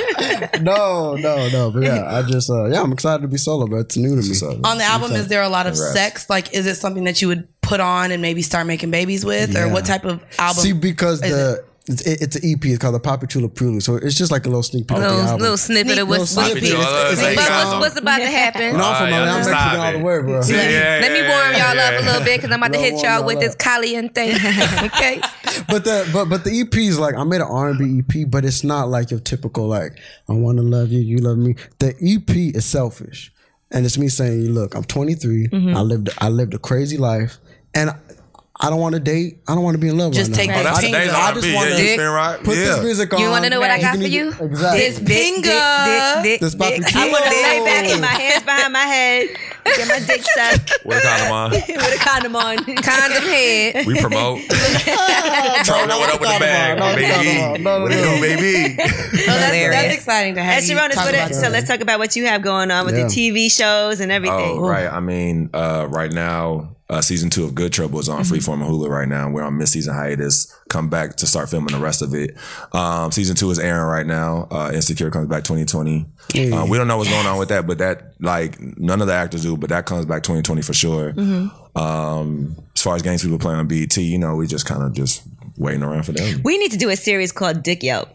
S5: No, no, no. But yeah, I just uh, yeah, I'm excited to be solo, but it's new to me.
S4: up.
S3: on the album, is there a lot of
S4: Congrats.
S3: sex? Like, is it something that you would put on and maybe start making babies with, or
S5: Yeah.
S3: what type of album?
S5: See, because the it's, it- it's an EP. It's called the Papi Chula Prelude. So it's just like a little sneak peek. of the
S6: Little,
S5: album.
S6: little snippet of what's,
S5: Little
S6: what's,
S5: sneak
S4: Papi
S5: peek.
S4: Chula,
S5: It's-
S4: thank
S5: it's-
S4: God.
S6: what's, what's about to happen.
S5: No, I'm from
S4: All right,
S5: Atlanta. I'm
S4: y'all,
S5: making
S4: stop
S5: it all
S4: it.
S5: the way, bro.
S4: Yeah, yeah,
S6: Let me
S4: yeah,
S6: warm y'all up
S4: yeah.
S6: a little bit because I'm about to hit
S5: Warm
S6: y'all
S5: y'all
S6: with this
S5: up.
S6: caliente. Okay.
S5: But the but but the EP is like I made an R and B EP, but it's not like your typical like I want to love you, you love me. The EP is selfish, and it's me saying, look, I'm 23,
S6: Mm-hmm.
S5: I lived I lived a crazy life, and I don't want to date, I don't want to be in love.
S3: Just
S5: right
S3: take
S5: now.
S4: Oh,
S3: that
S4: that's
S3: thing
S4: today's
S3: up.
S5: I just
S4: R&B. Yeah,
S5: wanna
S4: you spin right.
S5: Put
S4: yeah.
S5: this music on.
S6: You wanna know what I got
S5: can
S6: for
S5: eat-
S6: you?
S5: Exactly.
S6: This dick, dick, dick,
S5: This
S6: dick, dick.
S5: Papi
S1: I want to lay back
S5: Chula.
S1: in my hands behind my head, get my dick sucked
S4: We're kind of mine.
S1: with a condom on.
S6: Condom head.
S4: We promote. Throwing that one up with the bag.
S5: No, no, no,
S4: baby.
S5: no, no,
S4: Way to
S5: no.
S4: go, baby.
S3: That's
S6: Hilarious.
S3: exciting to have.
S1: And
S3: you
S1: Sharon,
S3: talk
S1: what
S3: about
S1: it, so let's talk about what you have going on with the
S5: Yeah.
S1: TV shows and everything.
S4: Oh, right. I mean, uh, right now, uh, season two of Good Trouble is on Freeform and Hulu right now. We're on mid-season hiatus. Come back to start filming the rest of it. Um, season two is airing right now. Uh, Insecure comes back 2020. Uh, we don't know what's going on with that, but that like none of the actors do, but that comes back 2020 for sure. Um, as far as games people play on BET, you know, we just kind of just waiting around for them.
S1: We need to do a series called Dick Yelp.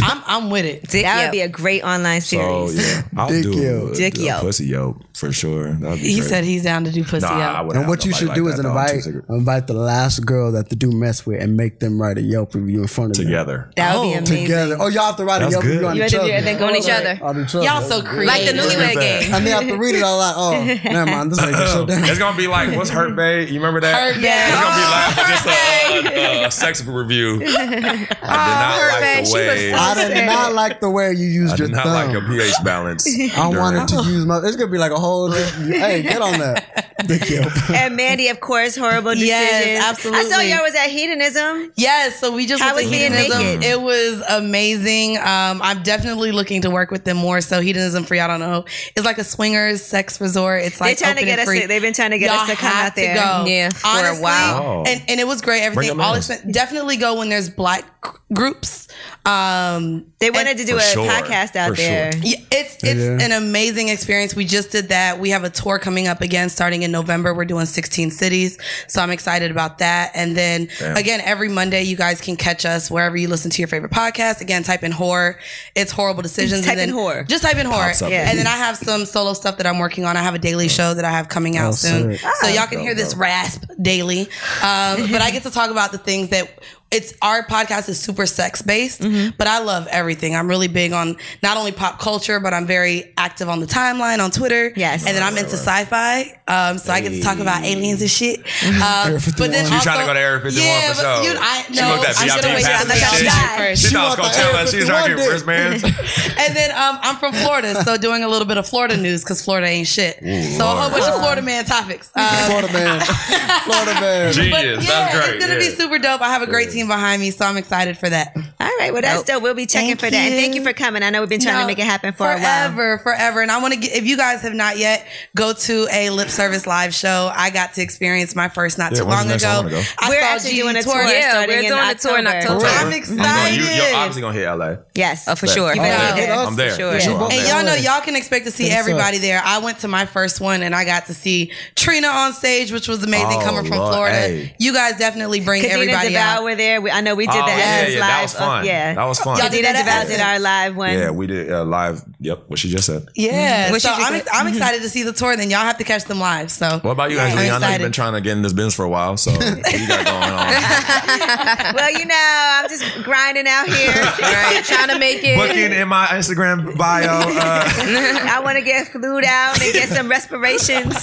S3: I'm, I'm with it.
S1: That would
S6: Yelp.
S1: be a great online
S4: So
S1: series.
S4: yeah, I'll
S5: Dick
S4: do
S5: yo.
S4: a-
S1: Dick
S4: a
S1: yo.
S4: pussy yo for sure. That'd be
S3: He
S4: great.
S3: said he's down to do pussy
S4: nah, I
S3: out.
S4: wouldn't
S5: And
S4: have
S5: what you
S4: nobody
S5: should
S4: like
S5: do
S4: that,
S5: is
S4: though. I'm too
S5: invite
S4: secret-
S5: invite the last girl that the dude messed with and make them write a Yelp review in front of them.
S4: together.
S1: that would be amazing.
S5: Together. Oh, y'all have to write a
S4: That's
S5: Yelp
S4: good.
S5: review on
S1: You had
S5: each
S1: to do
S5: other.
S1: it and then go
S6: On each other.
S5: on each other.
S3: Y'all so
S6: Like the
S3: creative.
S6: newlywed game.
S5: I mean, after reading it, I'm like, oh, never mind. This ain't gonna show down.
S4: It's gonna be like, what's Hurt Bay? You remember that?
S3: Hurt
S4: It's gonna be like but just a- a, a, a sex review. I did not
S6: Hurt
S4: like
S6: Bay,
S4: the
S6: she
S4: way.
S6: was
S5: I did not like the way you
S4: I
S5: used your
S4: did not like your
S5: thumb.
S4: pH balance.
S5: I
S4: during-
S5: wanted to use my. It's gonna be like a whole. Hey, get on that. Thank you.
S1: And Mandy, of course, horrible decisions.
S3: Yes,
S1: I saw
S3: absolutely.
S1: y'all was at hedonism.
S3: Yes, so we just
S1: How
S3: went to
S1: was being
S3: hedonism.
S1: naked?
S3: It was amazing. Um, I'm definitely looking to work with them more. So hedonism free, I don't know. It's like a swingers sex resort. It's like
S1: They're trying to
S3: open
S1: get
S3: and
S1: us.
S3: free.
S1: To, they've been trying to get
S3: Y'all
S1: us to come
S3: have
S1: out there.
S3: To go.
S6: Yeah, for a
S3: Honestly,
S6: while.
S4: Wow.
S3: And and it was great. Everything.
S4: your
S3: All
S4: manners.
S3: expen- definitely go when there's black g- groups. Um,
S1: They wanted to do
S4: For
S1: a
S4: sure.
S1: podcast out
S4: For sure.
S1: there.
S3: yeah, it's it's
S5: Yeah.
S3: an amazing experience. We just did that. We have a tour coming up again starting in November. We're doing 16 cities, so I'm excited about that. And then
S4: Damn.
S3: again, every Monday you guys can catch us wherever you listen to your favorite podcast. Again, type in horror. It's horrible decisions.
S1: Type
S3: and then
S1: in horror.
S3: Just type in horror.
S4: Pops up.
S1: Yeah.
S3: And then I have some solo stuff that I'm working on. I have a daily show that I have coming
S4: Oh,
S3: out soon,
S5: sick.
S3: so y'all can hear this rasp daily. Um, but I get to talk about the things that it's our podcast is super sex based, but I love everything. I'm really big on not only pop culture, but I'm very active on the timeline on Twitter.
S1: Yes.
S3: and then I'm into sci-fi, um, so I get to talk about aliens and shit. Um, but then
S5: She
S4: She trying to
S3: also-
S4: go to Area 51
S3: yeah,
S4: for
S3: but
S4: sure.
S3: You, I, "Oh,
S4: she
S3: no,
S4: looked at
S3: I'm gonna
S4: VIP
S3: wait till
S4: passes
S3: I
S4: and
S3: let
S4: shit.
S3: y'all die first.
S4: She thought I was gonna
S5: want the
S4: tell
S5: Area
S4: her she was trying to get
S5: 51
S4: wrist bands.
S3: And then um, I'm from Florida, so doing a little bit of Florida news because Florida ain't shit. so a whole bunch of Florida man topics. Um,
S5: Florida man. Florida man.
S4: Genius. That's
S3: yeah,
S4: great.
S3: It's gonna
S4: yeah.
S3: be super dope. I have a great team behind me, so I'm excited for that.
S1: All right, well that's dope. We'll be checking
S3: Thank
S1: for that. And thank
S3: you.
S1: you for coming. I know we've been trying to
S3: No,
S1: make it happen for a while.
S3: forever, forever. And I want to get if you guys have not yet, go to a lip service live show. I got to experience my first not
S4: Yeah,
S3: too
S4: when's
S3: long
S4: the next one? I
S3: ago.
S4: wanna go.
S3: I
S1: We're
S3: saw
S1: actually
S3: Gigi
S1: doing a tour.
S6: Yeah,
S1: starting
S6: we're
S1: in
S6: doing a tour in October.
S3: I'm
S4: I'm
S3: excited.
S4: gonna- you, are obviously gonna hit LA.
S1: Yes.
S6: Oh, for sure.
S4: I'm
S6: You better
S3: Yeah.
S6: be
S4: there.
S6: there.
S5: Yeah.
S4: I'm there.
S6: Sure.
S4: For sure. I'm
S3: And
S4: there.
S3: y'all know y'all can expect to see
S5: Hit us
S3: everybody
S5: up.
S3: there. I went to my first one and I got to see Trina on stage, which was amazing
S4: Oh,
S3: coming from
S4: Lord,
S3: Florida.
S4: hey.
S3: You guys definitely bring
S1: Katina
S3: everybody
S1: DeVal
S3: out.
S1: were there. We, I know we did
S4: Oh,
S1: that
S4: yeah,
S1: Essence
S4: yeah,
S1: live.
S4: that was fun.
S1: uh, yeah,
S4: That was fun.
S3: Y'all did
S1: Dina
S3: that at
S1: DeVal did our live one.
S4: Yeah, we did uh, live. Yep, what she just said.
S1: Mm-hmm.
S3: Yeah.
S6: What
S3: so
S6: she just
S3: I'm,
S6: said.
S3: I'm excited to see the tour. Then y'all have to catch them live. So
S4: What about you, Angelina? I know you've
S3: excited.
S4: been trying to get in this business for a while, so what you got going on?
S1: Well, you know, I'm just grinding out here.
S6: Right, trying to make it.
S4: Booking in my Instagram bio. Uh,
S1: I want to get flued out and get some respirations.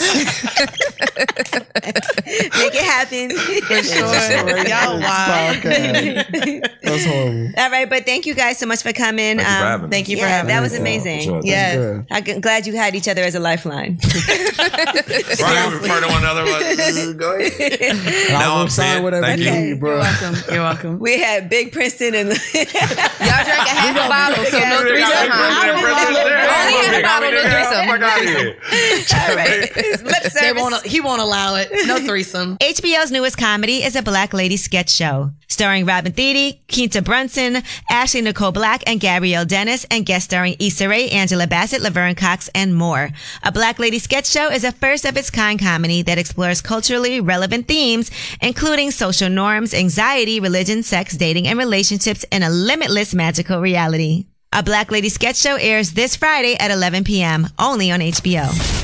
S1: Make it happen.
S3: y'all wild.
S5: That's horrible.
S1: All right, but thank you guys so much for coming. Um,
S4: Thank you for having us.
S3: Thank you for
S1: yeah,
S3: having
S1: that
S3: us.
S1: was amazing.
S4: Sure, thank
S3: Yes.
S5: Yeah.
S1: I'm glad you had each other as a lifeline.
S4: you. Right, we refer to one another. Like, go ahead. No, I'm saying.
S5: Sign whatever
S4: Thank
S5: you
S4: you.
S5: need, bro.
S3: You're welcome.
S1: We had Big Princeton and
S6: Y'all drank a half a bottle, so no threesome, huh? Only in the bottle, no threesome.
S1: all right, lip
S3: They
S1: service.
S3: won't, he won't allow it. No threesome.
S1: HBO's newest comedy is a black lady sketch show starring Robin Thede, Quinta Brunson, Ashley Nicole Black, and Gabrielle Dennis, and guest starring Issa Rae, Angela Bassett, Laverne Cox, and more. A Black Lady Sketch Show is a first of its kind comedy that explores culturally relevant themes, including social norms, anxiety, religion, sex, dating, and relationships in a limitless magical reality. A Black Lady Sketch Show airs this Friday at 11 p.m. only on HBO.